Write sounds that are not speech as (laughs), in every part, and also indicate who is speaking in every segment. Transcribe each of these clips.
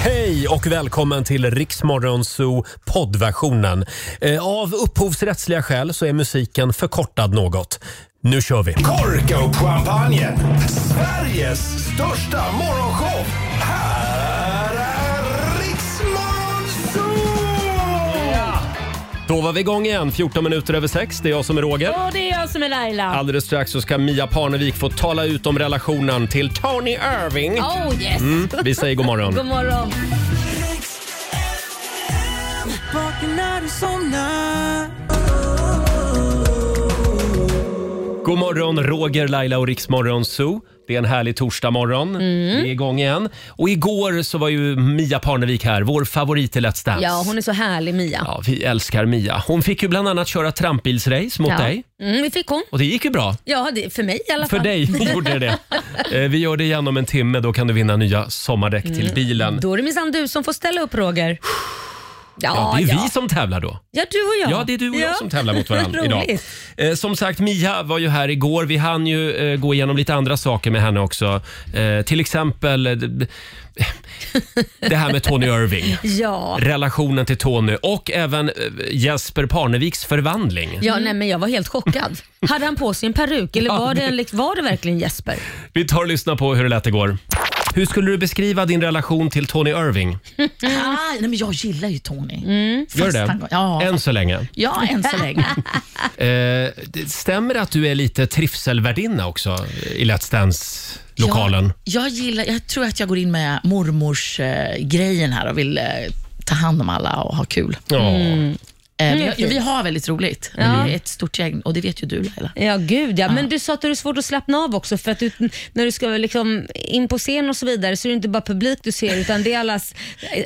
Speaker 1: Hej och välkommen till Riksmorgonzoo poddversionen. Eh, Av upphovsrättsliga skäl så är musiken förkortad något. Nu kör vi!
Speaker 2: Korko-champagnen, Sveriges största morgonshow. Här är Riksmorgon
Speaker 1: Då var vi igång igen, 14 minuter över sex. Det är jag som är Roger.
Speaker 3: Och det är jag som är Laila.
Speaker 1: Alldeles strax så ska Mia Parnevik få tala ut om relationen till Tony Irving.
Speaker 3: Oh yes!
Speaker 1: Mm, vi säger god morgon.
Speaker 3: (laughs) God morgon.
Speaker 1: God morgon, Roger, Laila och Riksmorgon Zoo. Det är en härlig torsdagmorgon.
Speaker 3: Mm.
Speaker 1: Vi är igång igen. Och igår så var ju Mia Parnevik här, vår favorit i Let's Dance.
Speaker 3: Ja, hon är så härlig Mia.
Speaker 1: Ja, vi älskar Mia. Hon fick ju bland annat köra trampbilsrace mot
Speaker 3: Ja.
Speaker 1: dig.
Speaker 3: Mm, det fick hon.
Speaker 1: Och det gick ju bra.
Speaker 3: Ja, det, för mig i alla fall.
Speaker 1: För
Speaker 3: (laughs)
Speaker 1: dig gjorde det det. Eh, Vi gör det igen om en timme. Då kan du vinna nya sommardäck till bilen.
Speaker 3: Mm. Då är det minsann du som får ställa upp Roger.
Speaker 1: Ja,
Speaker 3: Ja,
Speaker 1: det är
Speaker 3: ja.
Speaker 1: vi som tävlar då.
Speaker 3: ja du och jag.
Speaker 1: Ja, det är du och
Speaker 3: Ja.
Speaker 1: jag som tävlar mot
Speaker 3: (laughs)
Speaker 1: varandra idag.
Speaker 3: Roligt.
Speaker 1: Eh, Som sagt, Mia var ju här igår. Vi hann ju eh, gå igenom lite andra saker med henne också. Eh, Till exempel eh, d- (laughs) det här med Tony Irving.
Speaker 3: (laughs) Ja.
Speaker 1: Relationen till Tony och även eh, Jesper Parneviks förvandling.
Speaker 3: Ja, nej, men jag var helt chockad. Hade han på sig en peruk eller
Speaker 1: Ja,
Speaker 3: var, det
Speaker 1: det-
Speaker 3: en, likt- var det verkligen Jesper?
Speaker 1: Vi tar och lyssnar på hur det lät igår. Hur skulle du beskriva din relation till Tony Irving?
Speaker 4: Ah, nej, men jag gillar ju Tony.
Speaker 1: Gör du
Speaker 4: Fast
Speaker 1: det?
Speaker 4: han- Ja.
Speaker 1: Än så länge.
Speaker 4: Ja, än
Speaker 1: (laughs)
Speaker 4: så länge.
Speaker 1: Eh, det stämmer det att du är lite trivselvärdinna också i Let's Dance-lokalen?
Speaker 4: Jag, jag, gillar, jag tror att jag går in med mormors eh, grejen här och vill eh, ta hand om alla och ha kul.
Speaker 1: Ja.
Speaker 4: Eh, men jag, vi har väldigt roligt. Vi är ett stort gäng och det vet ju du Laila.
Speaker 3: Ja, gud ja. Men du sa att det är svårt att slappna av också för att du, när du ska liksom in på scen och så vidare så är det inte bara publik du ser utan det är allas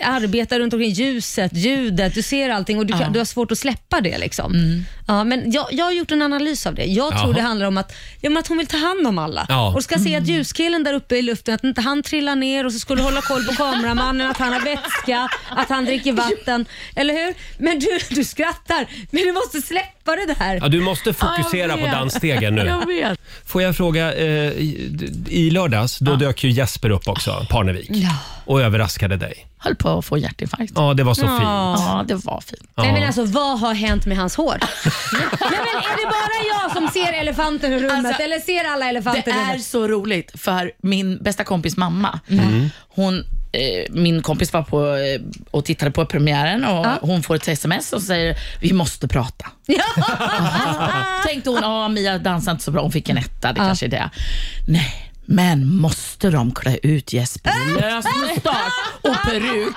Speaker 3: arbetare runt omkring, ljuset, ljudet, du ser allting och du, kan, du har svårt att släppa det. Liksom. Ja, men jag, jag har gjort en analys av det. Jag
Speaker 1: Mm. Jaha.
Speaker 3: tror det handlar om att, ja, men att hon vill ta hand om alla
Speaker 1: Ja. Mm.
Speaker 3: och ska se att ljuskillen där uppe i luften, att inte han trillar ner och så skulle hålla koll på kameramannen, att han har vätska, att han dricker vatten. Eller hur? Men du, du skrattar, men du måste släppa det där.
Speaker 1: Ja, du måste fokusera
Speaker 4: Ja, jag
Speaker 1: på
Speaker 4: vet.
Speaker 1: dansstegen
Speaker 4: (laughs)
Speaker 1: nu.
Speaker 4: Jag vet.
Speaker 1: Får jag fråga, eh, i- i lördags då dök ju Jesper upp också, Parnevik, och överraskade dig.
Speaker 4: Höll på att få hjärtinfarkt. Ja,
Speaker 1: Ja, det var så fint.
Speaker 4: det var fint.
Speaker 3: Nej men alltså vad har hänt med hans
Speaker 1: (laughs)
Speaker 3: hår? Nej, men är det bara jag som ser elefanten i rummet
Speaker 4: Alltså,
Speaker 3: eller ser alla elefanter
Speaker 4: Det
Speaker 3: i
Speaker 4: är Mm.
Speaker 3: rummet?
Speaker 4: så roligt för min bästa kompis mamma,
Speaker 1: Mm.
Speaker 4: hon eh, min kompis var på eh, och tittade på premiären och hon får ett sms och säger vi måste prata.
Speaker 3: (laughs)
Speaker 4: Tänkte hon, ja Mia dansar inte så bra, hon fick en etta, det kanske är det. Nej, men måste de klä ut Jesper i lös mustasch och peruk?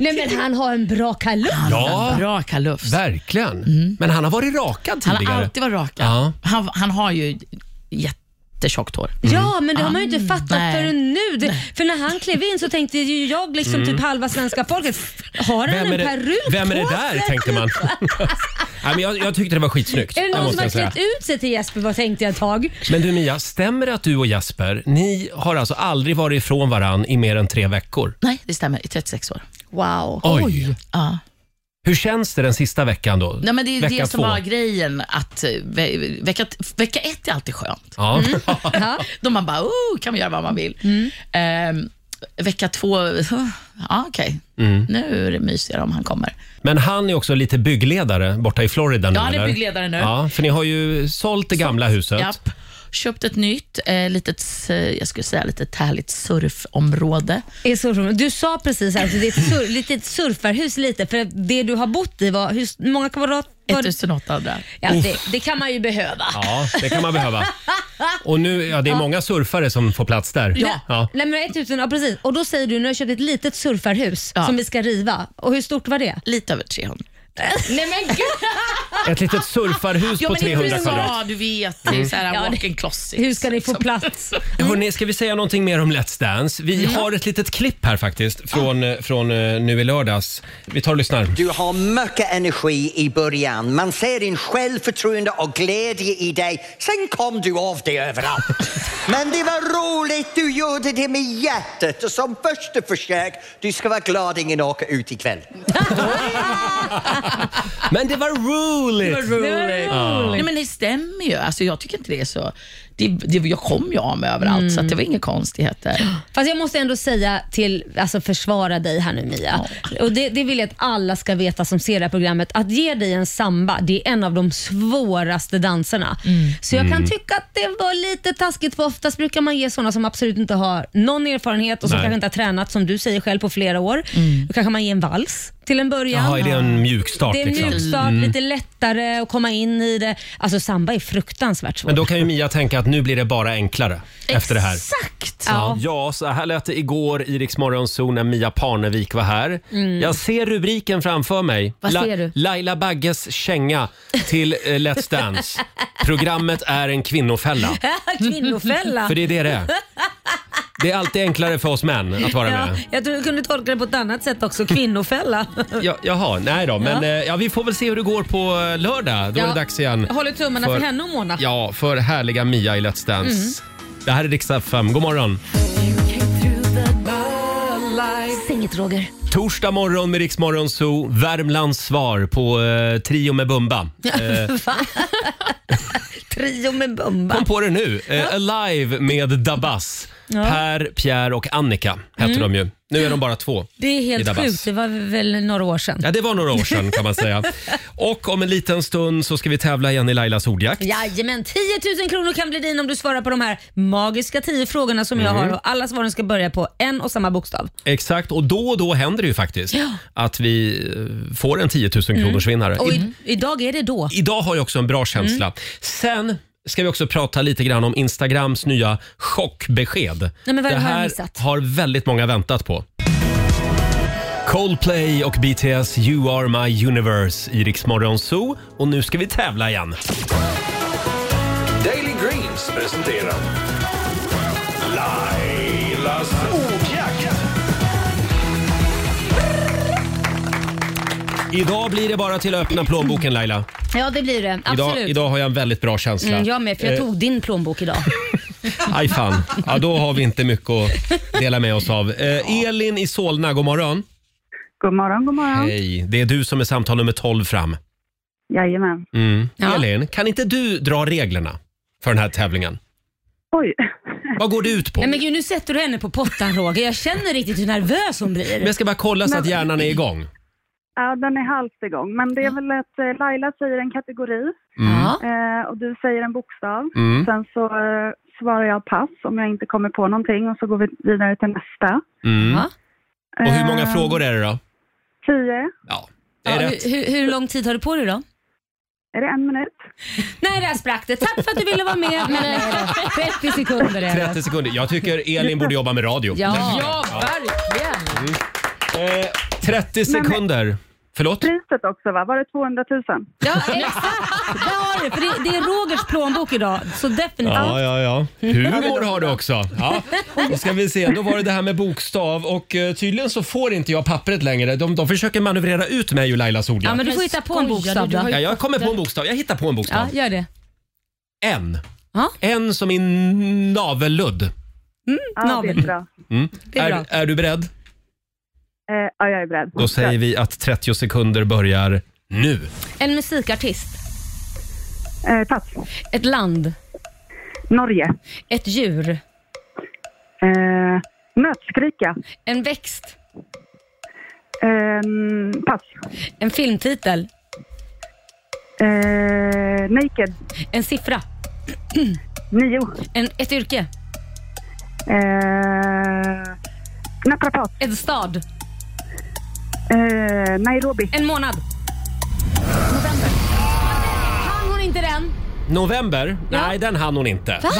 Speaker 3: Nej men han har en bra kalufs.
Speaker 1: Mm. Ja,
Speaker 4: Bra kalufs.
Speaker 1: verkligen. Men han har varit rakad
Speaker 4: Mm. Han
Speaker 1: tidigare.
Speaker 4: har alltid varit rak.
Speaker 1: Ja.
Speaker 4: Han, han har ju jättetjockt hår.
Speaker 3: Ja men det har man ju
Speaker 1: Mm,
Speaker 3: inte fattat
Speaker 4: nej.
Speaker 3: förrän nu. Det, för när han klev in så tänkte ju jag liksom typ halva svenska folket, har han
Speaker 1: Mm. Vem är
Speaker 3: en
Speaker 1: det,
Speaker 3: peruk
Speaker 1: vem är det
Speaker 3: på
Speaker 1: där,
Speaker 3: sig?
Speaker 1: tänkte
Speaker 4: (laughs)
Speaker 1: man. Nej, men jag, jag tyckte det var skitsnyggt.
Speaker 3: Är det
Speaker 1: det
Speaker 3: någon
Speaker 1: måste
Speaker 3: som har
Speaker 1: jag säga.
Speaker 3: klätt ut sig till Jesper? Vad tänkte jag ett tag.
Speaker 1: Men du Mia, stämmer det att du och Jesper, ni har alltså aldrig varit ifrån varann i mer än tre veckor?
Speaker 4: Nej, det stämmer. I 36 år.
Speaker 3: Wow.
Speaker 1: Oj.
Speaker 4: Ja.
Speaker 1: Hur känns det den sista veckan då?
Speaker 4: Nej, men det är
Speaker 1: Vecka
Speaker 4: det som
Speaker 1: två.
Speaker 4: var grejen. Att eh, ve vecka, vecka ett är alltid skönt.
Speaker 1: Ja.
Speaker 3: Ja.
Speaker 4: Då man bara, oh, kan man göra vad man vill. Ehm, vecka två, "Huh, ja okej. Nu är det mysigare om han kommer.
Speaker 1: (laughs) Men han är också lite byggledare borta i Florida nu.
Speaker 4: Ja, han är
Speaker 1: eller?
Speaker 4: byggledare nu.
Speaker 1: Ja, för ni har ju sålt det gamla huset.
Speaker 4: Japp. Köpt ett nytt, eh, litet, s- jag skulle säga litet härligt surfområde.
Speaker 3: Är så roligt. Du sa precis att det är ett sur, (laughs) litet surfarhus lite, för det du har bott i var, hur många kvadrat var det?
Speaker 4: 1800.
Speaker 3: Ja, det, det kan man ju behöva.
Speaker 1: Ja, det kan man behöva. Och nu, ja, det är många surfare som får plats där.
Speaker 4: Ja.
Speaker 1: ja.
Speaker 3: Nej, men 1000, ja, precis. Och då säger du, nu har jag köpt ett litet surfarhus
Speaker 4: Ja.
Speaker 3: som vi ska riva. Och hur stort var det?
Speaker 4: Lite över 300. Nej men gud!
Speaker 1: Ett litet surfarhus
Speaker 4: Ja,
Speaker 1: på
Speaker 4: men det är Mm.
Speaker 1: 300 kvadrat.
Speaker 4: USA, du vet. Det är så här
Speaker 3: Ja,
Speaker 4: walk
Speaker 3: det-
Speaker 4: and closet. liksom.
Speaker 3: Hur ska ni få plats?
Speaker 1: Hörrni, ska vi säga någonting mer om Let's Dance? Vi har ett litet klipp här faktiskt från, eh, från eh, nu i lördags. Vi tar och lyssnar.
Speaker 5: Du har mycket energi i början. Man ser din självförtroende och glädje i dig. Sen kom du av dig överallt. Men det var roligt. Du gjorde det med hjärtat. Och som första försök, du ska vara glad ingen åker ut ikväll.
Speaker 1: Men det var roligt!
Speaker 4: Vad roligt. Nej, men det stämmer ju. Alltså, jag tycker inte det är så... det, det, jag kom ju av mig överallt, så att det var inga konstigheter.
Speaker 3: Fast jag måste ändå säga till, alltså försvara dig här nu Mia. Och det, det vill jag att alla ska veta som ser det här programmet. Att ge dig en samba, det är en av de svåraste danserna.
Speaker 1: Mm.
Speaker 3: Så jag kan tycka att det var lite taskigt för oftast brukar man ge sådana som absolut inte har någon erfarenhet och som
Speaker 1: Nej. Mm.
Speaker 3: kanske inte har tränat som du säger själv på flera år. Då kanske man ger en vals till en början.
Speaker 1: Jaha, är det en mjukstart
Speaker 3: Det är
Speaker 1: liksom?
Speaker 3: mjukstart, lite lättare att komma in i det. Alltså samba är fruktansvärt svårt.
Speaker 1: Men då kan ju Mia tänka att nu blir det bara enklare efter det här.
Speaker 4: Exakt!
Speaker 1: Ja. så här lät det igår i Rix Morgonzoo när Mia Parnevik var här. Jag ser rubriken framför mig.
Speaker 3: Mm. Vad ser du?
Speaker 1: Laila Bagges känga till eh, Let's
Speaker 3: (laughs)
Speaker 1: Dance. Programmet är en kvinnofälla.
Speaker 3: Kvinnofälla.
Speaker 1: För det är det det
Speaker 3: (laughs)
Speaker 1: är. Det är alltid enklare för oss män att vara
Speaker 3: Ja,
Speaker 1: med.
Speaker 3: jag tror du kunde tolka det på ett annat sätt
Speaker 1: (laughs)
Speaker 3: också. Kvinnofälla.
Speaker 1: Ja, jaha, nej då. Men ja. Ja, vi får väl se hur det går på eh, lördag. Då är
Speaker 3: Ja.
Speaker 1: det dags igen.
Speaker 3: Jag håller tummarna för,
Speaker 1: För-
Speaker 3: henne och Mona.
Speaker 1: Ja, för härliga Mia i Let's Dance.
Speaker 3: Mm.
Speaker 1: Det här är Rix FM. God morgon.
Speaker 3: Säg inget Roger.
Speaker 1: Torsdag morgon med Rix Morgon Zoo. Värmlands svar på eh, Trio med Bumba.
Speaker 3: (laughs) Trio med Bumba.
Speaker 1: Kom på det nu. Eh, Alive med Dabas. Per, Pierre och Annika hette de ju. Nu är de bara två.
Speaker 3: Mm. Det är
Speaker 1: i
Speaker 3: helt
Speaker 1: Dabas.
Speaker 3: sjukt. Det var väl några år sedan.
Speaker 1: Ja, det var några år sedan kan man
Speaker 3: (laughs)
Speaker 1: säga. Och om en liten stund så ska vi tävla igen i Lailas ordjakt.
Speaker 3: Jajamän, 10 000 kronor kan bli din om du svarar på de här magiska 10 frågorna som
Speaker 1: Mm.
Speaker 3: jag har och alla svaren ska börja på en och samma bokstav.
Speaker 1: Exakt, och då och då händer det ju faktiskt att vi eh, får en 10 000
Speaker 3: Mm.
Speaker 1: kronors vinnare.
Speaker 3: Och
Speaker 1: I-
Speaker 3: i, idag är det då.
Speaker 1: Idag har jag också en bra
Speaker 3: Mm.
Speaker 1: känsla. Sen ska vi också prata lite grann om Instagrams nya chockbesked.
Speaker 3: Nej, men vad
Speaker 1: det
Speaker 3: har jag
Speaker 1: här
Speaker 3: missat?
Speaker 1: har väldigt många väntat på. Coldplay och BTS You Are My Universe i Rix Morgon Zoo. Och nu ska vi tävla igen.
Speaker 2: Daily Greens presenterar Lailas ordjakt.
Speaker 1: Idag blir det bara till att öppna plånboken Laila.
Speaker 3: Ja, det blir det.
Speaker 1: Idag,
Speaker 3: Absolut.
Speaker 1: idag har jag en väldigt bra känsla.
Speaker 3: Mm, jag med, för jag
Speaker 1: Eh,
Speaker 3: tog din
Speaker 1: (laughs)
Speaker 3: plånbok idag.
Speaker 1: Aj fan, ja, då har vi inte mycket att dela med oss av. Eh, Elin i Solna, god morgon.
Speaker 6: God morgon, god morgon.
Speaker 1: Hej, det är du som är samtal nummer 12 fram.
Speaker 6: Jajamän.
Speaker 1: Mm.
Speaker 3: Ja.
Speaker 1: Elin, kan inte du dra reglerna för den här tävlingen?
Speaker 6: Oj. (laughs)
Speaker 1: Vad går det ut på?
Speaker 3: Nej men
Speaker 1: Men
Speaker 3: gud, nu sätter du henne på pottan Roger. Jag känner riktigt hur nervös hon blir.
Speaker 1: jag ska bara kolla så att
Speaker 6: Men-
Speaker 1: hjärnan är igång.
Speaker 6: Ja, den är halvt igång. Men det är väl att eh, Laila säger en kategori
Speaker 1: Mm.
Speaker 3: Ja.
Speaker 6: eh, och du säger en bokstav.
Speaker 1: Mm.
Speaker 6: Sen så eh, svarar jag pass om jag inte kommer på någonting och så går vi vidare till nästa.
Speaker 1: Mm.
Speaker 3: Ja.
Speaker 1: Och hur många
Speaker 6: Eh,
Speaker 1: frågor är det då?
Speaker 6: Tio.
Speaker 1: Ja, det
Speaker 3: Ja,
Speaker 1: är
Speaker 3: hur,
Speaker 1: rätt.
Speaker 3: hur, hur lång tid har du på dig då?
Speaker 6: Är det en minut?
Speaker 3: Nej, där sprack det. Tack för att du ville vara med. Men nej,
Speaker 1: (laughs)
Speaker 3: då. 30 sekunder är det.
Speaker 1: 30 sekunder. Jag tycker Elin borde jobba med radio.
Speaker 3: Ja.
Speaker 4: Ja, verkligen.
Speaker 1: Eh, 30 sekunder. Förlåt?
Speaker 6: Priset också va? Var det 200 000?
Speaker 3: ja, exakt. Där har du. För det, det är Rogers plånbok idag, så definitivt.
Speaker 1: Ja, ja, ja. Humor har du också. Ja. Då ska vi se. Då var det det här med bokstav och eh, tydligen så får inte jag pappret längre. De, de försöker manövrera ut mig ur Lailas
Speaker 3: Ja,
Speaker 1: ordjakt.
Speaker 3: men du får
Speaker 4: Men
Speaker 3: hitta på en
Speaker 4: skojar
Speaker 3: bokstav
Speaker 4: du? Du
Speaker 3: då.
Speaker 4: har
Speaker 1: Ja, jag kommer på en bokstav. Jag hittar på en bokstav.
Speaker 3: Ja, gör det.
Speaker 1: En.
Speaker 3: Ja.
Speaker 1: En som är navelludd.
Speaker 6: Ja, det är
Speaker 3: Naveln.
Speaker 6: bra.
Speaker 1: Mm.
Speaker 3: Det är bra.
Speaker 1: är du beredd?
Speaker 6: Eh, ja, jag är beredd.
Speaker 1: Då säger vi att 30 sekunder börjar nu.
Speaker 3: En musikartist.
Speaker 6: Eh, pass.
Speaker 3: Ett land.
Speaker 6: Norge.
Speaker 3: Ett djur.
Speaker 6: Eh, nötskrika.
Speaker 3: En växt.
Speaker 6: Eh, pass.
Speaker 3: En filmtitel.
Speaker 6: Eh, naked.
Speaker 3: En siffra.
Speaker 6: Nio.
Speaker 3: En, ett yrke.
Speaker 6: Eh, naprapat.
Speaker 3: En stad.
Speaker 6: Eh, Nairobi.
Speaker 3: En månad. November. Hann hon inte den?
Speaker 1: November? Nej, den hann hon inte. Va?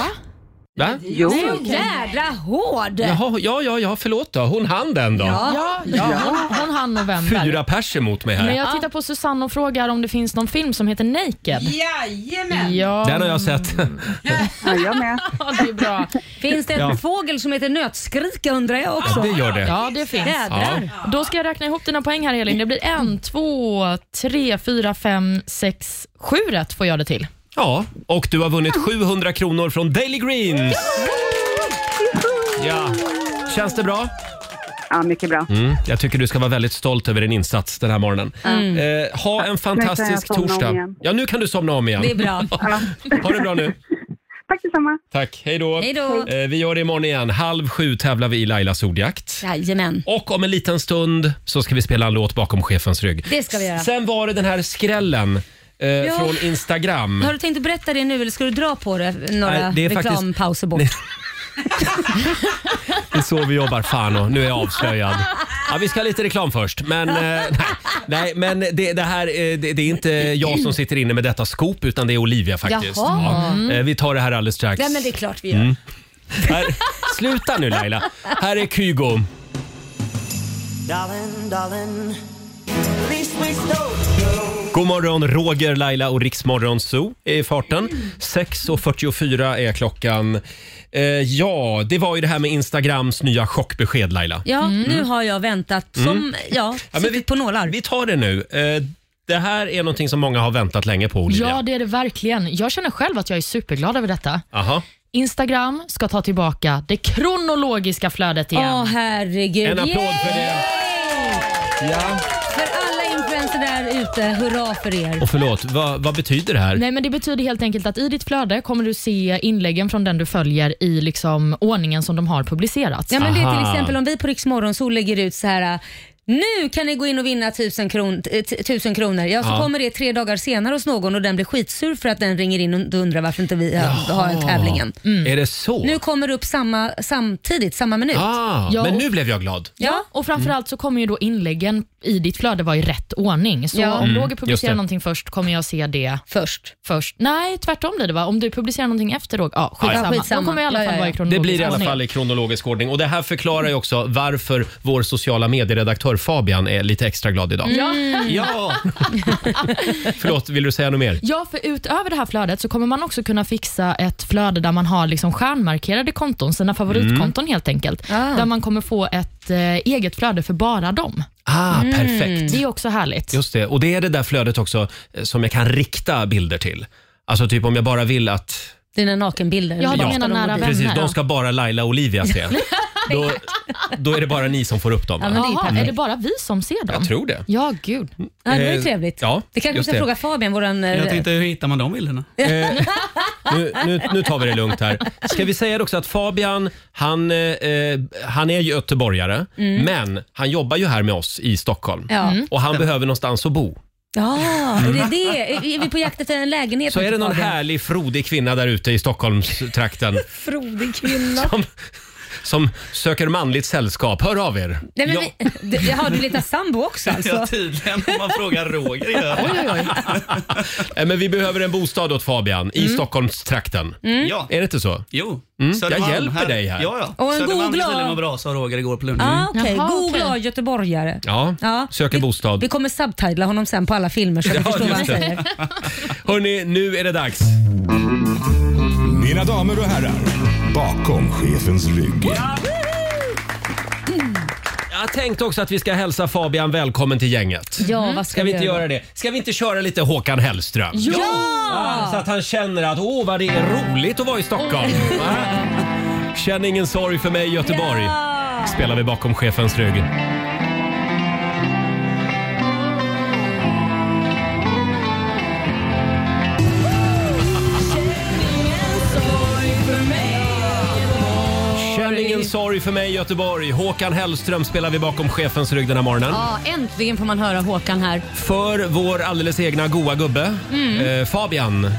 Speaker 1: Va?
Speaker 4: Jo.
Speaker 3: Så jädra hård!
Speaker 1: Jaha, ja, ja, ja, förlåt då. Hon hann den då.
Speaker 7: Ja, Hon, hon hann november.
Speaker 1: Fyra pers emot mig här.
Speaker 7: Men jag tittar på Susanne och frågar om det finns någon film som heter Naked.
Speaker 4: Jajamän.
Speaker 7: Ja,
Speaker 1: Den har jag sett.
Speaker 6: Ja, jag med.
Speaker 7: ja, det är bra.
Speaker 3: Finns det en
Speaker 1: Ja.
Speaker 3: fågel som heter nötskrika undrar jag också.
Speaker 1: Det gör det.
Speaker 7: Ja, det finns.
Speaker 3: Jädrar.
Speaker 7: Då ska jag räkna ihop dina poäng här Elin. Det blir en, två, tre, fyra, fem, sex, sju rätt får jag det till.
Speaker 1: Ja, och du har vunnit 700 kronor från Daily Greens. Ja. Känns det bra?
Speaker 6: Ja, mycket bra.
Speaker 1: Mm. Jag tycker du ska vara väldigt stolt över din insats den här morgonen. Eh, ha en fantastisk
Speaker 6: somna om
Speaker 1: torsdag.
Speaker 6: igen.
Speaker 1: Ja, nu kan du somna om igen.
Speaker 3: Det är bra.
Speaker 1: Ha det bra nu.
Speaker 6: Tack detsamma. detsamma.
Speaker 1: Tack, hej då.
Speaker 3: Hej då.
Speaker 1: Eh, vi gör det imorgon igen. Halv sju tävlar vi i Lailas ordjakt.
Speaker 3: Jajamän.
Speaker 1: Och om en liten stund så ska vi spela en låt bakom chefens rygg.
Speaker 3: Det ska vi göra.
Speaker 1: Sen var det den här skrällen eh, från Instagram.
Speaker 3: Har du tänkt att berätta det nu eller ska du dra på det några
Speaker 1: Nej, det är faktiskt-
Speaker 3: reklampauser bort?
Speaker 1: Nej. Det är så vi jobbar. Fan, och nu är jag avslöjad. Ja, vi ska ha lite reklam först. Men, eh, nej, nej, men det, det här eh, det, det är inte jag som sitter inne med detta skop utan det är Olivia faktiskt.
Speaker 3: Jaha.
Speaker 1: Eh, Vi tar det här alldeles strax.
Speaker 3: Nej men det är klart vi gör.
Speaker 1: Mm. här, sluta nu Laila. Här är Kygo.
Speaker 8: Darling, darling, please, please don't.
Speaker 1: God morgon, Roger, Laila och Riksmorgon Zoo är i farten. 6.44 är klockan. Eh, ja, det var ju det här med Instagrams nya chockbesked Laila.
Speaker 3: Ja, nu har jag väntat som, ja,
Speaker 1: Mm. men
Speaker 3: suttit
Speaker 1: vi-
Speaker 3: på nålar.
Speaker 1: Vi tar det nu. Eh, det här är någonting som många har väntat länge på Olivia.
Speaker 7: Ja, det är det verkligen. Jag känner själv att jag är superglad över detta.
Speaker 1: Aha.
Speaker 7: Instagram ska ta tillbaka det kronologiska flödet igen.
Speaker 3: Åh herregud.
Speaker 1: En applåd
Speaker 3: Yay!
Speaker 1: för det. Ja.
Speaker 3: För alla influenser där ute, hurra för er.
Speaker 1: Och förlåt, vad, vad betyder det här?
Speaker 7: Nej, men Det betyder helt enkelt att i ditt flöde kommer du se inläggen från den du följer i liksom ordningen som de har publicerats.
Speaker 3: Ja, men det är till
Speaker 1: Aha.
Speaker 3: exempel om vi på Rix Morgonzoo lägger ut så här äh, nu kan ni gå in och vinna 1000 kron, eh, t- 1000 kronor. Ja, så
Speaker 1: Ja.
Speaker 3: kommer det tre dagar senare hos någon och den blir skitsur för att den ringer in och undrar varför inte vi har, har tävlingen.
Speaker 1: Är det så?
Speaker 3: Nu kommer det upp samma, samtidigt, samma minut.
Speaker 1: Ah,
Speaker 7: Ja,
Speaker 1: men
Speaker 7: och-
Speaker 1: nu blev jag glad.
Speaker 7: Ja, och framförallt så kommer ju då inläggen i ditt flöde vara i rätt ordning. Så
Speaker 3: Ja. Mm,
Speaker 7: om Roger
Speaker 1: just det.
Speaker 7: publicerar någonting först kommer jag se det
Speaker 3: Först.
Speaker 7: först. Nej, tvärtom blir det va? Om du publicerar någonting efter Roger, ja skitsamma.
Speaker 3: skitsamma.
Speaker 7: De kommer i alla
Speaker 3: Ja, ja,
Speaker 7: fall
Speaker 3: ja.
Speaker 7: vara i
Speaker 1: Det
Speaker 7: kronologisk
Speaker 1: blir i alla
Speaker 7: ordning.
Speaker 1: fall i kronologisk ordning. Och Det här förklarar ju också varför vår sociala medieredaktör Fabian är lite extra glad idag.
Speaker 7: Mm.
Speaker 3: Mm.
Speaker 1: Ja! (laughs) Förlåt, vill du säga något mer?
Speaker 7: Ja, för utöver det här flödet så kommer man också kunna fixa ett flöde där man har liksom stjärnmarkerade konton, sina favoritkonton
Speaker 1: Mm.
Speaker 7: helt enkelt.
Speaker 3: Ah.
Speaker 7: Där man kommer få ett eh, eget flöde för bara dem.
Speaker 1: Ah, perfekt.
Speaker 7: Det är också härligt.
Speaker 1: Just det. Och det är det där flödet också eh, som jag kan rikta bilder till. Alltså typ om jag bara vill att
Speaker 3: Dina nakenbilder.
Speaker 7: Ja, de
Speaker 3: Postar
Speaker 7: menar nära
Speaker 3: mobil.
Speaker 7: vänner.
Speaker 1: Precis, de
Speaker 7: ja.
Speaker 1: ska bara Laila och Olivia se. Då, då är det bara ni som får upp dem.
Speaker 3: Ja,
Speaker 1: Va?
Speaker 3: men det är ju
Speaker 7: Jaha,
Speaker 3: perfekt.
Speaker 7: är det bara vi som ser dem?
Speaker 1: Jag tror det.
Speaker 7: Ja, gud.
Speaker 3: Ja, det var ju
Speaker 2: Eh,
Speaker 3: trevligt.
Speaker 1: ja,
Speaker 3: det kanske vi
Speaker 1: just
Speaker 3: ska
Speaker 1: det.
Speaker 3: fråga Fabian, våran... eh,
Speaker 2: Jag tänkte, hur hittar man de bilderna?
Speaker 1: Nu, nu, nu tar vi det lugnt här. Ska vi säga det också att Fabian, han, eh, han är göteborgare, men han jobbar ju här med oss i Stockholm.
Speaker 3: Mm. Ja.
Speaker 7: Mm.
Speaker 3: Mm.
Speaker 1: Och han behöver någonstans att bo.
Speaker 3: Ja,
Speaker 7: Ah.
Speaker 3: är det det? Är är vi på jakt efter en lägenhet?
Speaker 1: Så är det någon
Speaker 3: Fabian?
Speaker 1: härlig frodig kvinna där ute i
Speaker 3: (laughs)
Speaker 1: Stockholmstrakten
Speaker 3: Frodig kvinna.
Speaker 1: som, som söker manligt sällskap, hör av er.
Speaker 3: Nej, men
Speaker 1: Ja.
Speaker 3: vi, det, jaha, du letar sambo också alltså?
Speaker 2: Ja, tydligen. Om man frågar
Speaker 3: (laughs)
Speaker 2: Roger gör det.
Speaker 1: Eh, Men vi behöver en bostad åt Fabian
Speaker 3: Mm.
Speaker 1: i Stockholmstrakten.
Speaker 2: Ja.
Speaker 1: Är det inte så?
Speaker 2: Jo.
Speaker 1: Mm, jag hjälper dig här. Mm.
Speaker 2: Ja, ja.
Speaker 3: Och en
Speaker 2: Södermalm
Speaker 3: god glad-
Speaker 2: är tydligen vad bra, sa Roger igår på lunchen.
Speaker 3: Ah, Okej,
Speaker 7: Jaha,
Speaker 3: god
Speaker 7: okej.
Speaker 3: glad göteborgare.
Speaker 1: Ja,
Speaker 3: Ja.
Speaker 1: söker
Speaker 3: Vi-
Speaker 1: bostad.
Speaker 3: Vi kommer subtitla honom sen på alla filmer så att vi
Speaker 1: Ja,
Speaker 3: förstår vad han
Speaker 1: just det.
Speaker 3: säger.
Speaker 1: Hörni, nu är det dags.
Speaker 9: Mina damer och herrar, bakom chefens rygg.
Speaker 1: Jag tänkte också att vi ska hälsa Fabian välkommen till gänget.
Speaker 3: Ja, vad ska,
Speaker 1: Ska vi inte göra det? Ska vi inte köra lite Håkan Hellström?
Speaker 7: Ja!
Speaker 1: Ja, Så att han känner att åh vad det är roligt att vara i Stockholm. Va? Känn ingen sorg för mig Göteborg. Spelar vi bakom chefens rygg. Känn ingen sorg för mig Göteborg. Håkan Hellström spelar vi bakom chefens rygg den här morgonen.
Speaker 10: Ja, äntligen får man höra Håkan här.
Speaker 1: För vår alldeles egna goa gubbe,
Speaker 10: Mm.
Speaker 1: eh, Fabian,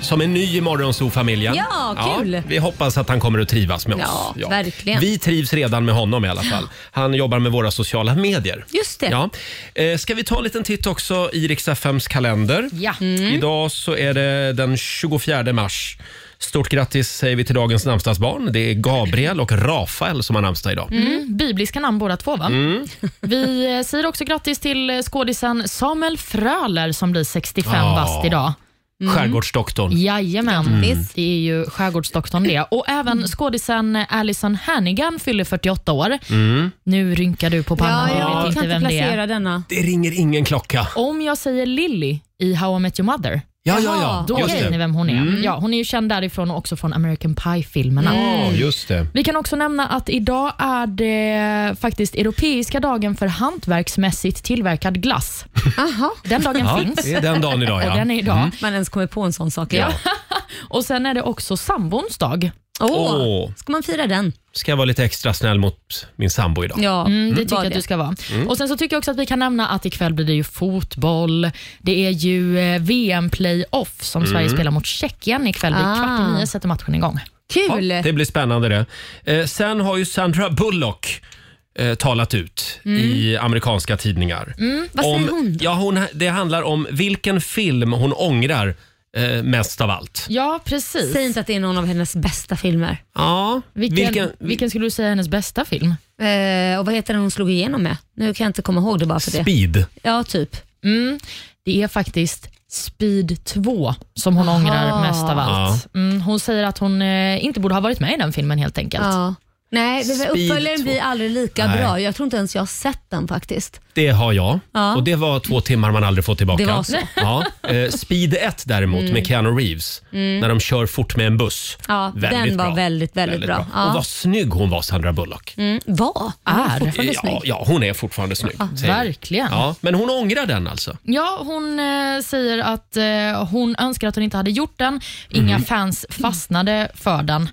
Speaker 1: som är ny i Morgonzoo-familjen.
Speaker 10: Ja, kul.
Speaker 1: vi hoppas att han kommer att trivas med oss.
Speaker 10: Ja, verkligen.
Speaker 1: Vi trivs redan med honom i alla fall. Han jobbar med våra sociala medier.
Speaker 10: Just det.
Speaker 1: Ja. Eh, ska vi ta en liten titt också i Rix FMs kalender?
Speaker 7: Ja.
Speaker 3: Mm.
Speaker 10: Mm.
Speaker 1: Idag så är det den 24 mars. Stort grattis säger vi till dagens namnsdagsbarn. Det är Gabriel och Rafael som har namnsdag idag.
Speaker 7: Mm, bibliska namn båda två va?
Speaker 1: Mm.
Speaker 7: Vi eh, säger också grattis till eh, skådisen Samuel Fröler som blir 65
Speaker 1: Ja. Mm.
Speaker 7: bast idag.
Speaker 10: Mm.
Speaker 1: Skärgårdsdoktorn.
Speaker 7: Jajamän,
Speaker 3: Mm.
Speaker 7: det är ju skärgårdsdoktorn det. Och
Speaker 1: Mm.
Speaker 7: även skådisen Alison Hannigan fyller 48 år.
Speaker 1: Mm.
Speaker 7: Nu rynkar du på pannan,
Speaker 10: Ja,
Speaker 7: jag
Speaker 10: jag
Speaker 7: vet inte
Speaker 10: kan inte
Speaker 7: vem det är.
Speaker 10: placera denna.
Speaker 1: Det ringer ingen klocka.
Speaker 7: Om jag säger Lily i How I Met Your Mother,
Speaker 1: Ja, ja, ja.
Speaker 3: Jaha,
Speaker 7: Då
Speaker 1: just
Speaker 7: vet ni
Speaker 1: det. Mm.
Speaker 7: vem hon är. Ja, hon är ju känd därifrån och också från American Pie-filmerna.
Speaker 1: Ja, just det.
Speaker 7: Vi kan också nämna att idag är det faktiskt europeiska dagen för hantverksmässigt tillverkad glass.
Speaker 3: Aha.
Speaker 1: (laughs)
Speaker 7: Den dagen
Speaker 1: Ja,
Speaker 7: finns.
Speaker 1: det är den dagen idag
Speaker 7: Och
Speaker 1: ja.
Speaker 7: den är idag.
Speaker 3: Man ens kommer på en sån sak. Ja.
Speaker 7: Och sen är det också sambons dag.
Speaker 3: Åh,
Speaker 1: Åh,
Speaker 3: ska man fira den?
Speaker 1: ska jag vara lite extra snäll mot min sambo idag?
Speaker 3: Ja,
Speaker 7: Mm, det tycker
Speaker 3: var
Speaker 7: jag att du ska vara. Och Sen så tycker jag också att vi kan nämna att ikväll blir det ju fotboll. Det är ju eh, VM playoff som Sverige spelar mot Tjeckien ikväll. Vid
Speaker 3: Ah.
Speaker 7: kvart i nio sätter matchen igång.
Speaker 3: Kul!
Speaker 1: Ja, det blir spännande det. Eh, sen har ju Sandra Bullock eh, talat ut i amerikanska tidningar.
Speaker 3: Mm. Vad säger
Speaker 1: om,
Speaker 3: hon?
Speaker 1: Ja, hon? Det handlar om vilken film hon ångrar eh, mest av allt.
Speaker 7: Ja, precis.
Speaker 3: Säg inte att det är någon av hennes bästa filmer.
Speaker 1: Ja,
Speaker 7: Vilken, vilken, skulle du säga är hennes bästa film?
Speaker 3: Eh, och vad heter den hon slog igenom med? Nu kan jag inte komma ihåg det bara för det.
Speaker 1: Speed.
Speaker 3: Ja, typ.
Speaker 7: Mm, det är faktiskt Speed 2 som hon ångrar mest av allt. Mm, hon säger att hon eh, inte borde ha varit med i den filmen helt enkelt.
Speaker 3: Ja. Nej, det-
Speaker 1: Speed
Speaker 3: uppföljaren
Speaker 1: två.
Speaker 3: blir aldrig lika
Speaker 1: Nej.
Speaker 3: bra. Jag tror inte ens jag har sett den faktiskt.
Speaker 1: Det har jag.
Speaker 3: Ja.
Speaker 1: Och Det var två timmar man aldrig får tillbaka.
Speaker 3: Det var så. Mm.
Speaker 1: Ja. Eh, Speed 1 däremot med Keanu Reeves, när de kör fort med en buss.
Speaker 3: Ja, den var väldigt, väldigt, bra.
Speaker 1: Och
Speaker 3: Ja.
Speaker 1: vad snygg hon var, Sandra Bullock.
Speaker 3: Mm, vad?
Speaker 7: Är.
Speaker 1: ja, ja, hon är fortfarande snygg. säger vi.
Speaker 7: Verkligen.
Speaker 1: Ja, men hon ångrar den alltså?
Speaker 7: Ja, hon eh, säger att eh, hon önskar att hon inte hade gjort den. Inga
Speaker 1: Mhm.
Speaker 7: fans fastnade för den,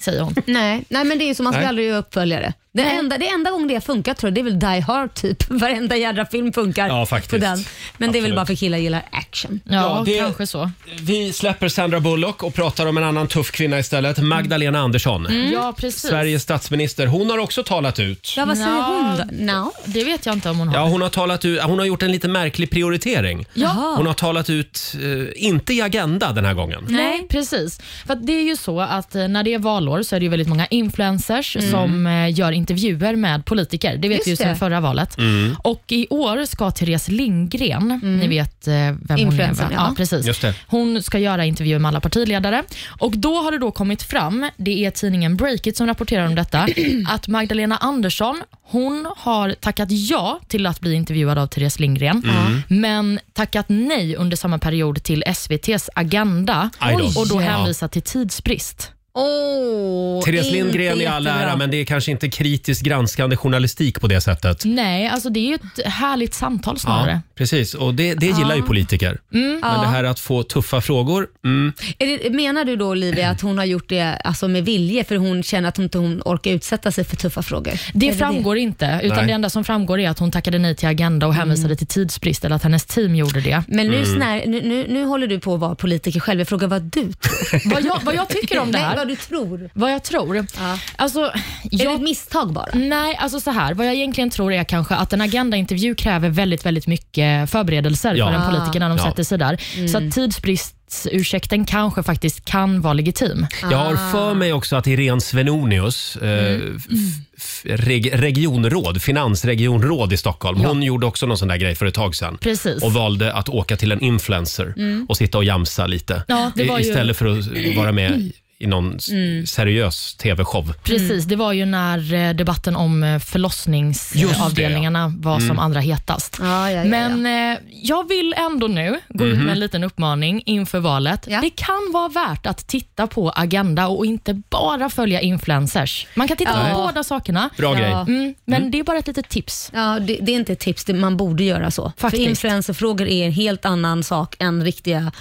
Speaker 7: säger hon.
Speaker 3: Nej, nej men det är ju som man ska
Speaker 1: Nej.
Speaker 3: aldrig göra uppföljare. Det enda, det enda gång det har funkat tror jag, det är väl Die Hard typ. (laughs) Varenda jädra film funkar
Speaker 1: Ja, faktiskt.
Speaker 3: för den. Men det är väl
Speaker 1: Absolut.
Speaker 3: bara för killar gillar action.
Speaker 7: Ja,
Speaker 1: Ja, det-
Speaker 7: kanske så. Mm.
Speaker 1: Vi släpper Sandra Bullock och pratar om en annan tuff kvinna istället, Magdalena Andersson.
Speaker 7: Ja, precis.
Speaker 1: Sveriges statsminister. Hon har också talat ut.
Speaker 3: Ja, vad säger
Speaker 7: Nå.
Speaker 3: hon då? No.
Speaker 7: Det vet jag inte om hon har.
Speaker 1: Ja, hon, har talat ut, hon har gjort en lite märklig prioritering.
Speaker 3: Jaha.
Speaker 1: Hon har talat ut, eh, inte i Agenda den här gången.
Speaker 7: Nej, precis. För att det är ju så att eh, när det är valår så är det ju väldigt många influencers som eh, gör intervjuer med politiker. Det
Speaker 3: Mm.
Speaker 7: vet
Speaker 3: Just
Speaker 7: vi ju
Speaker 3: det.
Speaker 7: sedan förra valet.
Speaker 1: Mm.
Speaker 7: Och i år ska Therese Lindgren, ni vet eh, vem hon är. va?
Speaker 3: Influencern, Mm. ja.
Speaker 7: Ja, precis.
Speaker 1: Just det.
Speaker 7: Hon ska göra intervjuer med alla partiledare. Och då har det då kommit fram, det är tidningen Breakit som rapporterar om detta, (clears throat) att Magdalena Andersson, hon har tackat ja till att bli intervjuad av Therese Lindgren,
Speaker 3: Mm.
Speaker 7: men tackat nej under samma period till SVTs Agenda
Speaker 1: Aj då.
Speaker 7: och då
Speaker 1: Ja.
Speaker 7: hänvisat till tidsbrist.
Speaker 3: Oh,
Speaker 1: Therese Lindgren i
Speaker 3: inte
Speaker 1: all
Speaker 3: jättebra.
Speaker 1: ära, men det är kanske inte kritiskt granskande journalistik på det sättet.
Speaker 7: Nej, alltså det är ju ett härligt samtal
Speaker 1: Ja,
Speaker 7: snarare.
Speaker 1: precis. Och det, det gillar ju politiker.
Speaker 7: Mm.
Speaker 1: Men det här att få tuffa frågor, mm,
Speaker 3: Är det, menar du då Olivia att hon har gjort det alltså, med vilje för hon känner att hon inte hon orkar utsätta sig för tuffa frågor?
Speaker 7: Det
Speaker 3: Är
Speaker 7: framgår inte, utan
Speaker 1: Nej.
Speaker 7: det enda som framgår är att hon tackade nej till Agenda och hänvisade till tidsbrist, eller att hennes team gjorde det.
Speaker 3: Men nu,
Speaker 1: Mm.
Speaker 3: snär, nu, nu, nu håller du på att vara politiker själv. Jag frågar vad du tror.
Speaker 7: Vad jag, vad jag tycker
Speaker 3: (laughs)
Speaker 7: om det
Speaker 3: Nej,
Speaker 7: här,
Speaker 3: vad du tror.
Speaker 7: vad jag tror.
Speaker 3: Ja.
Speaker 7: Alltså,
Speaker 3: Är
Speaker 7: jag
Speaker 3: det ett misstag bara?
Speaker 7: Nej, alltså så här. Vad jag egentligen tror är kanske att en agendaintervju kräver väldigt, väldigt mycket förberedelser
Speaker 1: Ja.
Speaker 7: för en politiker när de
Speaker 1: Ja.
Speaker 7: sätter sig där. Så att tidsbristsursäkten kanske faktiskt kan vara legitim.
Speaker 1: Jag
Speaker 7: Ah.
Speaker 1: har för mig också att Irene Svenonius, eh,
Speaker 7: Mm.
Speaker 1: f- f- reg, regionråd, finansregionråd i Stockholm, hon gjorde också någon sån där grej för ett tag sedan.
Speaker 7: Precis. Mm.
Speaker 1: Och valde att åka till en influencer och sitta och jamsa lite.
Speaker 7: Ja, det
Speaker 1: I-
Speaker 7: var ju- Mm.
Speaker 1: Istället för att vara med i någon s- seriös TV-show.
Speaker 7: Precis,
Speaker 3: Mm.
Speaker 7: det var ju när eh, debatten om eh,
Speaker 1: Just det,
Speaker 7: förlossningsavdelningarna var som allra hetast.
Speaker 3: Mm. Ja, ja, ja, Mhm.
Speaker 7: Men eh, jag vill ändå nu gå ut med en liten uppmaning inför valet.
Speaker 3: Ja.
Speaker 7: Det kan vara värt att titta på Agenda och inte bara följa influencers. Man kan titta på båda sakerna.
Speaker 1: Bra grej.
Speaker 7: Mm, men det är bara ett litet tips.
Speaker 3: Ja, det, det är inte ett tips, det, man borde göra så.
Speaker 7: Faktiskt.
Speaker 3: För influencerfrågor är en helt annan sak än riktiga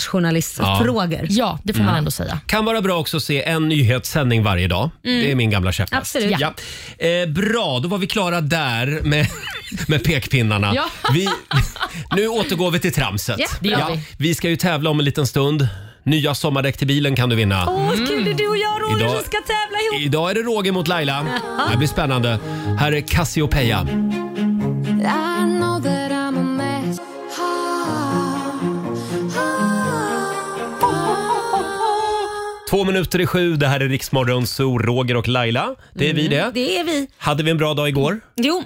Speaker 3: skjutjärnsjournalistfrågor.
Speaker 7: Ja, det får man ändå säga.
Speaker 1: Kan vara bra också att se en nyhetssändning varje dag.
Speaker 7: Mm.
Speaker 1: Det är min gamla käpphäst.
Speaker 3: Absolut.
Speaker 1: Ja. Eh, bra, då var vi klara där med, (laughs) med pekpinnarna.
Speaker 7: Ja.
Speaker 1: Vi, nu återgår vi till tramset.
Speaker 7: Ja, det gör vi.
Speaker 1: vi ska ju tävla om en liten stund. Nya sommardäck till bilen kan du vinna.
Speaker 3: Åh, vad kul det är du och jag Roger
Speaker 1: Idag-
Speaker 3: som ska tävla ihop.
Speaker 1: Idag är det Roger mot Laila. Det blir spännande. Här är Cassiopeia. Två minuter i sju, det här är Riksmorgon Zoo, Roger och Laila. Det är
Speaker 7: Mm.
Speaker 1: vi det.
Speaker 3: Det är vi.
Speaker 1: Hade vi en bra dag igår?
Speaker 3: Jo,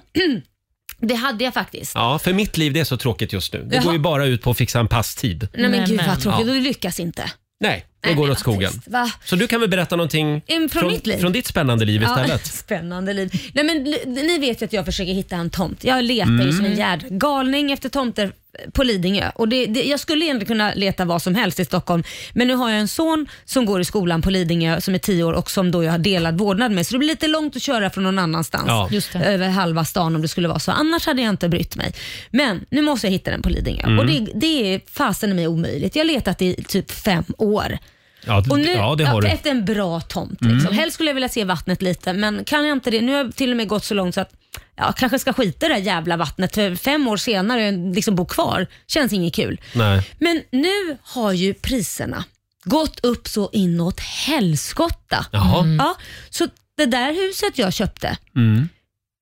Speaker 3: (clears throat) det hade jag faktiskt.
Speaker 1: Ja, för mitt liv det är så tråkigt just nu. Det
Speaker 3: Jaha.
Speaker 1: går ju bara ut på att fixa en passtid.
Speaker 3: Nej men
Speaker 7: Nej,
Speaker 3: gud
Speaker 7: men.
Speaker 3: vad tråkigt,
Speaker 1: Ja.
Speaker 3: du lyckas inte.
Speaker 1: Nej, det
Speaker 3: Nej,
Speaker 1: går
Speaker 3: men
Speaker 1: åt
Speaker 3: vad
Speaker 1: skogen.
Speaker 3: trist, va?
Speaker 1: Så du kan väl berätta någonting
Speaker 3: Mm, från mitt liv?
Speaker 1: från ditt spännande liv istället?
Speaker 3: (laughs) spännande liv.
Speaker 1: Mm.
Speaker 3: Nej, men, l- ni vet ju att jag försöker hitta en tomt. Jag letar ju som en jädra galning efter tomter eh, på Lidingö. Och det, det, jag skulle egentligen kunna leta vad som helst i Stockholm, men nu har jag en son som går i skolan på Lidingö som är tio år och som då jag har delad vårdnad med, så det blir lite långt att köra från någon annanstans.
Speaker 1: Ja.
Speaker 3: Just det. Över halva stan om det skulle vara så. Annars hade jag inte brytt mig. Men nu måste jag hitta den på Lidingö och
Speaker 1: Mm.
Speaker 3: det, det är fasen i mig omöjligt. Jag har letat i typ fem år.
Speaker 1: Ja, d-
Speaker 3: Och nu,
Speaker 1: ja, det har du. Mm.
Speaker 3: Efter en bra tomt. Liksom. Helst skulle jag vilja se vattnet lite, men kan jag inte det? Nu har jag till och med gått så långt så att jag kanske ska skita i det här jävla vattnet. För fem år senare, liksom bo kvar, känns inget kul.
Speaker 1: Nej.
Speaker 3: Men nu har ju priserna gått upp så inåt helskotta. Mm.
Speaker 1: Jaha.
Speaker 3: Ja, så det där huset jag köpte,
Speaker 1: Mm.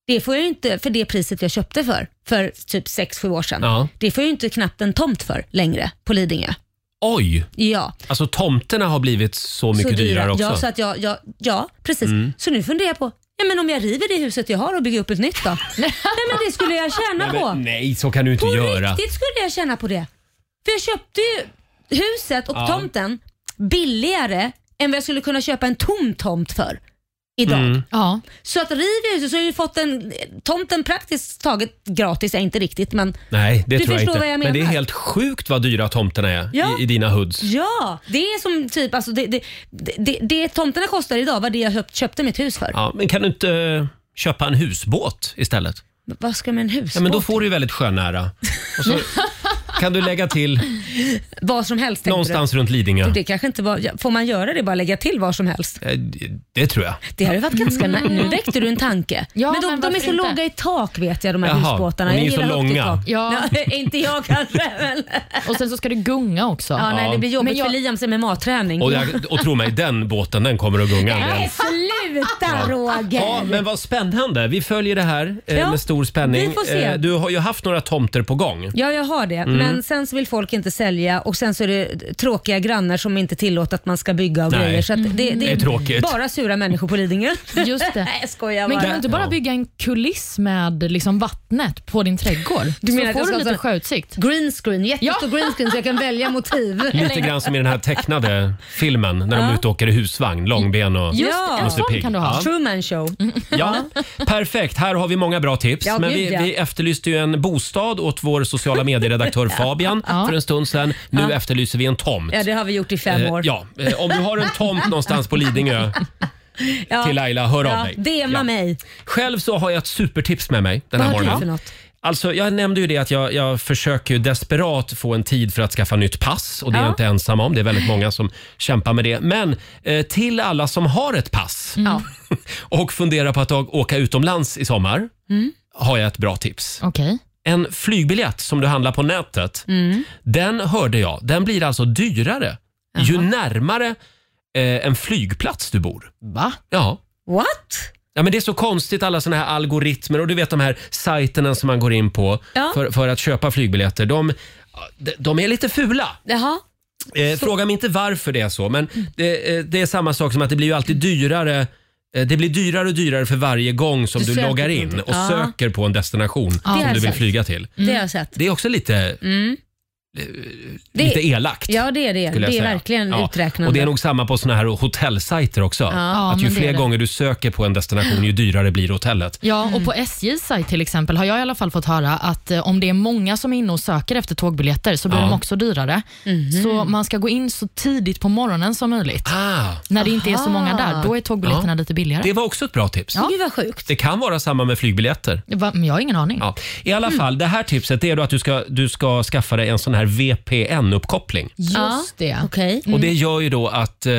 Speaker 3: det får jag ju inte för det priset jag köpte för, för typ 6-7 år sedan.
Speaker 1: Ja.
Speaker 3: Det får jag ju inte knappt en tomt för längre på Lidingö.
Speaker 1: Oj,
Speaker 3: Ja.
Speaker 1: alltså tomterna har blivit så mycket
Speaker 3: så dyra.
Speaker 1: dyrare också. Mm.
Speaker 3: Ja, så att jag, jag, ja precis. Så nu funderar jag på, ja, men om jag river det huset jag har och bygger upp ett nytt då? Nej men det skulle jag tjäna
Speaker 1: Nej,
Speaker 3: på.
Speaker 1: men, nej, så kan du inte
Speaker 3: på
Speaker 1: göra.
Speaker 3: riktigt skulle jag tjäna på det. För jag köpte ju huset och
Speaker 1: Ja.
Speaker 3: tomten billigare än vad jag skulle kunna köpa en tom tomt för idag.
Speaker 1: Mm.
Speaker 7: Ja.
Speaker 3: Så att river jag huset så har jag ju fått en, tomten praktiskt taget gratis, ja, inte riktigt men
Speaker 1: Nej, det
Speaker 3: Du
Speaker 1: tror jag
Speaker 3: förstår
Speaker 1: inte.
Speaker 3: vad jag
Speaker 1: Men det är
Speaker 3: menar.
Speaker 1: helt sjukt vad dyra tomterna är
Speaker 3: Ja.
Speaker 1: i, i dina hoods.
Speaker 3: ja, det är som typ, alltså det, det, det, det, det tomterna kostar idag var det jag köpt, köpte mitt hus för.
Speaker 1: Ja, men kan du inte eh, köpa en husbåt istället?
Speaker 3: Vad ska jag med en husbåt?
Speaker 1: Ja, men då får du ju väldigt sjönära. Och
Speaker 3: (laughs)
Speaker 1: så kan du lägga till
Speaker 3: Vad som helst tänkte
Speaker 1: någonstans runt Lidingö.
Speaker 3: du. Det kanske inte var, ja, får man göra det? Bara lägga till vad som helst?
Speaker 1: Eh, det- Det tror jag.
Speaker 3: Det hade varit ganska nice. Nu väckte du en tanke.
Speaker 7: Ja,
Speaker 3: men de,
Speaker 7: men
Speaker 3: de är
Speaker 7: varför
Speaker 3: så
Speaker 7: inte?
Speaker 3: låga i tak vet jag, de här
Speaker 1: Jaha,
Speaker 3: husbåtarna.
Speaker 1: och ni
Speaker 3: Jag
Speaker 1: är så
Speaker 3: gillar högt i
Speaker 1: långa.
Speaker 3: tak.
Speaker 7: Ja.
Speaker 3: Nej, (laughs) inte jag kanske. Men.
Speaker 7: Och sen så ska det gunga också.
Speaker 3: Ja, nej, det blir
Speaker 7: Men
Speaker 3: jobbigt
Speaker 7: jag-
Speaker 3: för Liams MMA-träning.
Speaker 1: Och, jag, och tro mig, den båten den kommer att gunga.
Speaker 3: Nej, sluta Roger!
Speaker 1: Ja, men vad spännande. Vi följer det här eh,
Speaker 3: Ja,
Speaker 1: med stor spänning.
Speaker 3: vi får se.
Speaker 1: Eh, Du har ju haft några tomter på gång.
Speaker 3: Ja, jag har det.
Speaker 1: Mm.
Speaker 3: Men sen så vill folk inte sälja och sen så är det tråkiga grannar som inte tillåter att man ska bygga och
Speaker 1: Nej.
Speaker 3: grejer. Så att det, det,
Speaker 1: Det är tråkigt.
Speaker 3: bara sura människor på Lidingö. (laughs)
Speaker 7: Just det.
Speaker 3: Nej, jag skojar
Speaker 7: Men
Speaker 3: bara.
Speaker 7: kan du inte bara
Speaker 1: Ja.
Speaker 7: bygga en kuliss med liksom vattnet på din trädgård?
Speaker 3: Du menar att
Speaker 7: så
Speaker 3: jag
Speaker 7: får
Speaker 3: ska
Speaker 7: du
Speaker 3: ha
Speaker 7: lite
Speaker 3: sån-
Speaker 7: sjöutsikt.
Speaker 3: Green screen, jättestor green screen så jag kan välja motiv.
Speaker 1: Lite grann som i den här
Speaker 3: (laughs)
Speaker 1: tecknade filmen när de är ute och åker i husvagn, långben och...
Speaker 7: Just
Speaker 3: Ja.
Speaker 7: en
Speaker 1: Musse
Speaker 7: sån
Speaker 1: Pigg.
Speaker 7: kan du
Speaker 3: (laughs)
Speaker 7: ha.
Speaker 3: Truman show.
Speaker 1: Ja, perfekt. Här har vi många bra tips.
Speaker 3: Ja,
Speaker 1: Men
Speaker 3: gud,
Speaker 1: vi,
Speaker 3: ja.
Speaker 1: vi efterlyste ju en bostad åt vår sociala
Speaker 3: (laughs)
Speaker 1: medieredaktör Fabian för en stund sedan. Nu efterlyser vi en tomt.
Speaker 3: Ja, det har vi gjort i fem
Speaker 1: Eh,
Speaker 3: år.
Speaker 1: ja, eh, om du har en tomt någonstans på Lidingö
Speaker 3: (laughs) Ja.
Speaker 1: till Laila, hör av
Speaker 3: Ja,
Speaker 1: dig.
Speaker 3: DMa
Speaker 1: Ja.
Speaker 3: mig.
Speaker 1: Själv så har jag ett supertips med mig den
Speaker 3: Vad
Speaker 1: här
Speaker 3: har du för
Speaker 1: morgonen.
Speaker 3: något?
Speaker 1: Alltså, jag nämnde ju det att jag, jag försöker ju desperat få en tid för att skaffa nytt pass och det är jag
Speaker 3: Ja.
Speaker 1: inte ensam om. Det är väldigt många som kämpar med det. Men eh, till alla som har ett pass
Speaker 3: Mm. Ja.
Speaker 1: (laughs) och funderar på att å- åka utomlands i sommar
Speaker 3: Mm.
Speaker 1: har jag ett bra tips.
Speaker 7: Okej.
Speaker 1: En flygbiljett som du handlar på nätet,
Speaker 3: Mm.
Speaker 1: den hörde jag, den blir alltså dyrare ju närmare eh, en flygplats du bor.
Speaker 7: Va?
Speaker 1: Ja.
Speaker 3: What?
Speaker 1: Ja, men det är så konstigt alla såna här algoritmer och du vet de här sajterna som man går in på
Speaker 3: Ja.
Speaker 1: för, för att köpa flygbiljetter. De, de är lite fula.
Speaker 3: Jaha.
Speaker 1: Eh, fråga mig inte varför det är så, men det, eh, det är samma sak som att det blir ju alltid dyrare eh, det blir dyrare och dyrare för varje gång som du,
Speaker 3: Du söker
Speaker 1: loggar
Speaker 3: på
Speaker 1: in
Speaker 3: det.
Speaker 1: och
Speaker 3: Ja.
Speaker 1: söker på en destination
Speaker 3: Det
Speaker 1: som
Speaker 3: har
Speaker 1: du
Speaker 3: jag
Speaker 1: vill
Speaker 3: sett.
Speaker 1: flyga till.
Speaker 3: Det har jag sett.
Speaker 1: Det är också lite, eh, lite elakt.
Speaker 3: Ja, Mm. det är det.
Speaker 1: skulle jag
Speaker 3: Det är
Speaker 1: säga.
Speaker 3: verkligen
Speaker 1: Ja.
Speaker 3: uträknande.
Speaker 1: Och det är nog samma på såna här hotellsajter också.
Speaker 7: Ja,
Speaker 1: att ju
Speaker 7: men det
Speaker 1: fler
Speaker 7: är det.
Speaker 1: gånger du söker på en destination ju dyrare blir hotellet.
Speaker 7: Ja,
Speaker 3: Mm.
Speaker 7: och på SJs sajt till exempel har jag i alla fall fått höra att eh, om det är många som är inne och söker efter tågbiljetter så blir
Speaker 1: Ja.
Speaker 7: de också dyrare.
Speaker 3: Mhm.
Speaker 7: Så man ska gå in så tidigt på morgonen som möjligt.
Speaker 1: Ah,
Speaker 7: När det inte är så många där, då är tågbiljetterna
Speaker 1: Ja.
Speaker 7: lite billigare.
Speaker 1: det var också ett bra tips.
Speaker 3: Gud vad sjukt.
Speaker 1: Det kan vara samma med
Speaker 3: Mm.
Speaker 1: flygbiljetter.
Speaker 7: Va? Men jag har ingen aning.
Speaker 1: Ja. I alla fall, det här tipset det är då att du ska, du ska skaffa dig en sån här VPN-uppkoppling.
Speaker 7: Just det.
Speaker 3: Okej.
Speaker 1: Och Det gör ju då att eh,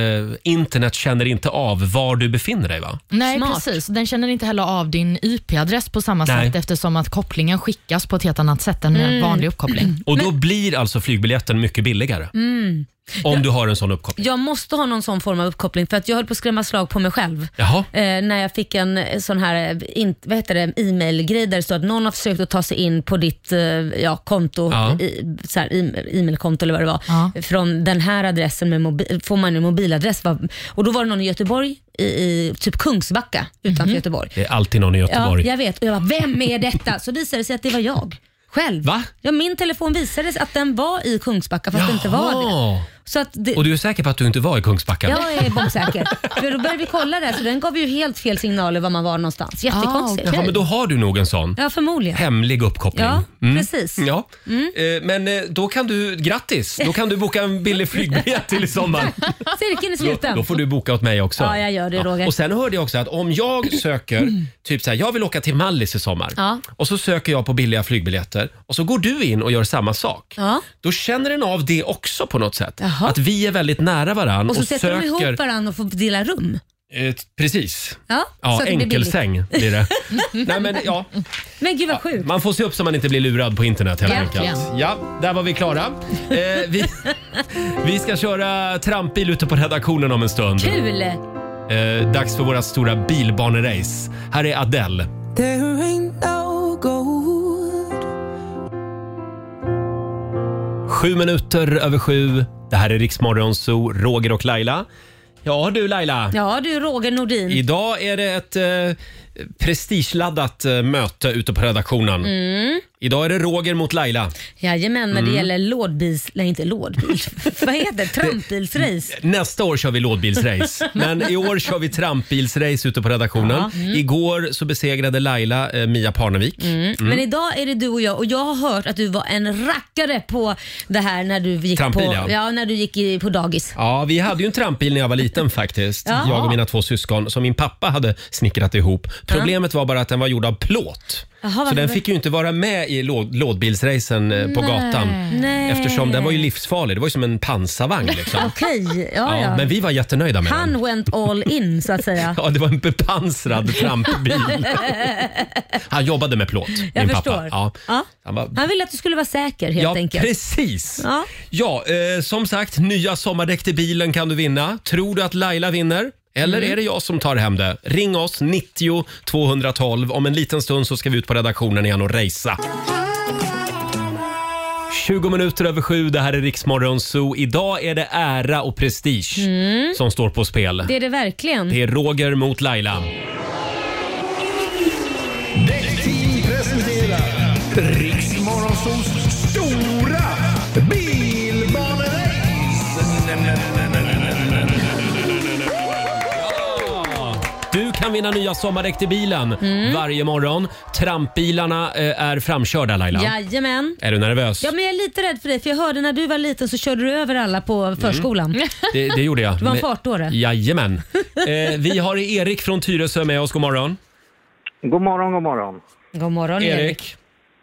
Speaker 1: internet känner inte av var du befinner dig. va?
Speaker 7: Nej,
Speaker 3: Smart.
Speaker 7: precis. Den känner inte heller av din IP-adress på samma
Speaker 1: Nej.
Speaker 7: sätt eftersom att kopplingen skickas på ett helt annat sätt än
Speaker 3: Mm.
Speaker 7: en
Speaker 3: (clears throat)
Speaker 7: vanlig uppkoppling.
Speaker 1: Och Då blir alltså flygbiljetten mycket billigare.
Speaker 3: Mm.
Speaker 1: Om du har en sån uppkoppling.
Speaker 3: Jag måste ha någon sån form av uppkoppling för att jag höll på att skrämma slag på mig själv.
Speaker 1: Jaha.
Speaker 3: Eh, när jag fick en eh, sån här eh, in, vad heter det, e-mail-grej där det stod att någon har försökt att ta sig in på ditt eh, ja, konto,
Speaker 1: Ja.
Speaker 3: i, så här, e- e-mailkonto eller vad det var,
Speaker 7: Ja.
Speaker 3: från den här adressen med mobi- får man en mobiladress. Va? Och då var det någon i Göteborg, i, i typ Kungsbacka utanför Göteborg.
Speaker 1: Det är alltid någon i
Speaker 3: Ja,
Speaker 1: Mhm. Göteborg.
Speaker 3: jag vet. Och jag bara, vem är detta? Så visade det sig att det var jag själv.
Speaker 1: Va?
Speaker 3: Ja, min telefon visade sig att den var i Kungsbacka fast det inte var det.
Speaker 1: Jaha.
Speaker 3: Så att det,
Speaker 1: Och du är säker på att du inte var i Kungsbacka?
Speaker 3: jag är bombsäker. För då började vi kolla där så den gav ju helt fel signaler var man var någonstans. Jättekonstigt.
Speaker 7: Ah, okej.
Speaker 1: Ja, men då har du nog en sån
Speaker 3: Ja, förmodligen.
Speaker 1: hemlig uppkoppling.
Speaker 3: Ja, Mm. precis.
Speaker 1: Ja. Eh, Men eh, då kan du, grattis, då kan du boka en billig flygbiljett till i
Speaker 3: (laughs)
Speaker 1: sommar.
Speaker 3: Cirkeln är sluten.
Speaker 1: Då får du boka åt mig också.
Speaker 3: Ja, jag gör det, Roger.
Speaker 1: Och sen hörde jag också att om jag
Speaker 3: (clears throat)
Speaker 1: söker, typ så här, jag vill åka till Mallis i sommar.
Speaker 3: Ja.
Speaker 1: Och så söker jag på billiga flygbiljetter och så går du in och gör samma sak.
Speaker 3: Ja.
Speaker 1: Då känner den av det också på något sätt.
Speaker 3: Jaha.
Speaker 1: Att vi är väldigt nära varandra
Speaker 3: Och
Speaker 1: och,
Speaker 3: så sätter
Speaker 1: söker...
Speaker 3: de ihop varandra och får dela rum.
Speaker 1: eh, precis.
Speaker 3: Ja,
Speaker 1: Ja,
Speaker 3: så att det blir billigt.
Speaker 1: enkelsäng blir
Speaker 3: (laughs)
Speaker 1: det. Nej, men, ja.
Speaker 3: Men gud vad sjukt.
Speaker 1: Man får se upp så man inte blir lurad på internet helt
Speaker 7: Verkligen.
Speaker 1: enkelt. Ja, där var vi klara. Eh, vi, vi ska köra trampbil ute på redaktionen om en stund.
Speaker 3: Kul!
Speaker 1: Eh, dags för våra stora bilbanerace. Här är Adele. Sju minuter över sju. Det här är Riksmorgon Zoo, Roger och Laila. Ja du Laila,
Speaker 3: Ja du Roger Nordin.
Speaker 1: idag är det ett eh, prestigeladdat eh, möte ute på redaktionen.
Speaker 3: Mm.
Speaker 1: Idag är det Roger mot Laila.
Speaker 3: Jajamän,
Speaker 1: Mm.
Speaker 3: när det gäller lådbils... Nej, inte lådbil. (laughs) vad heter det? Trampbilsrace.
Speaker 1: Nästa år kör vi
Speaker 3: (laughs)
Speaker 1: lådbilsrace, men i år kör vi trampbilsrace ute på redaktionen.
Speaker 3: Mm.
Speaker 1: Igår så besegrade Laila eh, Mia Parnevik.
Speaker 3: Mm. Men idag är det du och jag och jag har hört att du var en rackare på det här när du gick,
Speaker 1: Trampbil,
Speaker 3: på,
Speaker 1: ja.
Speaker 3: ja, när du gick i, på dagis.
Speaker 1: Ja, vi hade ju en trampbil när jag var liten faktiskt.
Speaker 3: Jaha.
Speaker 1: Jag och mina två syskon som min pappa hade snickrat ihop. Problemet var bara att den var gjord av plåt.
Speaker 3: Jaha,
Speaker 1: så
Speaker 3: varför
Speaker 1: den
Speaker 3: var-
Speaker 1: fick ju inte vara med i låd, lådbilsracen eh, på gatan.
Speaker 3: Nej.
Speaker 1: Eftersom den var ju livsfarlig. Det var ju som en pansarvagn liksom.
Speaker 3: Okej, ja,
Speaker 1: Ja,
Speaker 3: ja.
Speaker 1: men vi var jättenöjda med den.
Speaker 3: Han went all in så att säga.
Speaker 1: Ja, det var en bepansrad trampbil.
Speaker 3: (laughs)
Speaker 1: Han jobbade med plåt,
Speaker 3: Jag
Speaker 1: min pappa.
Speaker 3: förstår.
Speaker 1: (laughs) Ja.
Speaker 3: Ja.
Speaker 1: Han var
Speaker 3: Han ville att du skulle vara säker helt
Speaker 1: Ja,
Speaker 3: enkelt.
Speaker 1: precis. Ja,
Speaker 3: Ja.
Speaker 1: eh, som sagt, nya sommardäck till bilen kan du vinna. Tror du att Laila vinner? Eller
Speaker 3: Mm.
Speaker 1: är det jag som tar hem det? Ring oss, 90 212. Om en liten stund så ska vi ut på redaktionen igen och racea. 20 minuter över sju, det här är Riksmorgon Zoo. Idag är det ära och prestige
Speaker 3: Mm.
Speaker 1: som står på spel.
Speaker 3: Det är det verkligen.
Speaker 1: Det är Roger mot Laila.
Speaker 2: Däckteam presenterar Riksmorgonsols stora bilbanerace.
Speaker 1: Du kan vinna nya sommardäck till bilen
Speaker 3: Mm.
Speaker 1: varje morgon. Trampbilarna eh, är framkörda Laila.
Speaker 3: Jajamän.
Speaker 1: Är du nervös?
Speaker 3: Ja, men jag är lite rädd för dig för jag hörde när du var liten så körde du över alla på
Speaker 1: Mm. (laughs)
Speaker 3: förskolan.
Speaker 1: Det, det gjorde jag.
Speaker 3: Du var en
Speaker 1: Men-
Speaker 3: fartdåre. (laughs)
Speaker 1: Jajamän. Eh, vi har Erik från Tyresö med oss. God morgon.
Speaker 11: God morgon, god morgon.
Speaker 3: God morgon Erik.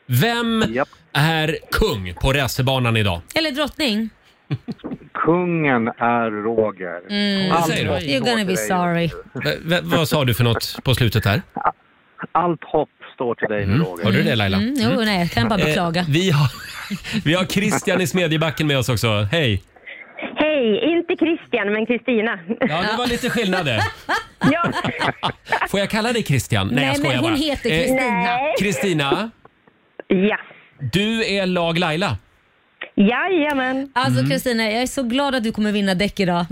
Speaker 1: Vem
Speaker 11: Japp.
Speaker 1: är kung på racerbanan idag?
Speaker 3: Eller drottning.
Speaker 11: Kungen är Roger.
Speaker 3: Mm.
Speaker 1: Vad säger du?
Speaker 3: You're gonna be sorry.
Speaker 1: V- v- vad sa du för något på slutet här?
Speaker 11: Allt hopp står till dig nu, Roger.
Speaker 1: Hörde du det Laila?
Speaker 3: Mm, jo, nej, jag kan bara beklaga.
Speaker 1: Eh, vi, har, (laughs) vi har Christian i Smedjebacken med oss också. Hej!
Speaker 12: Hej, inte Christian, men Kristina.
Speaker 1: Ja, det var lite skillnad där.
Speaker 12: Ja.
Speaker 1: Får jag kalla dig Christian? Nej, jag skojar
Speaker 3: men
Speaker 1: bara.
Speaker 3: hon heter
Speaker 1: Eh,
Speaker 3: Kristina.
Speaker 12: Nej.
Speaker 1: Kristina,
Speaker 12: Ja.
Speaker 1: du är lag Laila.
Speaker 12: Jajamän.
Speaker 1: Mm.
Speaker 3: Alltså Kristina, jag är så glad att du kommer vinna däck idag.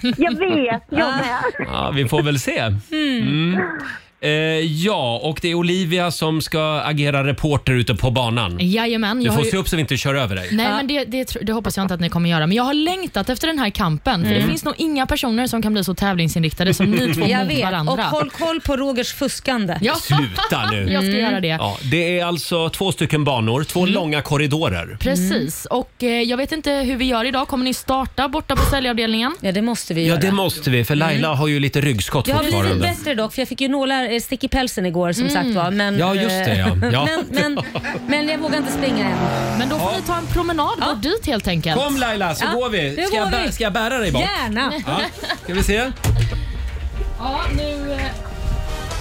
Speaker 12: Jag vet, jag med.
Speaker 1: Ja, vi får väl se. Mm. Eh, ja, och det är Olivia som ska agera reporter ute på banan.
Speaker 7: Jajamän.
Speaker 1: Du
Speaker 7: jag har
Speaker 1: får
Speaker 7: ju-
Speaker 1: se upp så vi inte kör över dig.
Speaker 7: Nej, men det, det, tr- det hoppas jag inte att ni kommer göra. Men jag har längtat efter den här kampen. För Det finns nog inga personer som kan bli så tävlingsinriktade som ni två
Speaker 3: Mm. (laughs) Jag
Speaker 7: mot
Speaker 3: vet. Och
Speaker 7: Mm. varandra.
Speaker 3: håll koll på Rogers fuskande.
Speaker 7: Ja,
Speaker 1: Sluta nu!
Speaker 7: jag ska göra det.
Speaker 1: Ja, det är alltså två stycken banor, två långa korridorer.
Speaker 7: Precis. Och eh, Jag vet inte hur vi gör idag. Kommer ni starta borta på säljavdelningen?
Speaker 3: Ja, det måste vi
Speaker 1: Ja,
Speaker 3: göra.
Speaker 1: det måste vi, för Laila har ju lite ryggskott
Speaker 3: jag har blivit
Speaker 1: fortfarande.
Speaker 3: bättre dock, för jag fick ju nålar eh, stick i pälsen igår som sagt var. Men, eh,
Speaker 1: Ja, just det, ja. Ja.
Speaker 3: men, men,
Speaker 1: (laughs)
Speaker 3: men jag vågar inte springa än.
Speaker 7: Men då får ni ta en promenad bort dit helt enkelt.
Speaker 1: Kom Laila, så
Speaker 3: Ja,
Speaker 1: går vi.
Speaker 3: nu
Speaker 1: Ska, jag
Speaker 3: går
Speaker 1: bä-
Speaker 3: vi.
Speaker 1: ska jag bära dig bort?
Speaker 3: Gärna!
Speaker 1: Ja. Ska vi se?
Speaker 7: Ja, nu eh,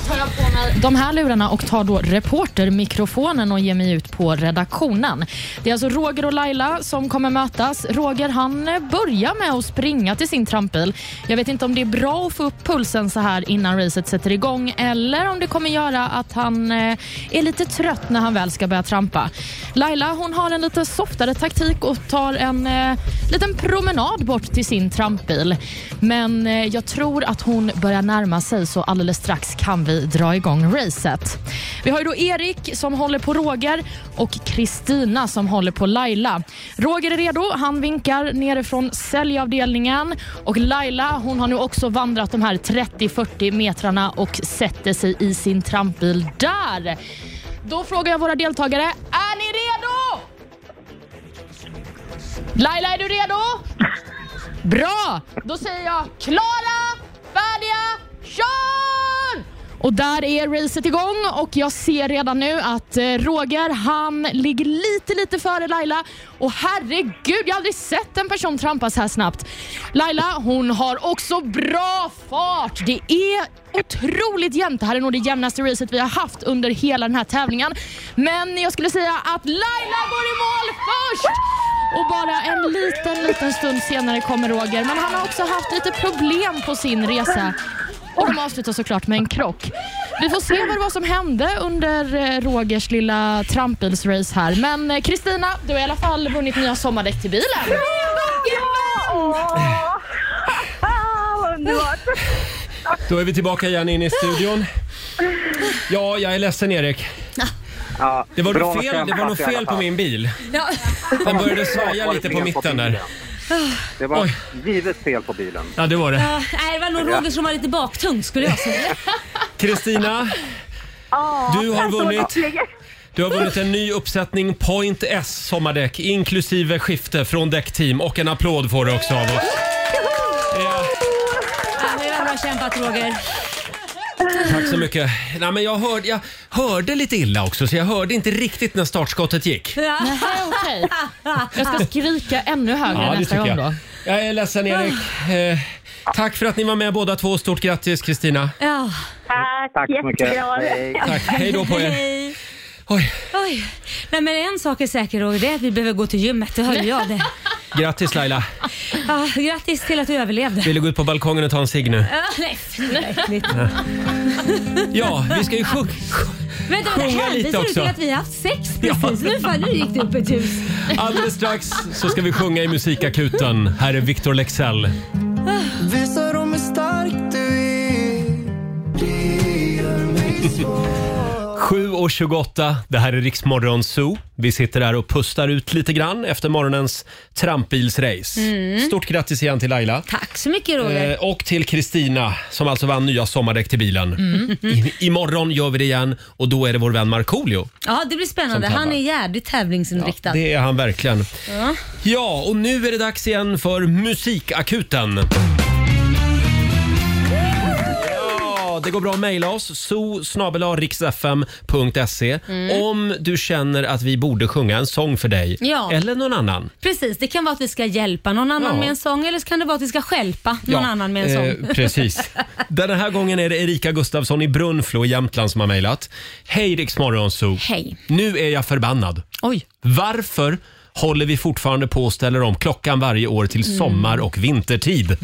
Speaker 7: tar jag på mig de här lurarna och tar då reportermikrofonen och ger mig ut på redaktionen. Det är alltså Roger och Laila som kommer mötas. Roger han eh, börjar med att springa till sin trampbil. Jag vet inte om det är bra att få upp pulsen så här innan racet sätter igång eller om det kommer göra att han eh, är lite trött när han väl ska börja trampa. Laila hon har en lite softare taktik och tar en eh, liten promenad bort till sin trampbil. Men eh, jag tror att hon börjar närma sig så alldeles strax kan vi dra igång racet. Vi har ju då Erik som håller på Roger och Kristina som håller på Laila. Roger är redo. Han vinkar nerifrån säljavdelningen och Laila hon har nu också vandrat de här 30-40 metrarna och sätter sig i sin trampbil där. Då frågar jag våra deltagare, är ni redo? Laila, är du redo? Bra! Då säger jag klara, färdiga, kör! Och där är racet igång och jag ser redan nu att eh, Roger han ligger lite, lite före Laila. Och herregud, jag har aldrig sett en person trampa så här snabbt. Laila, hon har också bra fart. Det är otroligt jämnt. Det här är nog det jämnaste racet vi har haft under hela den här tävlingen. Men jag skulle säga att Laila går i mål först! Och bara en liten, liten stund senare kommer Roger. Men han har också haft lite problem på sin resa. Och de avslutar såklart med en krock. Vi får se vad det var som hände under eh, Rogers lilla trampbilsrace här. Men eh, Kristina, du har i alla fall vunnit nya sommardäck till bilen.
Speaker 12: Underbart.
Speaker 1: Då är vi tillbaka igen in i studion. Ja, jag är ledsen Erik.
Speaker 11: Ja,
Speaker 1: Det var,
Speaker 11: bra
Speaker 1: nog fel, det var
Speaker 11: kämpat
Speaker 1: nog
Speaker 11: i alla
Speaker 1: fel på
Speaker 11: fall.
Speaker 1: min bil.
Speaker 13: Ja.
Speaker 1: Den började svaja lite på mitten där.
Speaker 11: Det var givet fel på bilen.
Speaker 1: Ja, det var det.
Speaker 3: Ja, nej, det var nog Roger som var lite baktung skulle jag säga.
Speaker 1: Kristina, Du har vunnit. du har vunnit en ny uppsättning Point S sommardäck inklusive skifte från däckteam och en applåd får du också av oss.
Speaker 3: Ja, det var bra kämpat Roger.
Speaker 1: Tack så mycket. Nej, men jag, hörde, jag hörde lite illa också så jag hörde inte riktigt när startskottet gick.
Speaker 7: Nej, okej. Jag ska skrika ännu högre nästa gång då. Ah.
Speaker 1: Jag är ledsen Erik. Eh, tack för att ni var med båda två. Stort grattis Kristina.
Speaker 3: Ja.
Speaker 11: Tack så mycket.
Speaker 3: jättebra.
Speaker 11: Hej.
Speaker 1: Tack. Hej då på er.
Speaker 3: Hej.
Speaker 1: Oj.
Speaker 3: Oj. Nej, men en sak är säker Roger, det är att vi behöver gå till gymmet. Det hörde jag det.
Speaker 1: Grattis Laila.
Speaker 3: Ja, grattis till att du överlevde.
Speaker 1: Vill du gå ut på balkongen och ta en cigg nu?
Speaker 3: Ja, nej, fy, vad äckligt.
Speaker 1: Ja, vi ska ju sjunga.
Speaker 3: Vänta,
Speaker 1: Sjunga lite
Speaker 3: vänta, hänvisar du
Speaker 1: också.
Speaker 3: till att vi har haft sex precis? Nu, fan, nu gick det upp ett hus.
Speaker 1: Alldeles strax så ska vi sjunga i musikakuten. Här är Victor Lexell.
Speaker 2: Visa dem hur stark du är. Det gör mig svår.
Speaker 1: 7.28, det här är Riksmorgon Zoo. Vi sitter här och pustar ut lite grann efter morgonens trampbilsrace.
Speaker 3: Mm.
Speaker 1: Stort grattis igen till Laila.
Speaker 3: Tack så mycket Roger.
Speaker 1: Eh, och till Kristina som alltså vann nya sommardäck till bilen.
Speaker 3: Mm.
Speaker 1: I, imorgon gör vi det igen och då är det vår vän Markoolio.
Speaker 3: Ja, det blir spännande.
Speaker 1: Som
Speaker 3: Han
Speaker 1: tävlar.
Speaker 3: är jävligt tävlingsinriktad.
Speaker 1: Det är han verkligen.
Speaker 3: Ja.
Speaker 1: Ja, och nu är det dags igen för Musikakuten. Ja, Det går bra att mejla oss, so
Speaker 3: Mm.
Speaker 1: e, om du känner att vi borde sjunga en sång för dig
Speaker 3: Ja.
Speaker 1: eller någon annan.
Speaker 3: Precis, det kan vara att vi ska hjälpa någon annan
Speaker 1: Ja.
Speaker 3: med en sång eller så kan det vara att vi ska stjälpa någon
Speaker 1: Ja,
Speaker 3: annan med en sång.
Speaker 1: eh, (laughs) precis. Den här gången är det Erika Gustafsson i Brunflo i Jämtland som har mejlat. Hej Rix Morgonzoo.
Speaker 3: Hej.
Speaker 1: Nu är jag förbannad.
Speaker 3: Oj.
Speaker 1: Varför håller vi fortfarande på och ställer om klockan varje år till
Speaker 2: Mm.
Speaker 1: sommar och vintertid?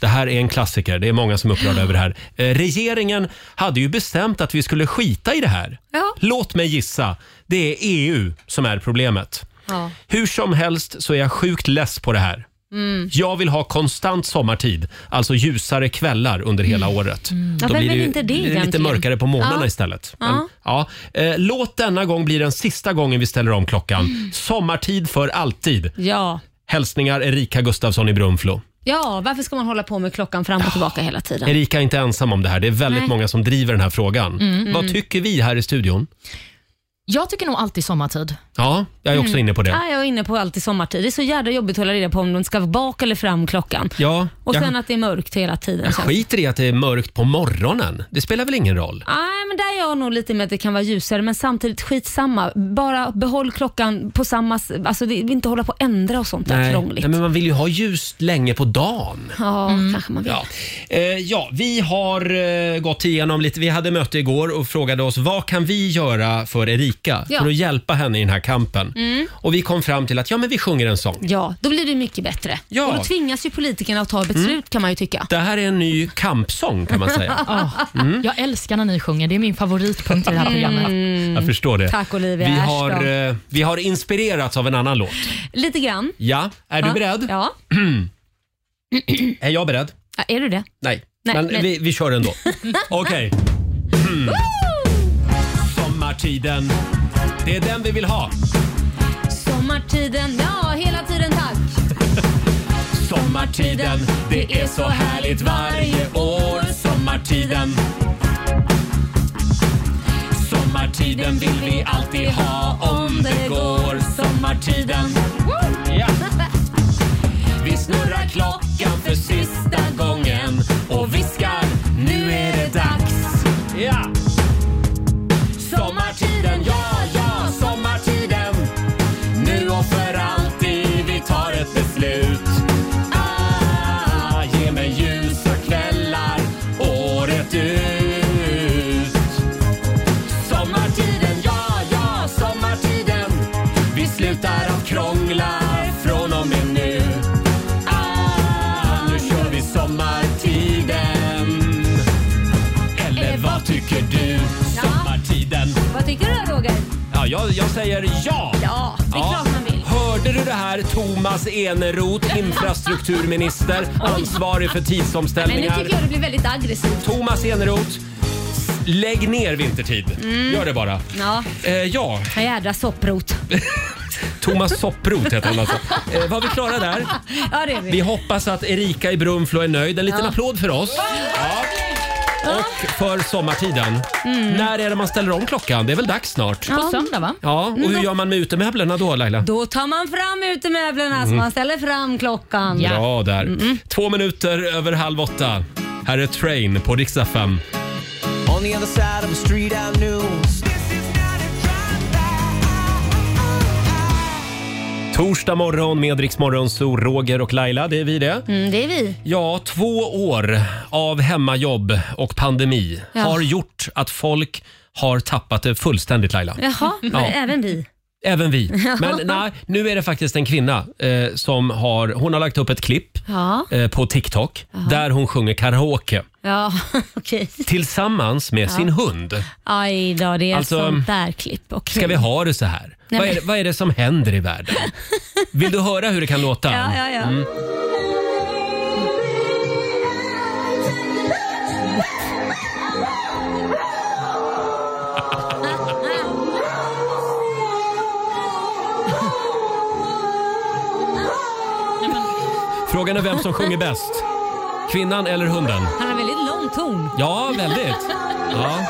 Speaker 1: Det här är en klassiker. Det är många som är upprörda över det här. Eh, regeringen hade ju bestämt att vi skulle skita i det här.
Speaker 3: Ja.
Speaker 1: Låt mig gissa. Det är EU som är problemet.
Speaker 3: Ja.
Speaker 1: Hur som helst så är jag sjukt less på det här.
Speaker 3: Mm.
Speaker 1: Jag vill ha konstant sommartid, alltså ljusare kvällar under hela året.
Speaker 3: Mm. Ja, vem vill
Speaker 1: ju
Speaker 3: inte det
Speaker 1: lite
Speaker 3: egentligen?
Speaker 1: mörkare på morgnarna
Speaker 3: Ja.
Speaker 1: istället.
Speaker 3: Ja.
Speaker 1: Men, ja. Eh, låt denna gång bli den sista gången vi ställer om klockan.
Speaker 3: Mm.
Speaker 1: Sommartid för alltid.
Speaker 3: Ja.
Speaker 1: Hälsningar Erika Gustafsson i Brunflo.
Speaker 3: ja, varför ska man hålla på med klockan fram och tillbaka hela tiden?
Speaker 1: Erika är inte ensam om det här. Det är väldigt
Speaker 7: Nej.
Speaker 1: många som driver den här frågan.
Speaker 7: Mm.
Speaker 1: Vad
Speaker 7: Mm.
Speaker 1: tycker vi här i studion?
Speaker 7: Jag tycker nog alltid sommartid.
Speaker 1: Ja, jag är också
Speaker 3: Mm.
Speaker 1: inne på det.
Speaker 3: Ja, jag är inne på alltid sommartid. Det är så jävla jobbigt att hålla reda på om den ska bak eller fram klockan.
Speaker 1: Ja,
Speaker 3: Och
Speaker 1: jag,
Speaker 3: sen att det är mörkt hela tiden.
Speaker 1: jag
Speaker 3: känns det.
Speaker 1: skiter i att det är mörkt på morgonen. Det spelar väl ingen roll?
Speaker 3: Nej, Ah, men där är jag nog lite med att det kan vara ljusare, men samtidigt skitsamma. Bara behåll klockan på samma... s- Alltså, det, inte hålla på att ändra och sånt där krångligt.
Speaker 1: Nej, men man vill ju ha ljust länge på dagen.
Speaker 3: Ja, kanske man vill.
Speaker 1: Ja. Eh, ja, vi har eh, gått igenom lite. Vi hade möte igår och frågade oss vad kan vi göra för Erika
Speaker 3: Ja.
Speaker 1: för att hjälpa henne i den här kampen.
Speaker 3: Mm.
Speaker 1: Och vi kom fram till att ja, men vi sjunger en sång.
Speaker 3: Ja, då blir det mycket bättre.
Speaker 1: Ja.
Speaker 3: Och då tvingas ju politikerna att ta beslut
Speaker 1: Mm.
Speaker 3: kan man ju tycka.
Speaker 1: Det här är en ny kampsång kan man
Speaker 3: (laughs)
Speaker 1: säga. Mm.
Speaker 7: Jag älskar när ni sjunger. Det är min favoritpunkt i det här programmet.
Speaker 1: Jag förstår det.
Speaker 3: Tack, Olivia
Speaker 1: vi,
Speaker 3: Ashton.
Speaker 1: har, eh, vi har inspirerats av en annan låt.
Speaker 3: Lite grann.
Speaker 1: Ja, är du
Speaker 3: Ja.
Speaker 1: beredd?
Speaker 3: Ja.
Speaker 1: är jag beredd?
Speaker 3: ja. Är du det?
Speaker 1: Nej,
Speaker 3: Nej,
Speaker 1: men
Speaker 3: men-
Speaker 1: Vi, vi kör ändå. Okej. Mm. Hmm. Sommartiden. Det är den vi vill ha.
Speaker 3: Sommartiden, ja hela tiden tack.
Speaker 1: Sommartiden, det är så härligt varje år. Sommartiden. Sommartiden vill vi alltid ha om det går. Sommartiden. Ja. Vi snurrar klockan för sista gången och viskar nu är det dags. Ja. Sommartiden, ja, ja, sommartiden. Nu och för alltid, vi tar ett beslut. Ah, ge mig ljusa kvällar året ut. Sommartiden, ja, ja, sommartiden. Vi slutar att krångla från och med nu. Ah, nu kör vi sommartiden. Eller vad tycker du? Sommartiden.
Speaker 3: Vad tycker du då Roger?
Speaker 1: Ja, jag, jag säger ja.
Speaker 3: Ja, det är klart man vill.
Speaker 1: Hörde du det här Thomas
Speaker 3: (laughs)
Speaker 1: Eneroth, infrastrukturminister, ansvarig för
Speaker 3: Men nu
Speaker 1: tidsomställningar.
Speaker 3: tycker jag det blir väldigt aggressivt.
Speaker 1: Thomas Eneroth, s- lägg ner vintertid.
Speaker 3: Mm.
Speaker 1: Gör det bara.
Speaker 3: Ja,
Speaker 1: Eh, ja,
Speaker 3: en
Speaker 1: (laughs)
Speaker 3: jädra sopprot.
Speaker 1: Thomas Sopproth heter
Speaker 3: (laughs)
Speaker 1: han alltså. Eh, var vi klara där?
Speaker 3: Ja, det är
Speaker 1: Vi
Speaker 3: vi.
Speaker 1: hoppas att Erika i Brunflo är nöjd. En liten
Speaker 3: Ja.
Speaker 1: applåd för oss. Ja. Och för sommartiden.
Speaker 3: Mm.
Speaker 1: När är det man ställer om klockan? Det är väl dags snart?
Speaker 3: Ja. Mm.
Speaker 1: Ja, och hur gör man med utemöblerna då Laila?
Speaker 3: Då tar man fram utemöblerna så
Speaker 1: Mm.
Speaker 3: man ställer fram klockan.
Speaker 1: Bra där. Två minuter över halv åtta. Här är Train på riksdag 5.
Speaker 14: On the other side of the street I knew
Speaker 1: Torsdag morgon med Rix Morgon, så Roger och Laila, det är vi det.
Speaker 3: Mm, det är vi.
Speaker 1: Ja, två år av hemmajobb och pandemi
Speaker 3: Ja.
Speaker 1: har gjort att folk har tappat det fullständigt Laila.
Speaker 3: Jaha,
Speaker 1: (laughs) Ja.
Speaker 3: även vi.
Speaker 1: Även vi.
Speaker 3: Ja.
Speaker 1: Men nej, nu är det faktiskt en kvinna eh, som har, hon har lagt upp ett klipp
Speaker 3: Ja,
Speaker 1: eh, på TikTok där hon sjunger karaoke
Speaker 3: ja (laughs) okej.
Speaker 1: tillsammans med
Speaker 3: Ja.
Speaker 1: sin hund.
Speaker 3: Aj då, det är
Speaker 1: Alltså,
Speaker 3: ett sånt där klipp. Okay.
Speaker 1: Ska vi ha det så här?
Speaker 3: Mm. Nej,
Speaker 1: Vad är,
Speaker 3: men-
Speaker 1: det- vad är det som händer i världen? Vill du höra hur det kan låta?
Speaker 3: Ja, ja, ja.
Speaker 1: Mm. Frågan är vem som sjunger bäst. Kvinnan eller hunden?
Speaker 3: Han har väldigt lång ton.
Speaker 1: Ja, väldigt. Ja.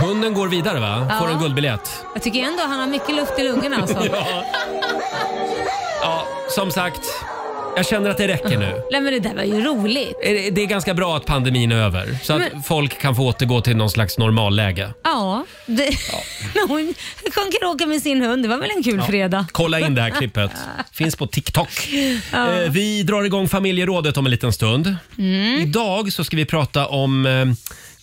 Speaker 1: Hunden går vidare va? Får
Speaker 3: Ja.
Speaker 1: en guldbiljett.
Speaker 3: Jag tycker ändå han har mycket luft i lungorna alltså.
Speaker 1: (laughs) Ja. Ja, som sagt. Jag känner att det räcker nu.
Speaker 3: Nej men det där var ju roligt.
Speaker 1: Eh, Det är ganska bra att pandemin är över så att
Speaker 3: Men-
Speaker 1: folk kan få återgå till någon slags normalläge.
Speaker 3: Ja, det, (laughs) när hon kom kråka med sin hund. Det var väl en kul
Speaker 1: Ja.
Speaker 3: fredag?
Speaker 1: Kolla in det här klippet. Finns på TikTok.
Speaker 3: Ja.
Speaker 1: Eh, Vi drar igång familjerådet om en liten stund.
Speaker 3: Mm.
Speaker 1: Idag så ska vi prata om eh,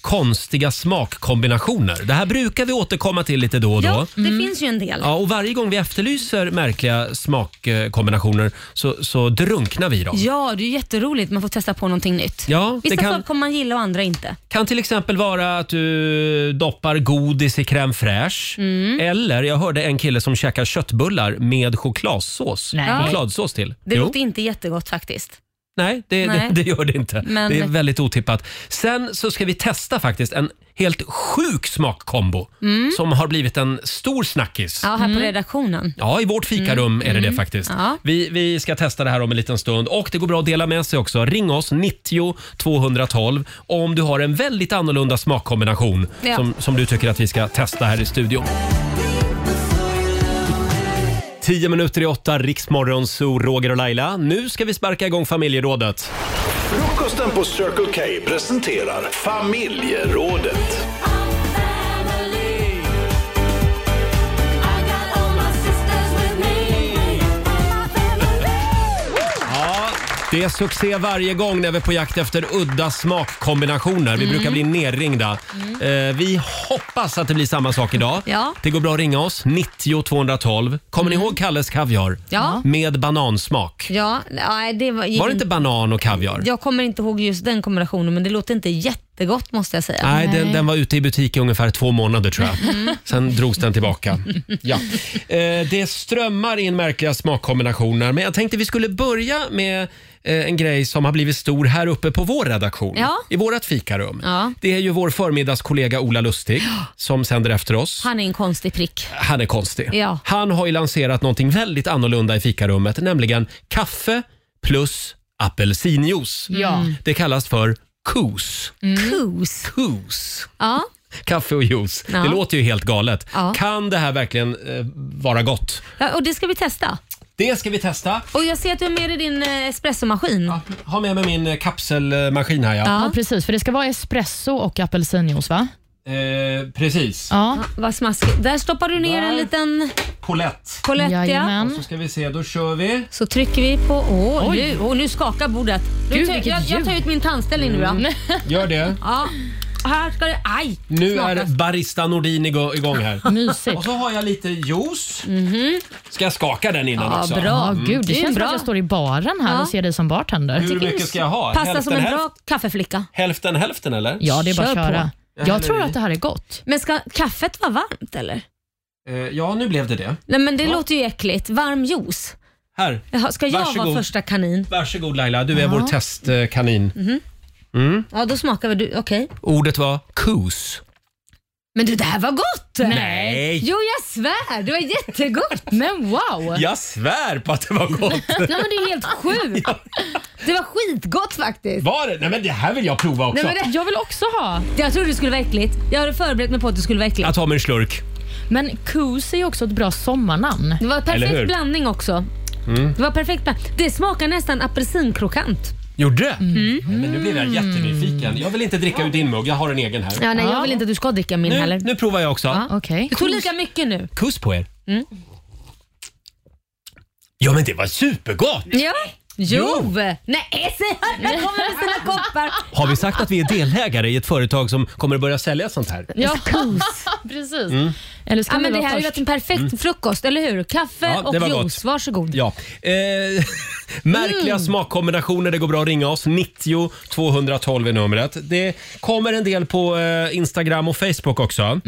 Speaker 1: konstiga smakkombinationer. Det här brukar vi återkomma till lite då och då. Mm.
Speaker 3: Ja, det finns ju en del.
Speaker 1: Ja, och varje gång vi efterlyser märkliga smakkombinationer så, så drunknar vi i dem.
Speaker 3: Ja, det är ju jätteroligt. Man får testa på någonting nytt.
Speaker 1: Ja, det
Speaker 3: Vissa
Speaker 1: kan-
Speaker 3: saker kommer man gilla och andra inte.
Speaker 1: Kan till exempel vara att du doppar godis i crème fraîche.
Speaker 3: Mm.
Speaker 1: Eller, jag hörde en kille som käkar köttbullar med chokladsås.
Speaker 3: Nej.
Speaker 1: Chokladsås till.
Speaker 3: Det
Speaker 1: Jo.
Speaker 3: låter inte jättegott faktiskt.
Speaker 1: Nej, det,
Speaker 3: Nej.
Speaker 1: Det, det gör det inte.
Speaker 3: Men-
Speaker 1: Det är väldigt otippat. Sen så ska vi testa faktiskt en helt sjuk smakkombo
Speaker 3: Mm.
Speaker 1: som har blivit en stor snackis.
Speaker 3: Ja, här på redaktionen.
Speaker 1: Ja, i vårt fikarum
Speaker 3: Mm,
Speaker 1: är det det
Speaker 3: mm.
Speaker 1: faktiskt.
Speaker 3: Ja.
Speaker 1: Vi, vi ska testa det här om en liten stund och det går bra att dela med sig också. Ring oss 90 212 om du har en väldigt annorlunda smakkombination
Speaker 14: Ja.
Speaker 1: som, som du tycker att vi ska testa här i studion. 10 minuter i åtta, Riksmorgon, Zoo, Roger och Laila. Nu ska vi sparka igång familjerådet.
Speaker 2: Frukosten på Circle K presenterar familjerådet.
Speaker 1: Det är succé varje gång när vi är på jakt efter udda smakkombinationer. Vi
Speaker 3: Mm.
Speaker 1: brukar bli nerringda. Eh, vi hoppas att det blir samma sak idag.
Speaker 14: Ja.
Speaker 1: Det går bra att ringa oss, 90 212. Kommer ni ihåg Kalles Kaviar?
Speaker 3: Mm. Ja.
Speaker 1: Med banansmak.
Speaker 3: Ja, nej, det var,
Speaker 1: Var det inte banan och kaviar?
Speaker 3: Jag kommer inte ihåg just den kombinationen, men det låter inte jätte jättegott måste jag säga.
Speaker 1: Nej, den, den var ute i butik i ungefär två månader tror jag.
Speaker 3: Mm.
Speaker 1: (laughs) Sen drogs den tillbaka. Ja. Eh, det strömmar in märkliga smakkombinationer, men jag tänkte vi skulle börja med eh, en grej som har blivit stor här uppe på vår redaktion,
Speaker 3: Ja.
Speaker 1: i vårt fikarum.
Speaker 3: Ja.
Speaker 1: Det är ju vår förmiddagskollega Ola Lustig som sänder efter oss.
Speaker 3: Han är en konstig prick.
Speaker 1: Han är konstig.
Speaker 3: Ja.
Speaker 1: Han har ju lanserat någonting väldigt annorlunda i fikarummet, nämligen kaffe plus apelsinjuice.
Speaker 3: Ja. Mm.
Speaker 1: Det kallas för kos.
Speaker 3: Kos.
Speaker 1: Kos.
Speaker 3: Mm. Ja.
Speaker 1: Kaffe och juice.
Speaker 3: Ja.
Speaker 1: Det låter ju helt galet.
Speaker 3: Ja.
Speaker 1: Kan det här verkligen eh, vara gott?
Speaker 3: ja, och det ska vi testa.
Speaker 1: Det ska vi testa.
Speaker 3: Och jag ser att du har med dig din eh, espressomaskin.
Speaker 1: Ha med mig min eh, kapselmaskin här. Ja.
Speaker 7: Ja. precis. För det ska vara espresso och apelsinjuice, va?
Speaker 1: Eh, precis.
Speaker 7: Ja.
Speaker 3: Vad smaskigt. Där stoppar du ner en liten
Speaker 1: Polett.
Speaker 3: polett ja.
Speaker 1: Och så ska vi se, då kör vi.
Speaker 3: Så trycker vi på... Åh,
Speaker 1: Oj.
Speaker 3: nu, åh, nu skakar bordet. Nu
Speaker 1: Gud,
Speaker 3: tar,
Speaker 1: vilket
Speaker 3: jag, jag tar
Speaker 1: ljud.
Speaker 3: ut min tandställning nu
Speaker 7: Mm.
Speaker 3: då.
Speaker 1: Gör det.
Speaker 3: Ja. Här ska det... Aj!
Speaker 1: Nu
Speaker 3: Smaka.
Speaker 1: är barista Nordin igå- igång
Speaker 3: (laughs)
Speaker 1: här.
Speaker 7: Mysigt.
Speaker 1: Och så har jag lite juice.
Speaker 3: Mhm.
Speaker 1: Ska jag skaka den innan
Speaker 7: Ja,
Speaker 1: också?
Speaker 7: bra. Gud, det
Speaker 1: Mm.
Speaker 7: känns som att jag står i baren här
Speaker 3: Ja.
Speaker 7: och ser dig som bartender.
Speaker 1: Hur mycket ska jag ha?
Speaker 3: Passar som en
Speaker 1: Hälften,
Speaker 3: bra kaffeflicka.
Speaker 1: Hälften hälften eller?
Speaker 7: Ja, det är bara att
Speaker 3: Kör på.
Speaker 7: köra.
Speaker 1: Jag häller
Speaker 7: Jag tror
Speaker 1: i.
Speaker 7: att det här är gott.
Speaker 3: Men ska kaffet vara varmt eller?
Speaker 1: Eh, Ja, nu blev det det.
Speaker 3: Nej men det låter ju äckligt. Varm juice.
Speaker 1: Här,
Speaker 3: Jaha, Ska jag
Speaker 1: Varsågod.
Speaker 3: vara första kanin?
Speaker 1: varsågod Laila. Du är
Speaker 3: Ja.
Speaker 1: vår testkanin.
Speaker 3: Mhm.
Speaker 1: Mm.
Speaker 3: Ja då smakar väl du, okej.
Speaker 1: Ordet var kos.
Speaker 3: Men du det här var gott!
Speaker 1: Nej.
Speaker 3: Jo jag svär, det
Speaker 1: (laughs)
Speaker 3: var jättegott!
Speaker 7: men wow!
Speaker 1: Jag svär på att det var gott.
Speaker 3: Nej men det är helt sjukt! Det var skitgott faktiskt.
Speaker 1: Var det? Nej men det här vill jag prova också.
Speaker 7: Jag vill också ha.
Speaker 3: Jag trodde det skulle vara äckligt. Jag hade förberett mig på att det skulle vara äckligt.
Speaker 1: Jag tar mig en slurk.
Speaker 7: Men Kus är ju också ett bra sommarnamn.
Speaker 3: Det var
Speaker 1: Eller hur?
Speaker 3: perfekt blandning också.
Speaker 1: Mm.
Speaker 3: Det var perfekt bland- Det smakar nästan apelsinkrokant.
Speaker 1: Gjorde det? Mm. Men nu blev jag jättenyfiken. Jag vill inte dricka ur din mugg. Jag har en egen här.
Speaker 3: Ja, nej, Jag vill inte att du ska dricka min
Speaker 1: nu,
Speaker 3: heller.
Speaker 1: nu provar jag också.
Speaker 3: Ja.
Speaker 7: Okay.
Speaker 3: Du tog lika mycket nu.
Speaker 1: Kuss på er.
Speaker 3: Mm.
Speaker 1: Ja men det var supergott!
Speaker 3: Ja. Jo!
Speaker 1: Jo.
Speaker 3: Nej, säg han där kommer med sina koppar.
Speaker 1: Har vi sagt att vi är delägare i ett företag som kommer att börja sälja sånt här?
Speaker 7: Ja, (laughs) precis.
Speaker 1: Mm.
Speaker 7: Eller ska
Speaker 3: Ja,
Speaker 7: man
Speaker 3: men det
Speaker 7: vara
Speaker 3: här har ju varit
Speaker 7: först?
Speaker 3: en perfekt
Speaker 1: Mm.
Speaker 3: frukost, eller hur? Kaffe
Speaker 1: Ja, det
Speaker 3: och
Speaker 1: var gott.
Speaker 3: juice. Varsågod.
Speaker 1: Ja. Eh, (laughs) märkliga smakkombinationer. Det går bra att ringa oss. 90 212 är numret. Det kommer en del på eh, Instagram och Facebook också.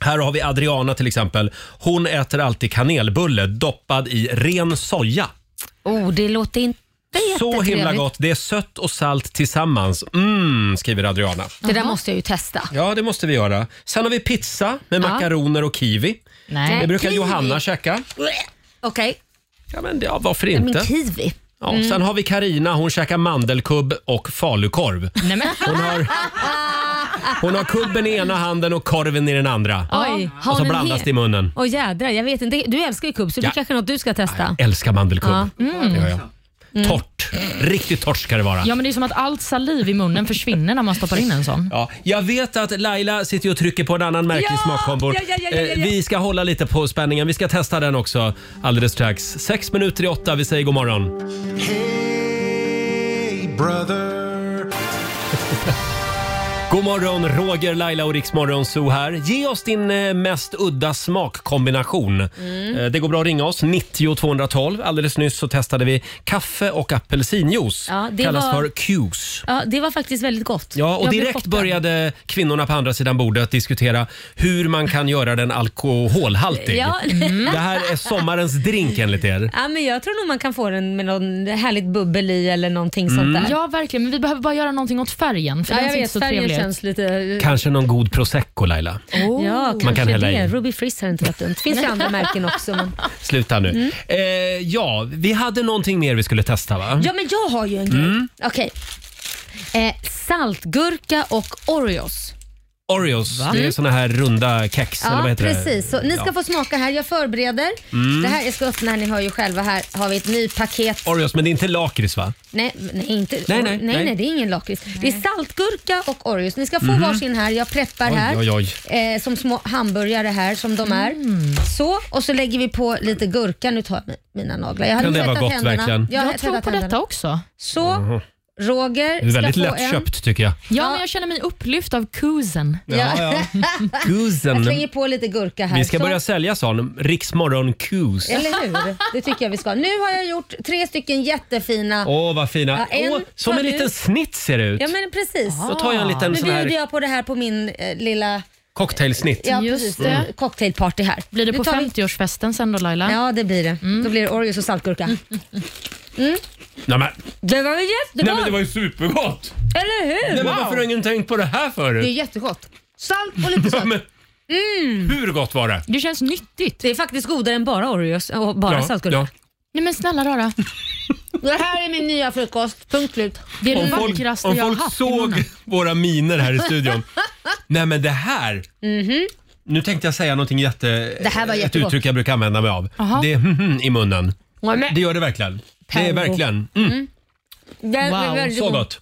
Speaker 1: Här har vi Adriana till exempel. Hon äter alltid kanelbulle doppad i ren soja.
Speaker 3: Oh, det låter inte
Speaker 1: Så
Speaker 3: jättetrevligt.
Speaker 1: himla gott. Det är sött och salt tillsammans. Mm, skriver Adriana.
Speaker 3: Det där måste jag ju testa.
Speaker 1: Ja, det måste vi göra. Sen har vi pizza med
Speaker 3: Ja.
Speaker 1: makaroner och kiwi.
Speaker 3: Nej.
Speaker 1: Det brukar
Speaker 3: Kiwi.
Speaker 1: Johanna käka.
Speaker 3: Okej.
Speaker 1: Ja, men ja, varför inte?
Speaker 3: Men kiwi.
Speaker 1: Ja,
Speaker 7: Mm.
Speaker 1: Sen har vi Karina. hon käkar mandelkubb och falukorv.
Speaker 7: Nej, men.
Speaker 1: Hon, har, hon har kubben i ena handen och korven i den andra.
Speaker 3: Oj, har
Speaker 1: och så
Speaker 3: hon en
Speaker 1: blandas
Speaker 3: hel-
Speaker 1: det i munnen.
Speaker 3: Åh jädrar, jag vet inte. Du älskar ju kubb så
Speaker 1: Ja.
Speaker 3: det kanske är något du ska testa.
Speaker 1: Älskar mandelkubb.
Speaker 3: Ja.
Speaker 1: Det gör jag. Torrt. Riktigt torrt ska det vara.
Speaker 7: Mm. Ja, men det är som att allt saliv i munnen försvinner när man stoppar in en sån.
Speaker 1: Ja, jag vet att Laila sitter och trycker på en annan märklig
Speaker 7: Ja!
Speaker 1: smakkombo.
Speaker 7: Ja, ja, ja, ja, ja, ja.
Speaker 1: Eh, Vi ska hålla lite på spänningen. Vi ska testa den också alldeles strax. Sex minuter i åtta. Vi säger god morgon. God morgon, Roger, Laila och Riksmorgon Zoo här. Ge oss din eh, mest udda smakkombination.
Speaker 3: Mm.
Speaker 1: Eh, Det går bra att ringa oss, 90 212. Alldeles nyss så testade vi kaffe och apelsinjuice.
Speaker 3: Ja, det
Speaker 1: Kallas
Speaker 3: var-
Speaker 1: för Q's.
Speaker 3: Ja, det var faktiskt väldigt gott.
Speaker 1: Ja, och
Speaker 3: Jag blev
Speaker 1: direkt
Speaker 3: chockad.
Speaker 1: började kvinnorna på andra sidan bordet diskutera hur man kan göra den alkoholhaltig.
Speaker 3: Ja. Mm.
Speaker 1: Det här är sommarens drink enligt er.
Speaker 3: (laughs) Ja, men jag tror nog man kan få den med någon härligt bubbel i eller någonting sånt
Speaker 1: Mm.
Speaker 3: där.
Speaker 7: Ja, verkligen. Men vi behöver bara göra någonting åt färgen. För
Speaker 3: Ja,
Speaker 7: den
Speaker 3: jag
Speaker 7: ser
Speaker 3: vet.
Speaker 7: inte så
Speaker 3: Färgen
Speaker 7: trevlig ut. Oh.
Speaker 3: känns lite...
Speaker 1: Kanske någon god prosecco Laila.
Speaker 3: ja,
Speaker 1: Man
Speaker 3: kanske
Speaker 1: kan hälla
Speaker 3: det.
Speaker 1: i.
Speaker 3: Ruby Frizz har inte varit dumt. Finns
Speaker 1: (laughs)
Speaker 3: ju andra märken också. Men...
Speaker 1: Sluta nu.
Speaker 3: Mm.
Speaker 1: Eh, ja, vi hade någonting mer vi skulle testa va?
Speaker 3: Ja, men jag har ju en grej.
Speaker 1: Mm.
Speaker 3: Okej. Eh, saltgurka och Oreos.
Speaker 1: Oreos,
Speaker 3: Va?
Speaker 1: det är såna här runda kex eller vad heter det?
Speaker 3: precis. Så, ni ska
Speaker 1: Ja.
Speaker 3: få smaka här. Jag förbereder.
Speaker 1: Mm.
Speaker 3: Det här, jag ska öppna här, ni hör ju själva. Här har vi ett nytt paket.
Speaker 1: Oreos, men det är inte lakrits va?
Speaker 3: Nej, nej, inte.
Speaker 1: Nej, nej,
Speaker 3: nej,
Speaker 1: nej.
Speaker 3: det är ingen lakrits. Det är saltgurka och Oreos. Ni ska få
Speaker 1: Mhm.
Speaker 3: varsin här. Jag preppar
Speaker 1: Oj,
Speaker 3: här.
Speaker 1: oj, oj.
Speaker 3: Eh, som små hamburgare här som de är.
Speaker 7: Mm.
Speaker 3: Så, och så lägger vi på lite gurka. Nu tar jag mi- mina naglar. Jag hade
Speaker 1: Kan det
Speaker 3: tvättat
Speaker 1: vara gott
Speaker 3: händerna.
Speaker 1: verkligen?
Speaker 3: Jag,
Speaker 7: Jag
Speaker 3: har
Speaker 7: tror
Speaker 3: tvättat
Speaker 7: på detta
Speaker 3: händerna.
Speaker 7: också.
Speaker 3: Så, Roger
Speaker 1: Det är väldigt
Speaker 3: ska få en.
Speaker 1: lättköpt tycker jag.
Speaker 7: Ja, men jag känner mig upplyft av kusen.
Speaker 1: Ja, ja.
Speaker 3: (laughs) Jag
Speaker 1: Kusen.
Speaker 3: slänger på lite gurka här.
Speaker 1: Vi ska
Speaker 3: Så-
Speaker 1: börja sälja sån. Riksmorgon kus.
Speaker 3: Eller hur? Det tycker jag vi ska. Nu har jag gjort tre stycken jättefina.
Speaker 1: Åh, vad fina.
Speaker 3: Ja, en
Speaker 1: Åh, som
Speaker 3: tar
Speaker 1: en
Speaker 3: du.
Speaker 1: liten snitt ser det ut.
Speaker 3: Ja men precis.
Speaker 1: Då tar jag en liten
Speaker 3: nu
Speaker 1: sån här-
Speaker 3: bjuder jag på det här på min eh, lilla
Speaker 1: Cocktailsnitt.
Speaker 3: ja, precis,
Speaker 1: Mm.
Speaker 3: cocktailparty här.
Speaker 7: Blir det
Speaker 3: Nu
Speaker 7: på
Speaker 3: tar vi-
Speaker 7: 50-årsfesten sen då Laila?
Speaker 3: Ja det blir det. Då blir det Oreos och saltgurka. Mm.
Speaker 1: Nej, men,
Speaker 3: Det var väl
Speaker 1: nej,
Speaker 3: jättegott?
Speaker 1: men det var ju supergott!
Speaker 3: Eller hur?
Speaker 1: Nej, men varför har ingen tänkt på det här
Speaker 3: Det är
Speaker 1: förut?
Speaker 3: jättegott. Salt och lite sött.
Speaker 1: Men
Speaker 3: Mm.
Speaker 1: hur gott var det?
Speaker 3: Det känns nyttigt. Det är faktiskt godare än bara Oreos och bara
Speaker 1: Ja,
Speaker 3: saltgurka.
Speaker 1: ja.
Speaker 7: Nej men snälla rara.
Speaker 3: Det här är min nya frukost. Punkt slut.
Speaker 7: Det är
Speaker 1: Om
Speaker 3: Mm.
Speaker 7: det
Speaker 1: folk,
Speaker 7: vackraste
Speaker 1: om
Speaker 7: jag har
Speaker 1: folk
Speaker 7: haft.
Speaker 1: såg våra miner här i
Speaker 3: (laughs)
Speaker 1: studion. Nej men det här.
Speaker 3: Mhm.
Speaker 1: Nu tänkte jag säga någonting jätte...
Speaker 3: Det här var
Speaker 1: ett
Speaker 3: jättegott.
Speaker 1: uttryck jag brukar använda mig av.
Speaker 3: Aha.
Speaker 1: Det är mhm i munnen.
Speaker 3: Ja, men-
Speaker 1: Det gör det verkligen. Det är
Speaker 7: Pervo.
Speaker 1: verkligen. Mm.
Speaker 3: Det är väldigt
Speaker 1: Så
Speaker 7: god.
Speaker 1: gott.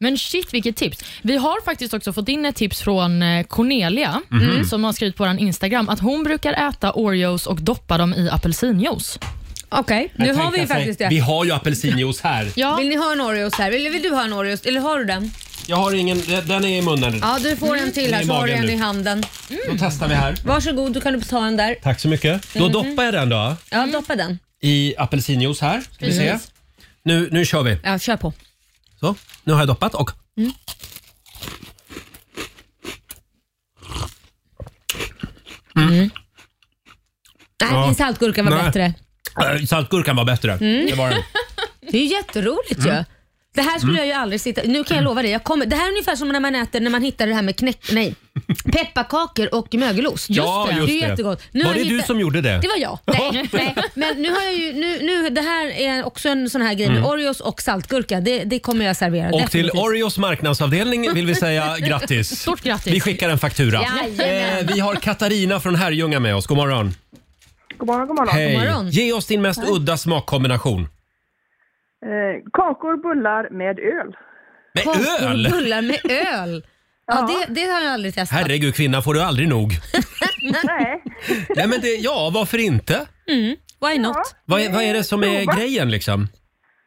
Speaker 7: Men shit vilket tips. Vi har faktiskt också fått in ett tips från eh, Cornelia mm,
Speaker 1: Mhm.
Speaker 7: som har skrivit på vår Instagram att hon brukar äta Oreos och doppa dem i apelsinjuice.
Speaker 3: Okej, nu
Speaker 1: Jag
Speaker 3: har
Speaker 1: tänkte
Speaker 3: vi ju
Speaker 1: jag säga,
Speaker 3: faktiskt det.
Speaker 1: Vi har ju apelsinjuice här.
Speaker 3: Vill ni ha en Oreos här? Vill, vill du ha en Oreos? Eller har du den?
Speaker 1: Jag har ingen... Den är i munnen.
Speaker 3: Ja, du får en
Speaker 1: Mm. Den är
Speaker 3: till här
Speaker 1: i
Speaker 3: så har du
Speaker 1: magen
Speaker 3: en
Speaker 1: nu.
Speaker 3: i handen.
Speaker 1: Då testar vi här.
Speaker 3: Varsågod, du kan du ta en där.
Speaker 1: Tack så mycket. Då
Speaker 3: Mhm.
Speaker 1: doppar jag den då
Speaker 3: Ja, doppa den.
Speaker 1: i apelsinjuice här. Ska vi se.
Speaker 3: Precis.
Speaker 1: Nu, nu kör vi.
Speaker 3: Ja, kör på.
Speaker 1: Så, nu har jag doppat och... (clears throat)
Speaker 3: Mm.
Speaker 1: Mm.
Speaker 3: Nej,
Speaker 1: Ja.
Speaker 3: min saltgurka var
Speaker 1: Nej.
Speaker 3: bättre.
Speaker 1: Äh, Saltgurkan var bättre.
Speaker 3: Mm.
Speaker 1: Det var den.
Speaker 3: Det är ju jätteroligt
Speaker 1: Mm.
Speaker 3: ju. Det här skulle
Speaker 1: Mm.
Speaker 3: jag ju aldrig sitta... Nu kan jag lova dig, jag kommer... det här är ungefär som när man äter när man hittar det här med knäck... Nej. Pepparkakor och mögelost.
Speaker 1: Ja, just
Speaker 3: det är
Speaker 1: det.
Speaker 3: ju jättegott.
Speaker 1: Var
Speaker 3: har jag
Speaker 1: det du som gjorde det?
Speaker 3: Det var jag. Nej, nej. Men nu har jag ju... Nu, nu, det här är också en sån här grej med
Speaker 1: Mm.
Speaker 3: Oreos och saltgurka. Det, det kommer jag servera.
Speaker 1: Och till
Speaker 3: definitivt.
Speaker 1: Oreos marknadsavdelning vill vi säga grattis.
Speaker 7: Stort grattis.
Speaker 1: Vi skickar en faktura. Eh,
Speaker 3: Jajamän.
Speaker 1: vi har Katarina från Herrljunga med oss. God morgon.
Speaker 6: God morgon, god morgon.
Speaker 1: Ge oss din mest
Speaker 6: Hej.
Speaker 1: udda smakkombination.
Speaker 6: Eh, kakor, bullar med öl.
Speaker 1: Med
Speaker 3: Kakor och
Speaker 1: öl?
Speaker 3: bullar med öl. Ja, det, det har jag aldrig testat.
Speaker 1: Herregud kvinna, får du aldrig nog?
Speaker 6: Nej.
Speaker 1: Nej men det, ja, varför inte?
Speaker 3: Mm. Why not?
Speaker 1: Vad, är- vad är det som är
Speaker 6: Prova.
Speaker 1: grejen liksom?
Speaker 6: (laughs)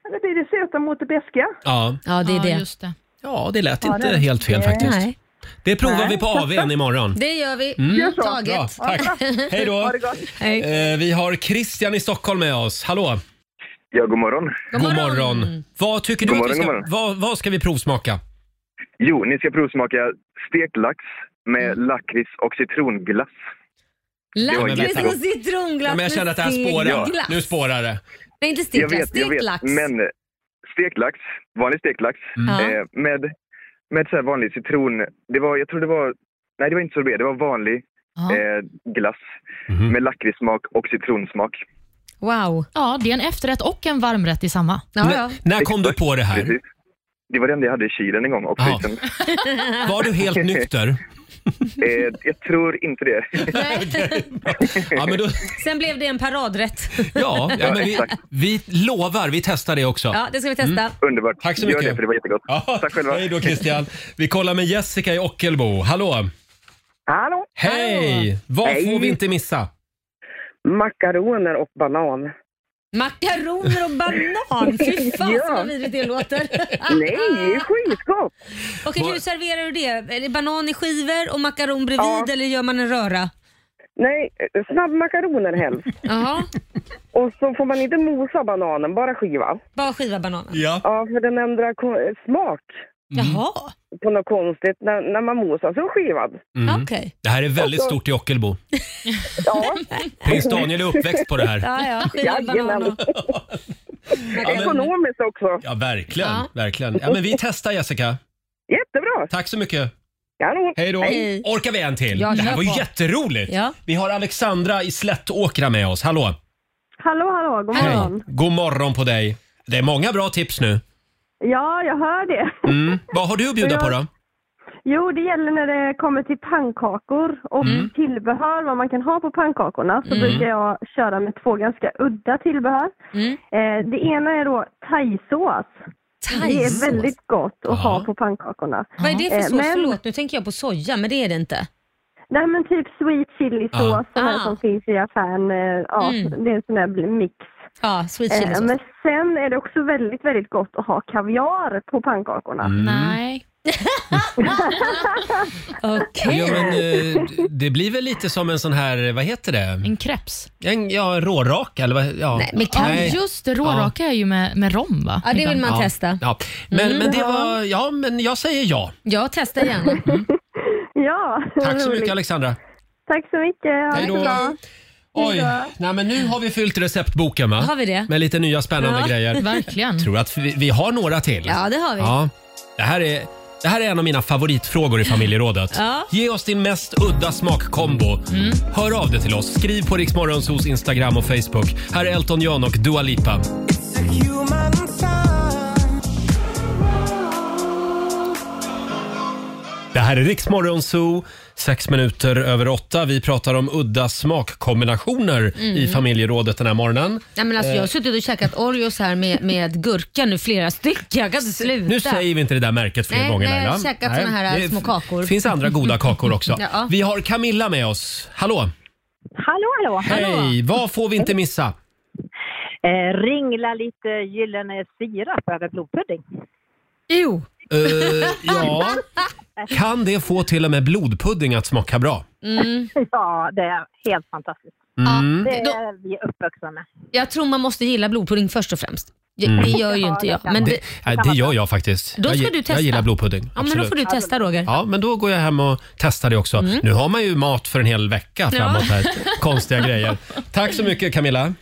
Speaker 6: Det blir det söta mot det beska.
Speaker 1: Ja,
Speaker 3: Ja, det är det.
Speaker 1: ja det lät
Speaker 6: Ja,
Speaker 1: inte
Speaker 6: det-
Speaker 1: helt fel faktiskt.
Speaker 3: Nej.
Speaker 1: Det provar
Speaker 6: Nej.
Speaker 1: vi på AWn
Speaker 3: (laughs)
Speaker 1: imorgon.
Speaker 3: Det gör vi.
Speaker 1: Mm. Gör så.
Speaker 3: Taget.
Speaker 1: Bra, tack. Hej då. Ha det
Speaker 6: gott.
Speaker 3: (laughs) Hej.
Speaker 1: Eh, vi har Christian i Stockholm med oss. Hallå!
Speaker 15: Ja, god morgon.
Speaker 1: God morgon. Vad tycker du
Speaker 15: God
Speaker 1: att vi
Speaker 15: morgon, god
Speaker 1: ska,
Speaker 15: morgon.
Speaker 1: vad, vad ska vi provsmaka?
Speaker 15: Jo, ni ska provsmaka stekt lax med
Speaker 6: Mm.
Speaker 15: lakrits och citronglass. var
Speaker 3: Lakrits och
Speaker 15: jättegott.
Speaker 3: citronglass
Speaker 1: Ja, men jag känner att det här
Speaker 3: med
Speaker 1: spårar.
Speaker 3: steglass.
Speaker 1: Nu spårar det.
Speaker 3: Nej, inte
Speaker 15: Jag
Speaker 3: steglass.
Speaker 15: vet, jag
Speaker 3: Stekt
Speaker 15: vet.
Speaker 3: lax.
Speaker 15: Men eh, stekt lax, vanlig stekt lax
Speaker 3: Mm.
Speaker 15: eh, med, med så här vanlig citron. Det var, jag tror det var, nej det var inte sorbet, det var vanlig
Speaker 7: Ja.
Speaker 15: eh, glass
Speaker 1: Mhm.
Speaker 15: med lakritssmak och citronsmak.
Speaker 3: Wow.
Speaker 7: Ja, det är en efterrätt och en varmrätt i samma.
Speaker 3: (laughs)
Speaker 1: När kom du på det här?
Speaker 15: Precis. Det var det enda jag hade i kylen en gång liksom. och
Speaker 1: Jaha.
Speaker 15: frysen.
Speaker 1: Var du helt
Speaker 15: (laughs)
Speaker 1: nykter?
Speaker 15: eh, jag tror inte det. (laughs)
Speaker 1: Ja, men då,
Speaker 3: Sen blev det en paradrätt.
Speaker 1: ja, ja men vi, vi lovar, vi testar det också.
Speaker 3: Ja, det ska vi testa.
Speaker 1: Mm.
Speaker 15: Underbart.
Speaker 1: Tack så
Speaker 15: Gör
Speaker 1: mycket.
Speaker 15: det för det var jättegott.
Speaker 1: Ja,
Speaker 15: Tack själva.
Speaker 1: (laughs) Hej då Christian. Vi kollar med Jessica i Ockelbo. Hallå!
Speaker 16: Hallå!
Speaker 1: Hej! Vad
Speaker 16: Hej.
Speaker 1: får vi inte missa?
Speaker 16: Makaroner och banan.
Speaker 3: Makaroner och
Speaker 1: (laughs)
Speaker 3: banan. Fy fan
Speaker 16: Ja.
Speaker 3: vad vidrigt det låter.
Speaker 16: Nej, det är skitgott!
Speaker 3: Okej, hur serverar du det? Är det banan i skivor och makaron bredvid eller gör man en röra?
Speaker 16: Nej, eh, snabbmakaroner helst.
Speaker 3: Jaha,
Speaker 16: Och så får man inte mosa bananen, bara skiva.
Speaker 3: (laughs) bara skiva bananen.
Speaker 1: Ja.
Speaker 16: Ja, för den ändrar ko- smak
Speaker 1: Mm.
Speaker 3: Jaha,
Speaker 16: på något konstigt när, när man mosar, så skivad.
Speaker 1: Mm. Det här är väldigt
Speaker 16: Och så-
Speaker 1: stort i Ockelbo.
Speaker 3: (laughs)
Speaker 16: Ja.
Speaker 1: Prins Daniel är uppväxt på det här.
Speaker 3: Ja, ja. Skiva
Speaker 15: (laughs)
Speaker 16: Jajamän.
Speaker 3: banan.
Speaker 16: Ekonomiskt också.
Speaker 1: Ja, verkligen.
Speaker 16: Ja.
Speaker 1: verkligen. Ja, men vi testar Jessica.
Speaker 16: Jättebra!
Speaker 1: Tack så mycket.
Speaker 16: Kanon.
Speaker 1: Hej då.
Speaker 16: Hej.
Speaker 1: Orkar vi en till?
Speaker 16: Ja,
Speaker 1: det här
Speaker 16: kör
Speaker 1: var ju
Speaker 16: på.
Speaker 1: jätteroligt.
Speaker 16: Ja.
Speaker 1: Vi har Alexandra i Slättåkra med oss. Hallå!
Speaker 6: Hallå, hallå, god morgon.
Speaker 1: God morgon på dig. Det är många bra tips nu.
Speaker 6: Ja, jag hör det.
Speaker 1: Mm. Vad har du att bjuda
Speaker 6: Jag-
Speaker 1: på då?
Speaker 6: Jo, det gäller när det kommer till pannkakor och
Speaker 3: Mm.
Speaker 6: tillbehör, vad man kan ha på pannkakorna, så
Speaker 17: Mm.
Speaker 6: brukar jag köra med två ganska udda tillbehör.
Speaker 3: Mm.
Speaker 6: Eh, det ena är då thaisås. Det
Speaker 3: Thaisås?
Speaker 6: är väldigt gott att ha på pannkakorna.
Speaker 3: Vad är det för
Speaker 6: Eh,
Speaker 3: sås? Förlåt, nu tänker jag på soja, men det är det inte.
Speaker 6: Nej men typ sweet chili sås
Speaker 3: Ja.
Speaker 6: sån här
Speaker 3: Ah.
Speaker 6: som finns i affären. eh, Ja,
Speaker 3: Mm.
Speaker 6: Det är en sån där bl- mix.
Speaker 18: Ja, sweet chili
Speaker 6: Eh,
Speaker 18: sås.
Speaker 6: men sen är det också väldigt, väldigt gott att ha kaviar på pannkakorna.
Speaker 1: Mm.
Speaker 18: Nej. Okej.
Speaker 1: Ja, men, eh, d- det blir väl lite som en sån här, vad heter det?
Speaker 7: En kreps?
Speaker 1: En, ja, en råraka eller vad? Ja. Nej.
Speaker 7: ja, just det, råraka är ju med, med rom va?
Speaker 3: Ja, det vill man
Speaker 1: Ja.
Speaker 3: testa.
Speaker 1: Ja. Men,
Speaker 3: Mm.
Speaker 1: men det var, ja men jag säger ja.
Speaker 3: Ja, testa gärna.
Speaker 6: ja, (laughs)
Speaker 1: Tack så
Speaker 6: roligt.
Speaker 1: mycket Alexandra.
Speaker 6: Tack så mycket. Ha
Speaker 1: Hej
Speaker 6: det
Speaker 1: då.
Speaker 6: så bra.
Speaker 1: Oj,
Speaker 6: Hej
Speaker 1: nej, men nu har vi fyllt receptboken va?
Speaker 3: Har vi det?
Speaker 1: Med lite nya spännande
Speaker 3: Ja,
Speaker 1: grejer.
Speaker 3: verkligen.
Speaker 1: Tror att vi, vi har några till.
Speaker 3: Ja, det har vi.
Speaker 1: Ja. Det, här är, det här är en av mina favoritfrågor i familjerådet.
Speaker 3: Ja. Mm.
Speaker 1: Ge oss din mest udda smakkombo. Hör av dig till oss. Skriv på Riksmorgonsos Instagram och Facebook. Här är Elton John och Dua Lipa.
Speaker 19: Human sign.
Speaker 1: Det här är Riksmorgon Zoo, sex minuter över åtta. Vi pratar om udda smakkombinationer
Speaker 3: Mm.
Speaker 1: i familjerådet den här morgonen.
Speaker 3: Nej, men alltså, jag
Speaker 1: Eh,
Speaker 3: har suttit och käkat Oreos här med, med gurka nu flera stycken. Jag kan inte sluta.
Speaker 1: nu säger vi inte det där märket fler
Speaker 3: Nej,
Speaker 1: gånger
Speaker 3: nej, jag har
Speaker 1: Laila.
Speaker 3: käkat såna här
Speaker 1: det
Speaker 3: små kakor.
Speaker 1: finns andra goda kakor också.
Speaker 3: (laughs) Ja.
Speaker 1: Vi har Camilla med oss. Hallå!
Speaker 20: Hallå, hallå!
Speaker 1: Hej! Vad får vi inte missa?
Speaker 20: Eh, ringla lite gyllene sirap över blodpudding. (laughs)
Speaker 3: Jo!
Speaker 1: Eh,
Speaker 3: (laughs)
Speaker 1: ja, kan det få till och med blodpudding att smaka bra?
Speaker 20: ja, det är helt fantastiskt.
Speaker 1: Mm.
Speaker 20: Det är vi uppvuxna med.
Speaker 3: Jag tror man måste gilla blodpudding först och främst. Det, det gör ju inte jag. Men
Speaker 1: Mm. det,
Speaker 3: det,
Speaker 1: nej, det gör jag faktiskt.
Speaker 3: Då
Speaker 1: jag,
Speaker 3: ska
Speaker 1: gi-
Speaker 3: du testa.
Speaker 1: jag gillar blodpudding.
Speaker 3: ja, men då får du
Speaker 1: absolut.
Speaker 3: testa Roger.
Speaker 1: Ja, men då går jag hem och testar det också.
Speaker 3: Mm.
Speaker 1: Nu har man ju mat för en hel vecka
Speaker 3: Ja.
Speaker 1: framåt
Speaker 3: (laughs)
Speaker 1: här. Konstiga grejer. Tack så mycket Camilla.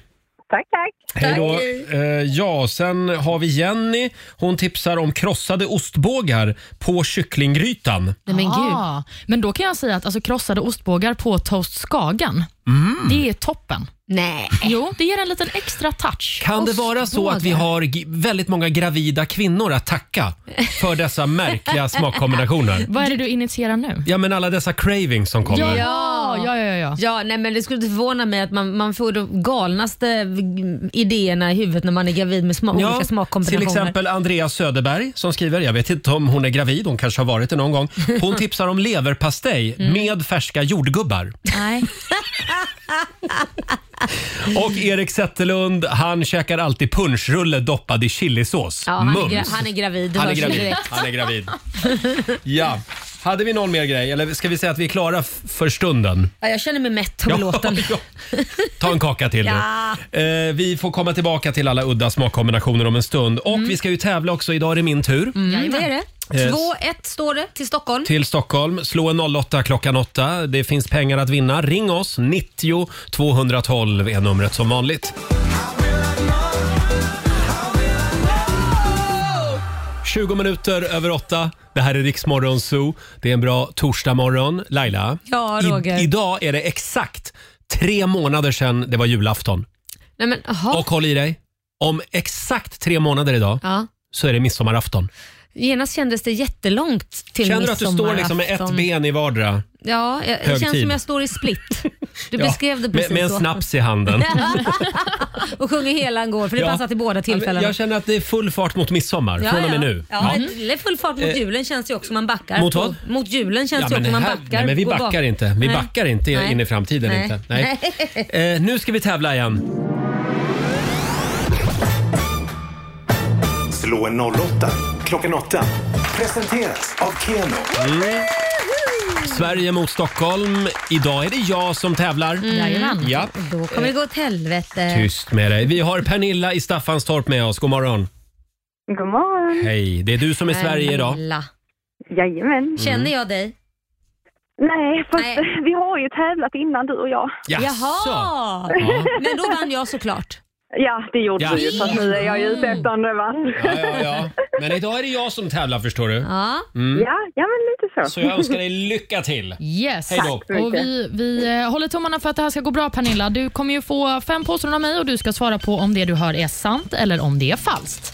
Speaker 20: Tack, tack!
Speaker 1: Hej då. Eh, ja, sen har vi Jenny. Hon tipsar om krossade ostbågar på kycklinggrytan.
Speaker 7: Nej, men, gud. men då kan jag säga att alltså, krossade ostbågar på toast Skagen,
Speaker 1: Mm.
Speaker 7: det är toppen.
Speaker 3: Nej.
Speaker 7: Jo, det ger en liten extra touch.
Speaker 1: Kan det vara så att vi har g- väldigt många gravida kvinnor att tacka för dessa
Speaker 3: (laughs)
Speaker 1: märkliga smakkombinationer?
Speaker 7: Vad är det du initierar nu?
Speaker 1: Ja, men alla dessa cravings som kommer.
Speaker 7: Ja, ja, ja, ja.
Speaker 3: Ja, nej, men det skulle inte förvåna mig att man, man får de galnaste v- idéerna i huvudet när man är gravid med sma- olika
Speaker 1: till
Speaker 3: smakkombinationer.
Speaker 1: exempel Andreas Söderberg som skriver, jag vet inte om hon är gravid, hon kanske har varit det någon gång.
Speaker 3: (laughs)
Speaker 1: Hon tipsar om leverpastej
Speaker 3: Mm.
Speaker 1: med färska jordgubbar.
Speaker 7: Nej.
Speaker 1: Och Erik Zetterlund, han käkar alltid punschrulle doppad i chilisås.
Speaker 3: Ja, han, är,
Speaker 1: Mums.
Speaker 3: gra- han är gravid. det
Speaker 1: Han är
Speaker 3: hörs ju
Speaker 1: gravid.
Speaker 3: direkt.
Speaker 1: Han är
Speaker 3: (laughs)
Speaker 1: gravid. Ja. Hade vi någon mer grej? Eller ska vi säga att vi är klara f- för stunden?
Speaker 3: Ja, jag känner mig mätt
Speaker 1: (laughs)
Speaker 3: av låten.
Speaker 1: Ta en kaka till
Speaker 3: Ja.
Speaker 1: nu. Eh, vi får komma tillbaka till alla udda smakkombinationer om en stund. Och vi ska ju tävla också. Idag är det min tur.
Speaker 3: Mm, det är det.
Speaker 1: Yes.
Speaker 3: 2-1 står det till Stockholm.
Speaker 1: till Stockholm. Slå en 08 klockan 8. Det finns pengar att vinna. Ring oss. 90 212 är numret som vanligt. 20 minuter över 8. Det här är Riksmorgon Zoo. Det är en bra torsdagmorgon. Laila,
Speaker 3: Ja, Roger.
Speaker 1: I, idag är det exakt tre månader sedan det var julafton.
Speaker 3: Nej, men, aha.
Speaker 1: Och håll i dig, om exakt tre månader idag
Speaker 3: Ja.
Speaker 1: så är det midsommarafton.
Speaker 3: Genast kändes det jättelångt till
Speaker 1: Känner du att du står liksom med ett
Speaker 3: midsommarafton.
Speaker 1: ben i vardera?
Speaker 3: Ja, jag, det
Speaker 1: Hög
Speaker 3: känns
Speaker 1: tid.
Speaker 3: som jag står i split.
Speaker 1: (laughs)
Speaker 3: Du
Speaker 1: Ja,
Speaker 3: beskrev det
Speaker 1: med-
Speaker 3: precis
Speaker 1: Med en
Speaker 3: så.
Speaker 1: snaps i handen.
Speaker 3: (laughs) och sjunger Helan går, för det
Speaker 1: Ja.
Speaker 3: passar till båda
Speaker 1: Ja, men
Speaker 3: tillfällena.
Speaker 1: Jag känner att det är full fart mot midsommar från och med nu.
Speaker 3: Ja, Eller full fart mot
Speaker 1: Eh,
Speaker 3: julen känns det ju också man backar.
Speaker 1: mot vad?
Speaker 3: Mot julen känns det
Speaker 1: men
Speaker 3: ju också man
Speaker 1: här-
Speaker 3: backar.
Speaker 1: nej, men vi
Speaker 3: och bak-
Speaker 1: backar inte. Vi
Speaker 3: Nej.
Speaker 1: backar inte
Speaker 3: Nej.
Speaker 1: in i framtiden.
Speaker 3: (laughs) Nej.
Speaker 1: Inte. Nej. Eh, nu ska vi tävla igen.
Speaker 2: Slå en 08 klockan 8. Presenteras av Keno.
Speaker 1: Mm. Sverige mot Stockholm. Idag är det jag som tävlar.
Speaker 3: Mm. Jajamän.
Speaker 1: Ja.
Speaker 3: Då kommer det gå åt helvete.
Speaker 1: Tyst med dig. Vi har Pernilla i Staffanstorp med oss. God morgon.
Speaker 6: God morgon.
Speaker 1: Hej, det är du som är Sverige Mm. idag.
Speaker 3: Pernilla.
Speaker 6: Jajamän.
Speaker 3: Känner jag dig?
Speaker 6: Nej, fast vi har ju tävlat innan du och jag.
Speaker 1: Jaså?
Speaker 3: Jaha!
Speaker 1: Ja.
Speaker 3: Men då vann jag såklart.
Speaker 6: Ja, det gjorde
Speaker 1: Ja.
Speaker 6: du ju. Fast nu är jag ju ute efter en revansch.
Speaker 1: Ja, ja, ja. Men idag är det jag som tävlar förstår du.
Speaker 3: Ja.
Speaker 1: Mm.
Speaker 6: Ja, ja, men lite så.
Speaker 1: Så jag önskar dig lycka till.
Speaker 7: Yes.
Speaker 1: Hej då.
Speaker 7: Och vi, vi eh, håller tummarna för att det här ska gå bra Pernilla. Du kommer ju få fem påståenden av mig och du ska svara på om det du hör är sant eller om det är falskt.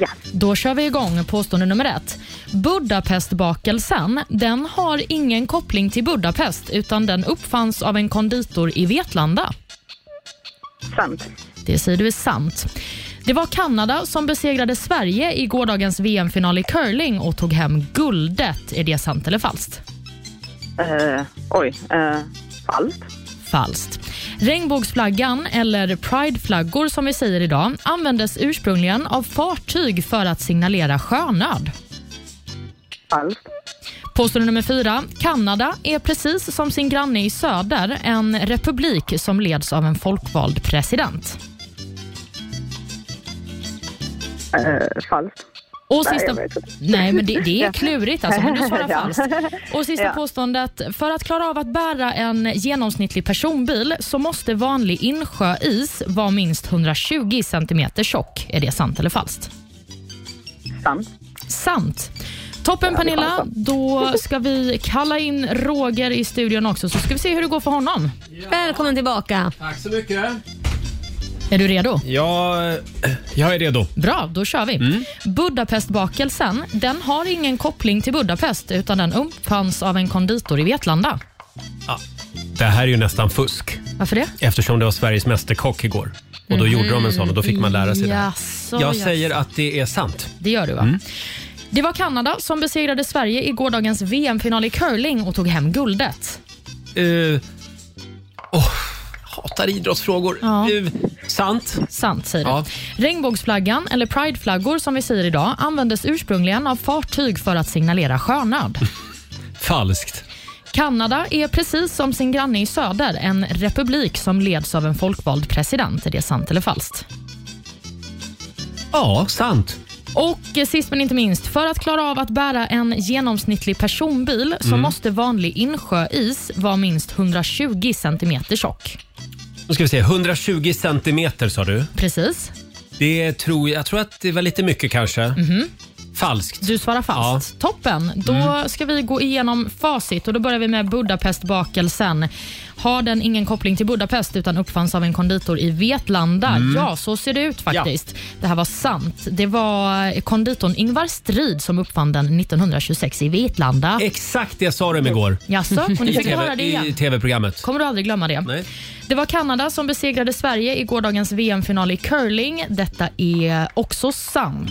Speaker 6: Ja.
Speaker 7: Då kör vi igång påstående nummer ett. Budapestbakelsen, den har ingen koppling till Budapest utan den uppfanns av en konditor i Vetlanda.
Speaker 6: Sant.
Speaker 7: Det säger du är sant. Det var Kanada som besegrade Sverige i gårdagens VM-final i curling och tog hem guldet. Är det sant eller falskt?
Speaker 20: Eh, oj, eh, falskt.
Speaker 7: Falskt. Regnbågsflaggan, eller prideflaggor som vi säger idag, användes ursprungligen av fartyg för att signalera sjönöd.
Speaker 21: Falskt.
Speaker 7: Påstående nummer fyra. Kanada är precis som sin granne i söder en republik som leds av en folkvald president.
Speaker 21: Eh, falskt.
Speaker 7: Och
Speaker 21: Nej,
Speaker 7: sista...
Speaker 21: jag vet inte.
Speaker 7: Nej, men det,
Speaker 21: (laughs)
Speaker 7: det är klurigt alltså, men du svarar
Speaker 21: Ja.
Speaker 7: falskt. Och sista
Speaker 21: Ja.
Speaker 7: påståendet. För att klara av att bära en genomsnittlig personbil så måste vanlig insjöis vara minst 120 centimeter tjock. Är det sant eller falskt?
Speaker 21: Sant.
Speaker 7: Sant. Toppen Pernilla, då ska vi kalla in Roger i studion också så ska vi se hur det går för honom.
Speaker 3: Välkommen tillbaka.
Speaker 1: Tack så mycket.
Speaker 7: Är du redo?
Speaker 1: Ja, eh, jag är redo.
Speaker 7: Bra, då kör vi.
Speaker 1: Mm.
Speaker 7: Budapestbakelsen, den har ingen koppling till Budapest utan den uppfanns av en konditor i Vetlanda.
Speaker 1: Ja. Det här är ju nästan fusk.
Speaker 7: Varför det?
Speaker 1: Eftersom det var Sveriges mästerkock igår. Och då
Speaker 7: Mhm.
Speaker 1: gjorde de en sån och då fick man lära sig
Speaker 7: Jaså,
Speaker 1: det. Jag
Speaker 7: jaså.
Speaker 1: säger Mm. att det är sant.
Speaker 7: Det gör du va? Det var Kanada som besegrade Sverige i gårdagens VM-final i curling och tog hem guldet.
Speaker 1: Eh, åh, hatar idrottsfrågor.
Speaker 7: Ja.
Speaker 1: Eh, sant.
Speaker 7: Sant säger du. Regnbågsflaggan, eller prideflaggor som vi säger idag, användes ursprungligen av fartyg för att signalera sjönöd.
Speaker 1: Falskt.
Speaker 7: Kanada är precis som sin granne i söder en republik som leds av en folkvald president. Är det sant eller falskt?
Speaker 1: Ja, sant.
Speaker 7: Och eh, sist men inte minst, för att klara av att bära en genomsnittlig personbil så
Speaker 1: Mm.
Speaker 7: måste vanlig insjöis vara minst 120 centimeter tjock.
Speaker 1: Nu ska vi se, 120 centimeter sa du.
Speaker 7: Precis.
Speaker 1: Det tror jag, jag tror att det var lite mycket kanske.
Speaker 7: Mhm.
Speaker 1: Falskt.
Speaker 7: Du svarar falskt. Toppen! Då
Speaker 1: Mm.
Speaker 7: ska vi gå igenom facit och då börjar vi med Budapestbakelsen. Har den ingen koppling till Budapest utan uppfanns av en konditor i Vetlanda?
Speaker 22: Mm.
Speaker 7: Ja, så ser det ut faktiskt. Det här var sant. Det var konditorn Ingvar Strid som uppfann den 1926 i Vetlanda.
Speaker 1: Exakt det sa de igår.
Speaker 7: Jaså, och nu
Speaker 1: I (laughs)
Speaker 7: fick du
Speaker 1: TV
Speaker 7: höra det
Speaker 1: I
Speaker 7: igen.
Speaker 1: tv-programmet.
Speaker 7: Kommer du aldrig glömma det. Det var Kanada som besegrade Sverige i gårdagens VM-final i curling. Detta är också sant.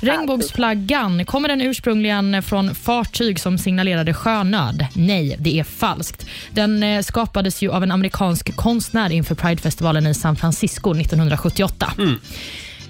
Speaker 7: Regnbågsflaggan, kommer den ursprungligen från fartyg som signalerade sjönöd? Nej, det är falskt. Den eh, skapades ju av en amerikansk konstnär inför Pridefestivalen i San Francisco 1978.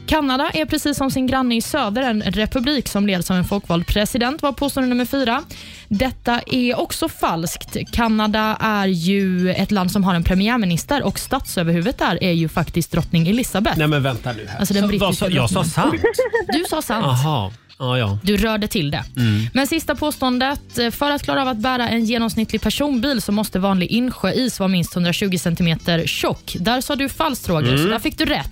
Speaker 7: Kanada är precis som sin granne i söder en republik som leds av en folkvald president, var påstående nummer fyra. Detta är också falskt. Kanada är ju ett land som har en premiärminister och statsöverhuvudet där är ju faktiskt drottning Elizabeth.
Speaker 1: Nej men vänta nu här.
Speaker 7: Alltså den
Speaker 1: Så-
Speaker 7: brittiska
Speaker 1: vad sa- jag sa sant.
Speaker 7: drottningen. Du sa sant.
Speaker 1: Jaha, ja ja.
Speaker 7: Du rörde till det.
Speaker 1: Mm.
Speaker 7: Men sista påståendet. eh, För att klara av att bära en genomsnittlig personbil så måste vanlig insjöis vara minst 120 cm tjock. Där sa du falskt Roger,
Speaker 22: Mm.
Speaker 7: så där fick du rätt.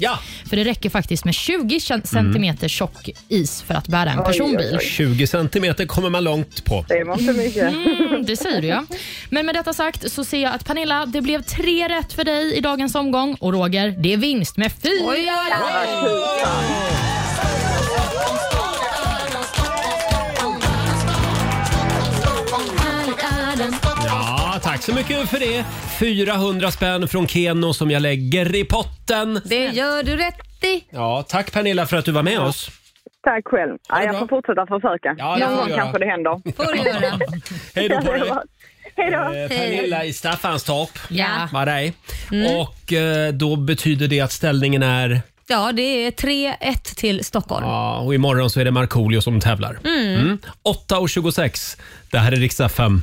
Speaker 7: För det räcker faktiskt med 20
Speaker 1: Mm.
Speaker 7: cm tjock is för att bära en personbil.
Speaker 1: 20 centimeter kommer man långt på.
Speaker 21: Det var inte mycket.
Speaker 7: Mm, det säger du ja. Men med detta sagt så ser jag att Pernilla, det blev tre rätt för dig i dagens omgång och Roger, det är vinst med fyra rätt.
Speaker 1: Ja, tack så mycket för det. 400 spänn från Keno som jag lägger i potten.
Speaker 3: Det gör du rätt i.
Speaker 1: Ja, tack Pernilla för att du var med oss.
Speaker 21: Tack själv. Ja, jag får fortsätta försöka.
Speaker 1: Ja, det får
Speaker 21: Någon
Speaker 1: du
Speaker 21: gång
Speaker 1: göra.
Speaker 21: kanske det händer.
Speaker 3: får du göra.
Speaker 1: Hej då på dig.
Speaker 21: (laughs) Hej då.
Speaker 1: Eh, Pernilla i Staffanstorp
Speaker 3: Ja. Mm.
Speaker 1: var det. Och eh, då betyder det att ställningen är...
Speaker 3: Ja, det är 3-1 till Stockholm.
Speaker 1: Ja, och imorgon så är det Markoolio som tävlar.
Speaker 3: Mm.
Speaker 1: 8.26. Det här är riksdag 5.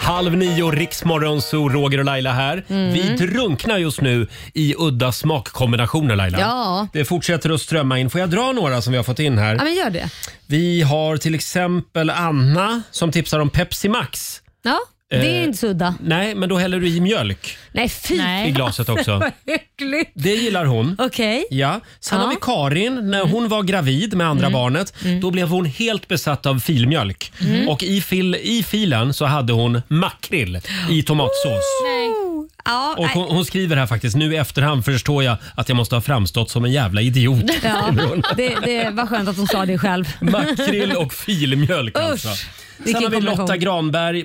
Speaker 1: Halv nio, Riksmorgon, så Roger och Laila här.
Speaker 3: Mm.
Speaker 1: Vi drunknar just nu i udda smakkombinationer Laila.
Speaker 3: Ja.
Speaker 1: Det fortsätter att strömma in. Får jag dra några som vi har fått in här?
Speaker 3: Ja, men gör det.
Speaker 1: Vi har till exempel Anna som tipsar om Pepsi Max.
Speaker 3: Ja, det är
Speaker 1: Eh,
Speaker 3: inte så udda.
Speaker 1: Nej, men då häller du i mjölk.
Speaker 3: Nej, fy.
Speaker 1: Nej. I glaset också.
Speaker 3: Vad äckligt.
Speaker 1: Det gillar hon.
Speaker 3: Okej.
Speaker 1: Ja. Sen har vi Karin. När hon var gravid med andra barnet då blev hon helt besatt av filmjölk.
Speaker 3: Mm.
Speaker 1: Och i, fil, i filen så hade hon makrill i tomatsås.
Speaker 3: Nej. Ja,
Speaker 1: Och
Speaker 3: nej.
Speaker 1: hon, hon skriver här faktiskt, nu i efterhand förstår jag att jag måste ha framstått som en jävla
Speaker 3: (laughs)
Speaker 1: idiot.
Speaker 3: ja,
Speaker 1: skriver hon.
Speaker 3: det, det var skönt att hon sa det själv.
Speaker 1: Makrill och filmjölk
Speaker 3: Usch,
Speaker 1: alltså.
Speaker 3: vilken
Speaker 1: Sen har vi Lotta
Speaker 3: kombination.
Speaker 1: Granberg.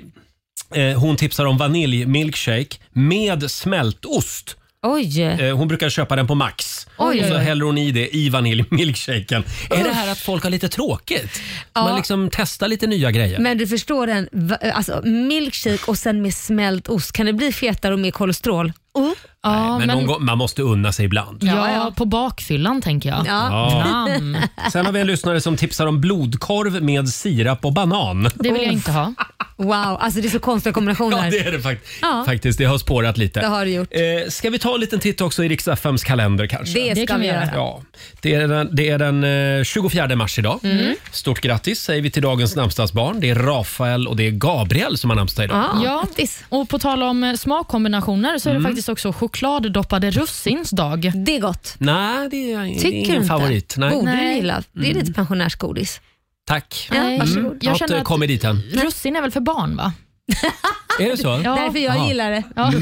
Speaker 1: Eh, Hon tipsar om vaniljmilkshake med smältost.
Speaker 3: Oj.
Speaker 1: Eh, Hon brukar köpa den på Max. Och
Speaker 3: Oj,
Speaker 1: så
Speaker 3: oj, oj.
Speaker 1: häller hon i det i vaniljmilkshaken. Är det här att folk har lite tråkigt? Man
Speaker 3: Ja.
Speaker 1: liksom testar lite nya grejer.
Speaker 3: Men du förstår den, va- alltså milkshake och sen med smält ost. Kan det bli fetare och mer kolesterol? Oh.
Speaker 7: Ja,
Speaker 1: Men någon gång, man måste unna sig ibland.
Speaker 7: Ja, på bakfyllan tänker jag.
Speaker 1: Ja.
Speaker 7: Nam.
Speaker 1: Sen har vi en lyssnare som tipsar om blodkorv med sirap och banan.
Speaker 3: Det vill jag inte
Speaker 7: ha.
Speaker 3: Wow, alltså det är så konstiga
Speaker 1: (laughs)
Speaker 3: kombinationer.
Speaker 1: Ja, det är det fakt-
Speaker 3: Ja.
Speaker 1: faktiskt. Det har spårat lite.
Speaker 3: Det har det gjort.
Speaker 1: Eh, ska vi ta en liten titt också i Rix FMs kalender kanske?
Speaker 3: Det ska Det kan vi vi göra. göra.
Speaker 1: Ja. Det är den, det är den eh, 24 mars idag.
Speaker 7: Mm.
Speaker 1: Stort grattis säger vi till dagens namnsdagsbarn. Det är Rafael och det är Gabriel som har namnsdag idag.
Speaker 7: Ja, och på tal om eh, smakkombinationer så är det
Speaker 1: Mm.
Speaker 7: faktiskt också chokladdoppade russins dag.
Speaker 3: Det är gott.
Speaker 1: Nej, det är ingen
Speaker 7: Tycker du
Speaker 1: inte?
Speaker 7: inte? Oh.
Speaker 1: favorit. Nej.
Speaker 3: Borde du
Speaker 7: Nej.
Speaker 3: gilla. Det är lite pensionärsgodis.
Speaker 1: Tack. Mm.
Speaker 3: Ja, varsågod.
Speaker 1: Jag
Speaker 7: Jag
Speaker 1: har
Speaker 7: känner
Speaker 1: inte
Speaker 7: att-
Speaker 1: kommit dit än.
Speaker 7: Russin är väl för barn va?
Speaker 1: Är det så?
Speaker 3: Därför jag
Speaker 1: Jaha.
Speaker 3: gillar det.
Speaker 7: Ja.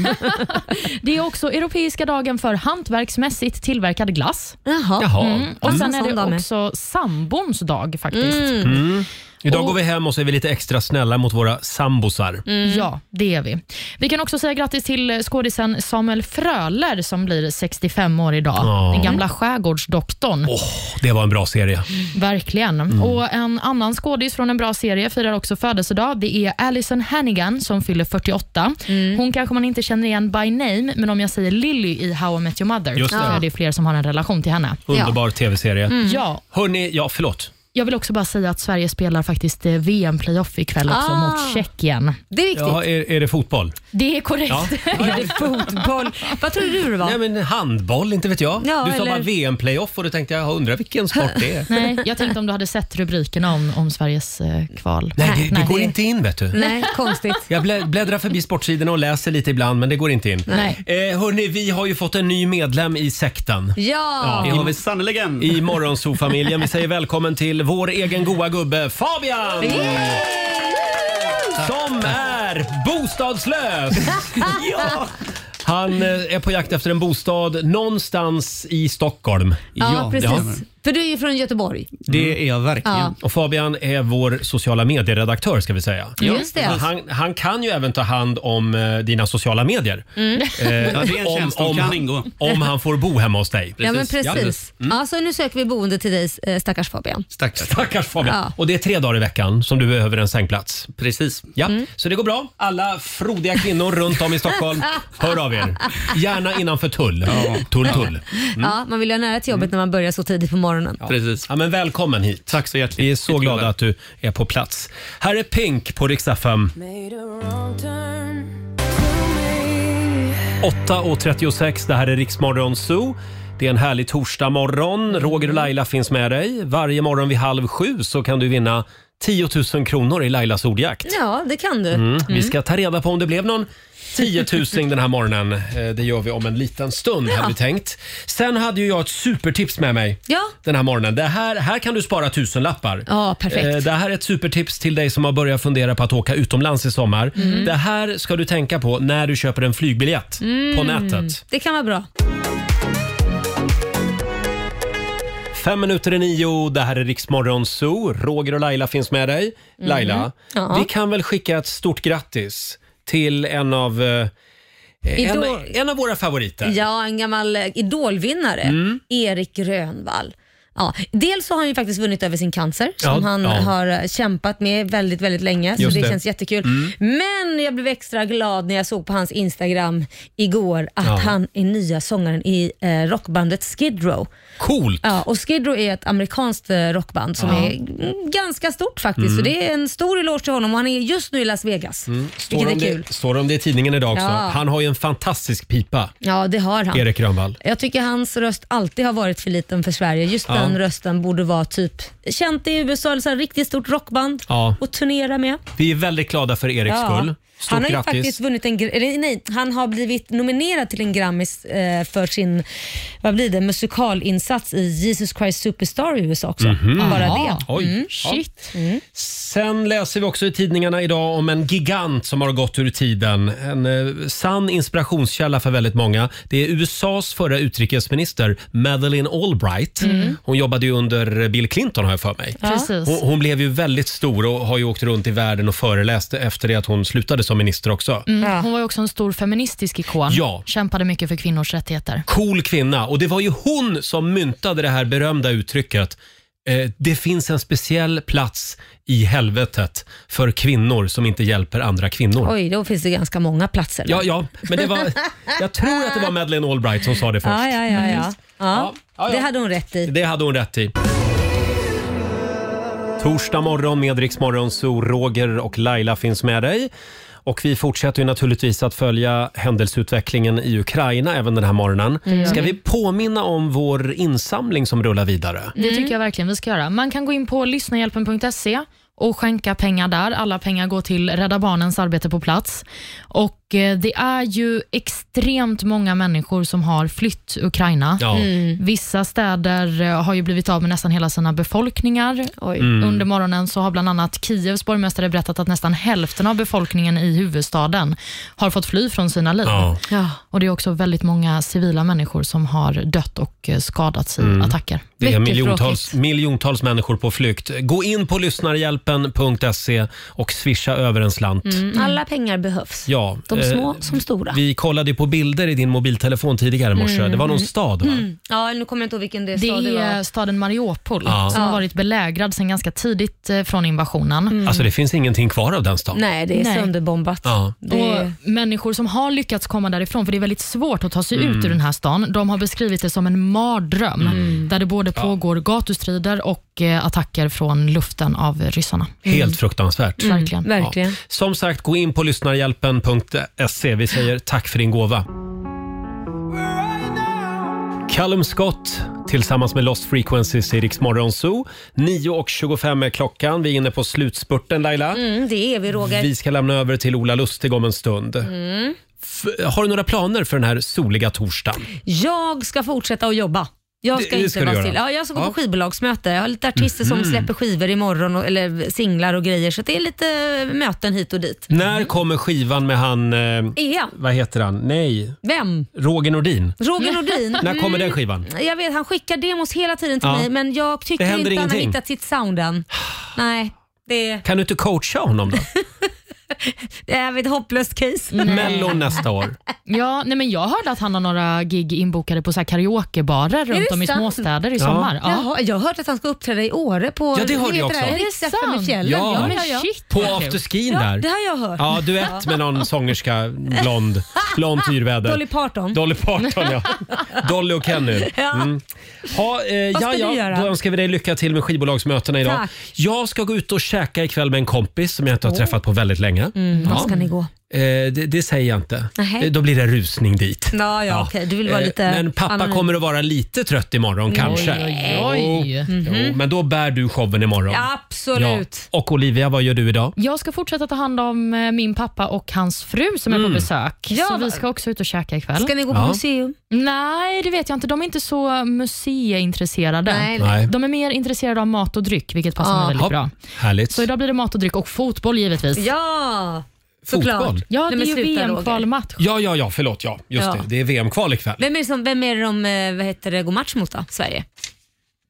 Speaker 7: det är också europeiska dagen för hantverksmässigt tillverkad glass.
Speaker 3: Jaha.
Speaker 1: Jaha.
Speaker 7: Mm. Och
Speaker 1: Mm.
Speaker 7: sen är
Speaker 1: Sån dag med.
Speaker 7: det också sambons dag faktiskt.
Speaker 1: Mm. Idag
Speaker 7: Och-
Speaker 1: går vi hem och så är vi lite extra snälla mot våra sambosar.
Speaker 7: Mm. Ja, det är vi. Vi kan också säga grattis till eh, skådisen Samuel Fröler som blir 65 år idag.
Speaker 1: Ja.
Speaker 7: Den gamla skärgårdsdoktorn.
Speaker 1: Det var en bra serie.
Speaker 7: Verkligen.
Speaker 1: Mm.
Speaker 7: Och En annan skådis från en bra serie firar också födelsedag. Det är Alison Hannigan som fyller 48. Hon kanske man inte känner igen by name, men om jag säger Lily i How I Met Your Mother
Speaker 1: Just
Speaker 7: så tror
Speaker 1: det. Mm.
Speaker 7: jag det är fler som har en relation till henne.
Speaker 1: Underbar tv-serie.
Speaker 7: Mm. Ja.
Speaker 1: Hörni, ja förlåt.
Speaker 7: Jag vill också bara säga att Sverige spelar faktiskt eh, VM-playoff ikväll också
Speaker 1: Ah.
Speaker 7: mot Tjeckien.
Speaker 3: Det är
Speaker 1: Ja, är, är det fotboll?
Speaker 7: Det är korrekt. (laughs)
Speaker 1: Ja.
Speaker 3: Är (laughs) det fotboll? Vad tror du det var?
Speaker 1: Nej men handboll, inte vet jag.
Speaker 7: Ja,
Speaker 1: du sa
Speaker 7: eller-
Speaker 1: bara VM-playoff och då tänkte jag, jag undrar vilken sport det är.
Speaker 7: (laughs) Nej, jag tänkte om du hade sett rubrikerna om, om Sveriges eh, kval.
Speaker 1: Nej, det, det går inte in vet du.
Speaker 3: Nej, konstigt.
Speaker 1: Jag blä- bläddrar förbi sportsidorna och läser lite ibland men det går inte in.
Speaker 7: Nej.
Speaker 1: Eh, hörni, vi har ju fått en ny medlem i sekten.
Speaker 3: Ja!
Speaker 23: Det har vi
Speaker 1: sannerligen. I Morgonzoo-familjen. Vi säger välkommen till vår egen goa gubbe Fabian!
Speaker 3: Mm.
Speaker 1: Som är bostadslös!
Speaker 24: ja.
Speaker 1: Han eh, är på jakt efter en bostad någonstans i Stockholm.
Speaker 3: Ja, precis. För du är ju från Göteborg.
Speaker 1: Det är jag verkligen.
Speaker 3: Ja.
Speaker 1: Och Fabian är vår sociala medieredaktör ska vi säga.
Speaker 3: Ja. Just det.
Speaker 1: Han, han kan ju även ta hand om eh, dina sociala medier.
Speaker 3: Mm.
Speaker 1: Eh,
Speaker 23: Ja, det är en tjänst som kan ingå.
Speaker 1: Om han får bo hemma hos dig.
Speaker 3: Ja, men precis. Ja, så nu söker vi boende till dig, eh, stackars Fabian.
Speaker 1: Stackars, Stackars Fabian.
Speaker 3: Ja.
Speaker 1: Och det är tre dagar i veckan som du behöver en sängplats. Precis. Ja, så det går bra. Alla frodiga kvinnor runt om i Stockholm, hör av er. Gärna innanför tull. Tull, tull. Mm.
Speaker 3: Ja, man vill ju ha nära till jobbet när man börjar så tidigt på morgonen.
Speaker 1: Precis. Ja, men välkommen hit. Tack så hjärtligt. Vi är så glada att du är på plats. Här är Pink på riksdag 5. 8.36, det här är Riksmorgon Zoo. Det är en härlig torsdagmorgon. Roger och Laila finns med dig. Varje morgon vid halv sju så kan du vinna 10 000 kronor i Lailas ordjakt.
Speaker 3: Ja, det kan du.
Speaker 1: Mm. Vi ska ta reda på om det blev någon 10 000 den här morgonen. Eh, Det gör vi om en liten stund,
Speaker 3: Ja.
Speaker 1: hade vi tänkt. Sen hade ju jag ett supertips med mig
Speaker 3: Ja.
Speaker 1: den här morgonen. Det här, här kan du spara tusenlappar.
Speaker 3: Ja, perfekt.
Speaker 1: Eh, Det här är ett supertips till dig som har börjat fundera på att åka utomlands i sommar.
Speaker 3: Mm.
Speaker 1: Det här ska du tänka på när du köper en flygbiljett på
Speaker 3: Mm.
Speaker 1: nätet.
Speaker 3: Det kan vara bra.
Speaker 1: Fem minuter i nio, det här är Riksmorgon Zoo. Roger och Laila finns med dig.
Speaker 24: Mm.
Speaker 1: Laila,
Speaker 24: Ja.
Speaker 1: vi kan väl skicka ett stort grattis till en av, eh, en,
Speaker 3: Idol.
Speaker 1: en av våra favoriter.
Speaker 3: Ja, en gammal eh, idolvinnare.
Speaker 1: Mm.
Speaker 3: Erik Rönvall. Ja, dels så har han ju faktiskt vunnit över sin cancer som
Speaker 24: Ja,
Speaker 3: han
Speaker 24: ja.
Speaker 3: har eh, kämpat med väldigt, väldigt länge. Så
Speaker 24: Just
Speaker 3: det,
Speaker 24: det.
Speaker 3: känns jättekul.
Speaker 24: Mm.
Speaker 3: Men jag blev extra glad när jag såg på hans Instagram igår att
Speaker 24: Ja.
Speaker 3: han är nya sångaren i eh, rockbandet Skid Row.
Speaker 1: Coolt!
Speaker 3: Ja, och Skid Row är ett amerikanskt eh, rockband som
Speaker 1: Ja.
Speaker 3: är mm, ganska stort faktiskt.
Speaker 1: Mm.
Speaker 3: Så det är en stor eloge till honom och han är just nu i Las Vegas.
Speaker 1: Mm. Står,
Speaker 3: Vilket
Speaker 1: om
Speaker 3: är kul.
Speaker 1: det, står om det i tidningen idag också.
Speaker 3: Ja.
Speaker 1: Han har ju en fantastisk pipa,
Speaker 3: Ja, det har han.
Speaker 1: Erik Rönnvall.
Speaker 3: Jag tycker hans röst alltid har varit för liten för Sverige. Just
Speaker 1: Ja.
Speaker 3: den rösten borde vara typ känt i USA, eller så här riktigt stort rockband
Speaker 1: Ja.
Speaker 3: och turnera med.
Speaker 1: Vi är väldigt glada för Eriks
Speaker 3: Ja.
Speaker 1: skull. Stort
Speaker 3: han har ju
Speaker 1: grattis.
Speaker 3: faktiskt vunnit en, gr- eller nej, han har blivit nominerad till en Grammis eh, för sin, vad blir det, musikalinsats i Jesus Christ Superstar i USA också.
Speaker 1: Mhm.
Speaker 3: Bara
Speaker 1: Jaha.
Speaker 3: det.
Speaker 1: Oj.
Speaker 3: Mm.
Speaker 1: Shit.
Speaker 3: Mm.
Speaker 1: Sen läser vi också i tidningarna idag om en gigant som har gått ur tiden. En eh, sann inspirationskälla för väldigt många. Det är USAs förra utrikesminister Madeleine Albright.
Speaker 7: Mm.
Speaker 1: Hon jobbade ju under Bill Clinton har jag för mig.
Speaker 7: Ja. Precis.
Speaker 1: Hon, hon blev ju väldigt stor och har ju åkt runt i världen och föreläst efter det att hon slutade som minister också.
Speaker 7: Mm. Hon var ju också en stor feministisk ikon.
Speaker 1: Ja.
Speaker 7: Kämpade mycket för kvinnors rättigheter.
Speaker 1: Cool kvinna och det var ju hon som myntade det här berömda uttrycket eh, det finns en speciell plats i helvetet för kvinnor som inte hjälper andra kvinnor.
Speaker 13: Oj, då finns det ganska många platser.
Speaker 1: Ja, ja, men det var, jag tror att det var Madeleine Albright som sa det först.
Speaker 13: Ja, ja, ja,
Speaker 3: Mm.
Speaker 13: ja. ja.
Speaker 1: ja. Mm.
Speaker 13: Det hade hon rätt i.
Speaker 1: Det hade hon rätt i. Torsdag morgon med Rix Morgon, så Roger och Laila finns med dig. Och vi fortsätter ju naturligtvis att följa händelseutvecklingen i Ukraina även den här morgonen.
Speaker 7: Mm.
Speaker 1: Ska vi påminna om vår insamling som rullar vidare?
Speaker 7: Det tycker jag verkligen vi ska göra. Man kan gå in på lyssnahjälpen.se och skänka pengar där. Alla pengar går till Rädda Barnens arbete på plats. Och eh, Det är ju extremt många människor som har flytt Ukraina.
Speaker 2: Ja. Mm.
Speaker 7: Vissa städer eh, har ju blivit av med nästan hela sina befolkningar.
Speaker 2: Mm.
Speaker 7: Under morgonen så har bland annat Kievs borgmästare berättat att nästan hälften av befolkningen i huvudstaden har fått fly från sina liv.
Speaker 1: Ja.
Speaker 7: Och Det är också väldigt många civila människor som har dött och eh, skadats i
Speaker 1: Mm.
Speaker 7: attacker.
Speaker 1: Det är miljontals, miljontals människor på flykt. Gå in på lyssnarhjälpen.se och swisha över en slant.
Speaker 3: Mm, alla pengar behövs.
Speaker 1: Ja,
Speaker 3: De små
Speaker 1: eh,
Speaker 3: som stora.
Speaker 1: Vi kollade ju på bilder i din mobiltelefon tidigare i morse.
Speaker 7: Mm.
Speaker 1: Det var någon stad va?
Speaker 3: Mm. Ja, nu kommer jag inte ihåg vilken det,
Speaker 7: Det
Speaker 3: stad det
Speaker 7: är
Speaker 3: var.
Speaker 7: staden Mariupol
Speaker 1: Ja.
Speaker 7: som
Speaker 1: Ja.
Speaker 7: har varit belägrad sedan ganska tidigt eh, från invasionen.
Speaker 3: Mm.
Speaker 1: Alltså det finns ingenting kvar av den staden.
Speaker 3: Nej, det är sönderbombat.
Speaker 1: Ja.
Speaker 7: Och människor som har lyckats komma därifrån, för det är väldigt svårt att ta sig
Speaker 1: Mm. Mm.
Speaker 7: ut ur den här stan, de har beskrivit det som en mardröm där det både
Speaker 1: Ja.
Speaker 7: pågår gatustrider och eh, attacker från luften av ryssarna.
Speaker 1: Helt fruktansvärt.
Speaker 7: Mm, verkligen. verkligen.
Speaker 1: Ja. Som sagt, gå in på lyssnarhjälpen.se. Vi säger tack för din gåva. Callum Scott tillsammans med Lost Frequencies i Rix Morgon Zoo. 9.25 är klockan. Vi är inne på slutspurten Laila.
Speaker 3: Mm, det är vi Roger.
Speaker 1: Vi ska lämna över till Ola Lustig om en stund.
Speaker 3: Mm.
Speaker 1: F- har du några planer för den här soliga torsdagen?
Speaker 3: Jag ska fortsätta att jobba. Jag
Speaker 1: Det-
Speaker 3: ska
Speaker 1: det
Speaker 3: inte
Speaker 1: ska du
Speaker 3: vara
Speaker 1: göra.
Speaker 3: still. Ja, jag ska gå
Speaker 1: Ja.
Speaker 3: på skivbolagsmöte. Jag har lite artister
Speaker 1: Mhm.
Speaker 3: som släpper skivor imorgon, och, eller singlar och grejer. Så det är lite möten hit och dit.
Speaker 1: När kommer skivan med han... Eh,
Speaker 3: Ea.
Speaker 1: Vad heter han? Nej.
Speaker 3: Vem?
Speaker 1: Roger Nordin.
Speaker 3: Roger Nordin.
Speaker 1: När kommer
Speaker 3: Mm.
Speaker 1: den skivan?
Speaker 3: Jag vet, han skickar demos hela tiden till
Speaker 1: Ja.
Speaker 3: mig men jag
Speaker 1: Det
Speaker 3: tycker inte
Speaker 1: händer
Speaker 3: han har
Speaker 1: ingenting.
Speaker 3: hittat sitt sound än. Nej, det är,
Speaker 1: Kan du inte coacha honom då?
Speaker 3: det är ett hopplöst case.
Speaker 1: Mellon nästa år.
Speaker 7: Ja, nej men jag hörde att han har några gig inbokade på så här karaokebarer
Speaker 3: Är
Speaker 7: runt
Speaker 3: det
Speaker 7: om i
Speaker 3: sant?
Speaker 7: småstäder i sommar. Ja.
Speaker 3: Jaha, jag har hört att han ska uppträda i Åre på
Speaker 1: Ja, det hörde
Speaker 3: heter
Speaker 1: jag också.
Speaker 3: här?
Speaker 1: Är det
Speaker 3: Riksdagen i
Speaker 7: sant?
Speaker 3: fjällen.
Speaker 1: Ja.
Speaker 3: Ja,
Speaker 1: Men
Speaker 3: ja, ja.
Speaker 1: shit, På vad kul. afterskin där.
Speaker 3: Ja, det har jag hört.
Speaker 1: Ja, duett med någon sångerska, blond, blont hyrväder.
Speaker 3: Dolly Parton.
Speaker 1: Dolly Parton, ja. Dolly och Kenny.
Speaker 3: Ja.
Speaker 1: Mm. Ha, eh,
Speaker 3: Vad
Speaker 1: ja,
Speaker 3: ska du
Speaker 1: ja,
Speaker 3: göra?
Speaker 1: då önskar vi dig lycka till med skivbolagsmötena idag.
Speaker 3: Tack.
Speaker 1: Jag ska gå ut och käka ikväll med en kompis som jag inte har
Speaker 3: Åh.
Speaker 1: träffat på väldigt länge.
Speaker 3: Mm,
Speaker 1: Ja.
Speaker 3: Var ska ni gå?
Speaker 1: Eh, det, det säger jag inte.
Speaker 3: Nähä.
Speaker 1: Eh, Då blir det rusning dit.
Speaker 3: Ja, ja,
Speaker 1: Ja.
Speaker 3: okej. Du vill vara
Speaker 1: Eh,
Speaker 3: lite
Speaker 1: Men pappa
Speaker 3: anonym.
Speaker 1: kommer att vara lite trött imorgon
Speaker 3: Oj,
Speaker 1: kanske.
Speaker 3: oj, oj.
Speaker 1: Jo,
Speaker 3: Mhm.
Speaker 1: jo, men då bär du showen imorgon.
Speaker 7: Absolut.
Speaker 1: Ja. Och Olivia, vad gör du idag?
Speaker 7: Jag ska fortsätta ta hand om eh, min pappa och hans fru som är
Speaker 1: Mm.
Speaker 7: på besök.
Speaker 3: Ja,
Speaker 7: så
Speaker 3: va-
Speaker 7: vi ska också ut och käka ikväll.
Speaker 3: Ska ni gå på Ja. museum?
Speaker 7: Nej, det vet jag inte. De är inte så museiintresserade.
Speaker 3: Nej, nej. Nej.
Speaker 7: De är mer intresserade av mat och dryck, vilket passar mig
Speaker 3: Ja.
Speaker 7: väldigt bra.
Speaker 1: Härligt.
Speaker 7: Så idag blir det mat och dryck och fotboll givetvis.
Speaker 3: Ja,
Speaker 1: Fotboll?
Speaker 3: såklart.
Speaker 7: Ja,
Speaker 3: Nej,
Speaker 7: det
Speaker 3: men
Speaker 7: är ju
Speaker 3: sluta, Roger.
Speaker 7: VM-kvalmatch.
Speaker 1: Ja, ja, ja, förlåt. Ja, just
Speaker 3: Ja.
Speaker 1: det. Det är VM-kval ikväll.
Speaker 3: Vem är det, som, vem är det de eh, vad heter det, går match mot då? Sverige?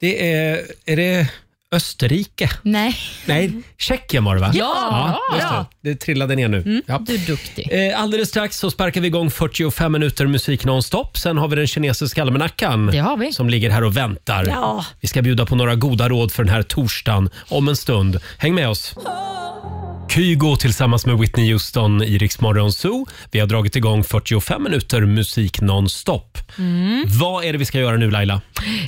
Speaker 1: Det är, är det Österrike?
Speaker 7: Nej.
Speaker 1: Nej, Tjeckien var det va?
Speaker 7: Ja!
Speaker 1: just
Speaker 7: Ja.
Speaker 1: det. det trillade ner nu. Ja.
Speaker 7: Du är duktig.
Speaker 1: Eh, Alldeles strax så sparkar vi igång 45 minuter musik nonstop. Sen har vi den kinesiska almanackan som ligger här och väntar.
Speaker 2: Ja.
Speaker 1: Vi ska bjuda på några goda råd för den här torsdagen om en stund. Häng med oss! Kygo tillsammans med Whitney Houston i Rix Morgon Zoo. Vi har dragit igång 45 minuter musik nonstop.
Speaker 3: Mm.
Speaker 1: Vad är det vi ska göra nu Laila?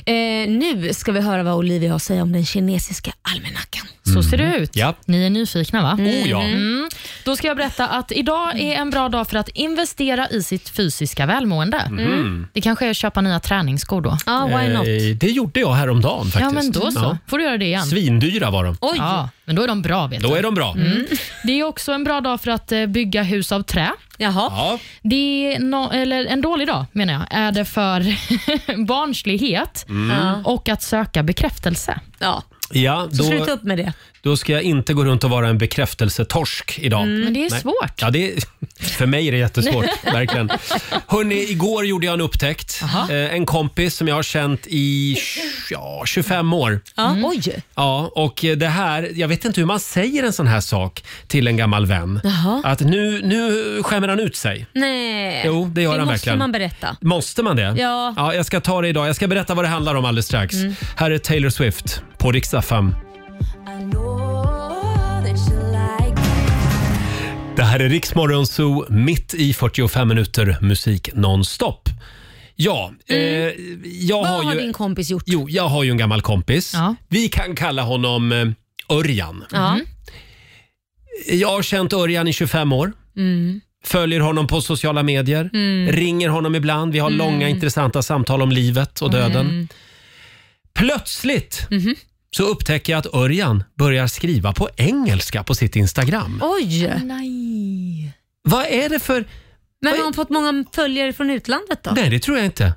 Speaker 3: Eh, nu ska vi höra vad Olivia har att säga om den kinesiska almanackan.
Speaker 7: Så ser det ut.
Speaker 1: Ja.
Speaker 7: Ni är nyfikna va?
Speaker 1: Oh, ja.
Speaker 7: Mm. Då ska jag berätta att idag är en bra dag för att investera i sitt fysiska välmående.
Speaker 1: Mm.
Speaker 7: Det kanske är att köpa nya träningsskor då.
Speaker 3: Ja,
Speaker 1: Eh, Det gjorde jag häromdagen faktiskt.
Speaker 7: Ja, men då så.
Speaker 1: Ja.
Speaker 7: Får du göra det igen.
Speaker 1: Svindyra var de.
Speaker 7: Ja, men då är de bra vet
Speaker 1: Då
Speaker 7: du.
Speaker 1: är de bra.
Speaker 7: Mm. Det är också en bra dag för att eh, bygga hus av trä.
Speaker 3: Jaha.
Speaker 1: Ja.
Speaker 7: Det är no- eller en dålig dag menar jag, är det för (laughs) barnslighet
Speaker 1: Mm. Ja.
Speaker 7: och att söka bekräftelse.
Speaker 3: Ja.
Speaker 1: Ja, då,
Speaker 3: med det.
Speaker 1: Då ska jag inte gå runt och vara en bekräftelsetorsk idag.
Speaker 7: Mm, men det är
Speaker 1: Nej.
Speaker 7: svårt.
Speaker 1: Ja, det är, (laughs) för mig är det
Speaker 3: (laughs)
Speaker 1: jättesvårt, verkligen. Hörrni, igår gjorde jag en upptäckt.
Speaker 7: Aha.
Speaker 1: Eh, en kompis som jag har känt i ja, 25 år.
Speaker 3: Ja, Oj.
Speaker 1: Ja, och eh, det här, jag vet inte hur man säger en sån här sak till en gammal vän.
Speaker 3: Jaha.
Speaker 1: Att nu, nu skämmer han ut sig.
Speaker 3: Nej.
Speaker 1: Jo, det gör
Speaker 3: det
Speaker 1: han
Speaker 3: måste
Speaker 1: verkligen.
Speaker 3: man berätta.
Speaker 1: Måste man det?
Speaker 3: Ja.
Speaker 1: ja. Jag ska ta det idag. Jag ska berätta vad det handlar om alldeles strax.
Speaker 3: Mm.
Speaker 1: Här är Taylor Swift på riksdag 5. Det här är Riksmorgon Zoo, mitt i 45 minuter musik nonstop. Ja, eh, jag
Speaker 3: Mm. Vad
Speaker 1: har
Speaker 3: har
Speaker 1: ju... Mhm.
Speaker 3: din kompis gjort?
Speaker 1: Jo, jag har ju en gammal kompis. Vi kan kalla honom eh, Örjan.
Speaker 3: Ja.
Speaker 1: Jag har känt Örjan i 25 år.
Speaker 3: Mm.
Speaker 1: Följer honom på sociala medier,
Speaker 3: Mm.
Speaker 1: ringer honom ibland. Vi har
Speaker 7: Mm.
Speaker 1: långa intressanta samtal om livet och döden. Plötsligt
Speaker 7: Mm-hmm.
Speaker 1: så upptäcker jag att Örjan börjar skriva på engelska på sitt Instagram.
Speaker 3: Oj.
Speaker 1: Vad är det för...
Speaker 3: Men har han fått många följare från utlandet då?
Speaker 1: Nej, det tror jag inte.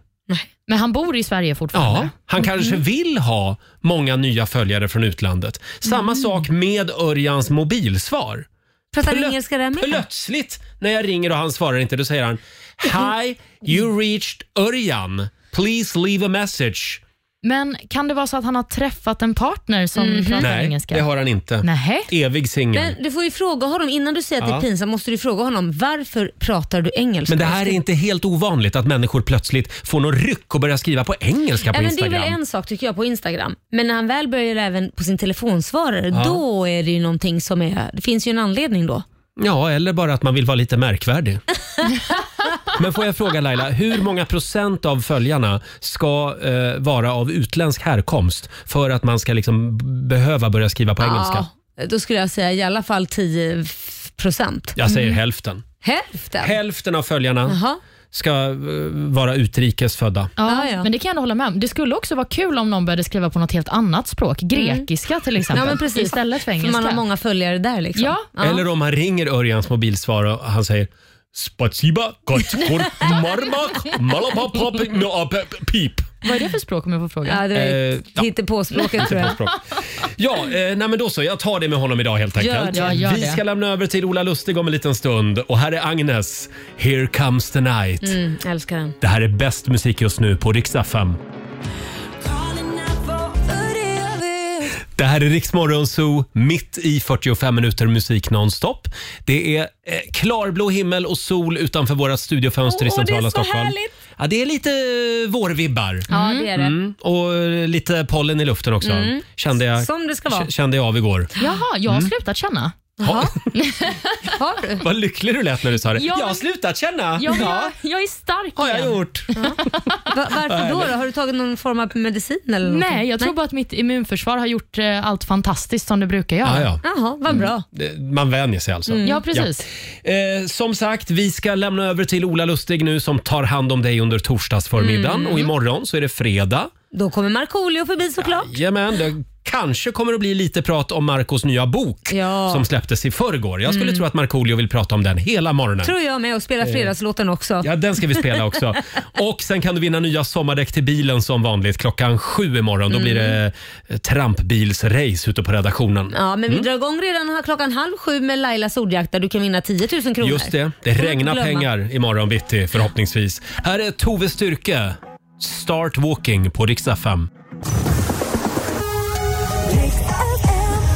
Speaker 7: Men han bor i Sverige
Speaker 1: Ja,
Speaker 7: fortfarande?
Speaker 1: han kanske
Speaker 7: Mm.
Speaker 1: vill ha många nya följare från utlandet.
Speaker 7: Mm.
Speaker 1: Samma sak med Örjans mobilsvar.
Speaker 3: Pratar
Speaker 1: Plö-
Speaker 3: engelska där med?
Speaker 1: Plötsligt när jag ringer och han svarar inte, då säger han “Hi, you reached Örjan. Please leave a message”.
Speaker 7: Men kan det vara så att han har träffat en partner som pratar
Speaker 1: Nej,
Speaker 7: engelska?
Speaker 1: det har han inte.
Speaker 7: Nähä.
Speaker 1: Evig singel.
Speaker 3: Men du får ju fråga honom, innan du säger att
Speaker 1: Ja.
Speaker 3: det är pinsamt, måste du fråga honom varför pratar du engelska?
Speaker 1: Men det här är inte helt ovanligt att människor plötsligt får någon ryck och börjar skriva på engelska
Speaker 3: Ja,
Speaker 1: på
Speaker 3: men det är
Speaker 1: Instagram.
Speaker 3: väl en sak tycker jag på Instagram. Men när han väl börjar göra även på sin telefonsvarare,
Speaker 1: Ja.
Speaker 3: då är det ju någonting som är... Det finns ju en anledning då.
Speaker 1: Ja, eller bara att man vill vara lite märkvärdig.
Speaker 3: (laughs)
Speaker 1: Men får jag fråga Laila, hur många procent av följarna ska eh, vara av utländsk härkomst för att man ska liksom b- behöva börja skriva på engelska?
Speaker 3: Ja, då skulle jag säga i alla fall 10 f- procent.
Speaker 1: Jag säger
Speaker 3: Mm.
Speaker 1: hälften.
Speaker 3: Hälften?
Speaker 1: Hälften av följarna
Speaker 3: Jaha.
Speaker 1: ska eh, vara utrikes födda.
Speaker 3: Ah,
Speaker 7: Ja, men det kan jag ändå hålla med om. Det skulle också vara kul om någon började skriva på något helt annat språk. Grekiska till exempel.
Speaker 3: Mm. Ja, men precis.
Speaker 7: Istället för
Speaker 3: För man
Speaker 7: engelska.
Speaker 3: har många följare där liksom.
Speaker 7: Ja.
Speaker 1: Eller om han ringer Örjans mobilsvar och han säger Spatsiba, gottkor, marmak, malapapap, no, ap- pip.
Speaker 7: Vad är det för språk om jag får fråga?
Speaker 3: Ja, det är
Speaker 1: Eh, ja.
Speaker 3: hittepåspråket tror
Speaker 1: (laughs)
Speaker 3: jag.
Speaker 1: Hittepåspråk. Ja, eh, nej men då så. Jag tar det med honom idag helt
Speaker 3: Gör
Speaker 1: enkelt.
Speaker 3: det, ja, gör
Speaker 1: Vi
Speaker 3: det.
Speaker 1: ska lämna över till Ola Lustig om en liten stund. Och här är Agnes. Here comes the night.
Speaker 3: Mm, jag älskar den.
Speaker 1: Det här är bäst musik just nu på Rix FM. Det här är Riksmorgon Zoo, mitt i 45 minuter musik nonstop. Det är eh, klarblå himmel och sol utanför våra studiofönster i
Speaker 3: Åh, det är
Speaker 1: centrala
Speaker 3: så
Speaker 1: Stockholm.
Speaker 3: härligt.
Speaker 1: Ja, det är lite eh, vårvibbar.
Speaker 3: Ja, det är det.
Speaker 1: Och eh, lite pollen i luften också.
Speaker 7: Mm.
Speaker 1: Kände jag,
Speaker 7: Som det ska vara.
Speaker 1: k- Kände jag av igår.
Speaker 7: Jaha, jag har
Speaker 1: Mm.
Speaker 7: slutat känna.
Speaker 1: Jaha. (laughs)
Speaker 7: har du?
Speaker 1: Vad lycklig du lät när du sa det.
Speaker 7: Ja,
Speaker 1: jag har
Speaker 7: men-
Speaker 1: slutat känna.
Speaker 7: Ja, men jag, jag är stark Har
Speaker 1: jag gjort?
Speaker 3: Va- Varför då, då? Har du tagit någon form av medicin eller någonting?
Speaker 7: Nej, jag tror bara att mitt immunförsvar har gjort eh, allt fantastiskt som det brukar göra.
Speaker 1: Ah, ja.
Speaker 3: Jaha, vad bra.
Speaker 1: Det- Man vänjer sig alltså.
Speaker 7: Mm. Ja, precis.
Speaker 1: Ja. Eh, som sagt, vi ska lämna över till Ola Lustig nu som tar hand om dig under torsdagsförmiddagen.
Speaker 3: Mm.
Speaker 1: Och imorgon så är det fredag.
Speaker 3: Då kommer Markoolio förbi såklart.
Speaker 1: Jajamän, det kanske kommer att bli lite prat om Marcos nya bok
Speaker 3: Ja.
Speaker 1: som släpptes i förrgår. Jag skulle
Speaker 3: Mm.
Speaker 1: tro att Markoolio vill prata om den hela morgonen.
Speaker 3: Tror jag med och spela
Speaker 1: Eh.
Speaker 3: fredagslåten också.
Speaker 1: Ja, den ska vi spela
Speaker 3: (laughs)
Speaker 1: också. Och sen kan du vinna nya sommardäck till bilen som vanligt klockan sju imorgon. Då
Speaker 3: Mm.
Speaker 1: blir det eh, trampbilsrace ute på redaktionen.
Speaker 3: Ja, men vi
Speaker 1: Mm.
Speaker 3: drar igång redan här klockan halv sju med Lailas ordjakt där du kan vinna 10 000 kronor.
Speaker 1: Just det, det
Speaker 3: Får man
Speaker 1: regnar
Speaker 3: inte glömma.
Speaker 1: pengar imorgon bitti förhoppningsvis. Här är Tove Styrke, Start Walking på riksdag 5.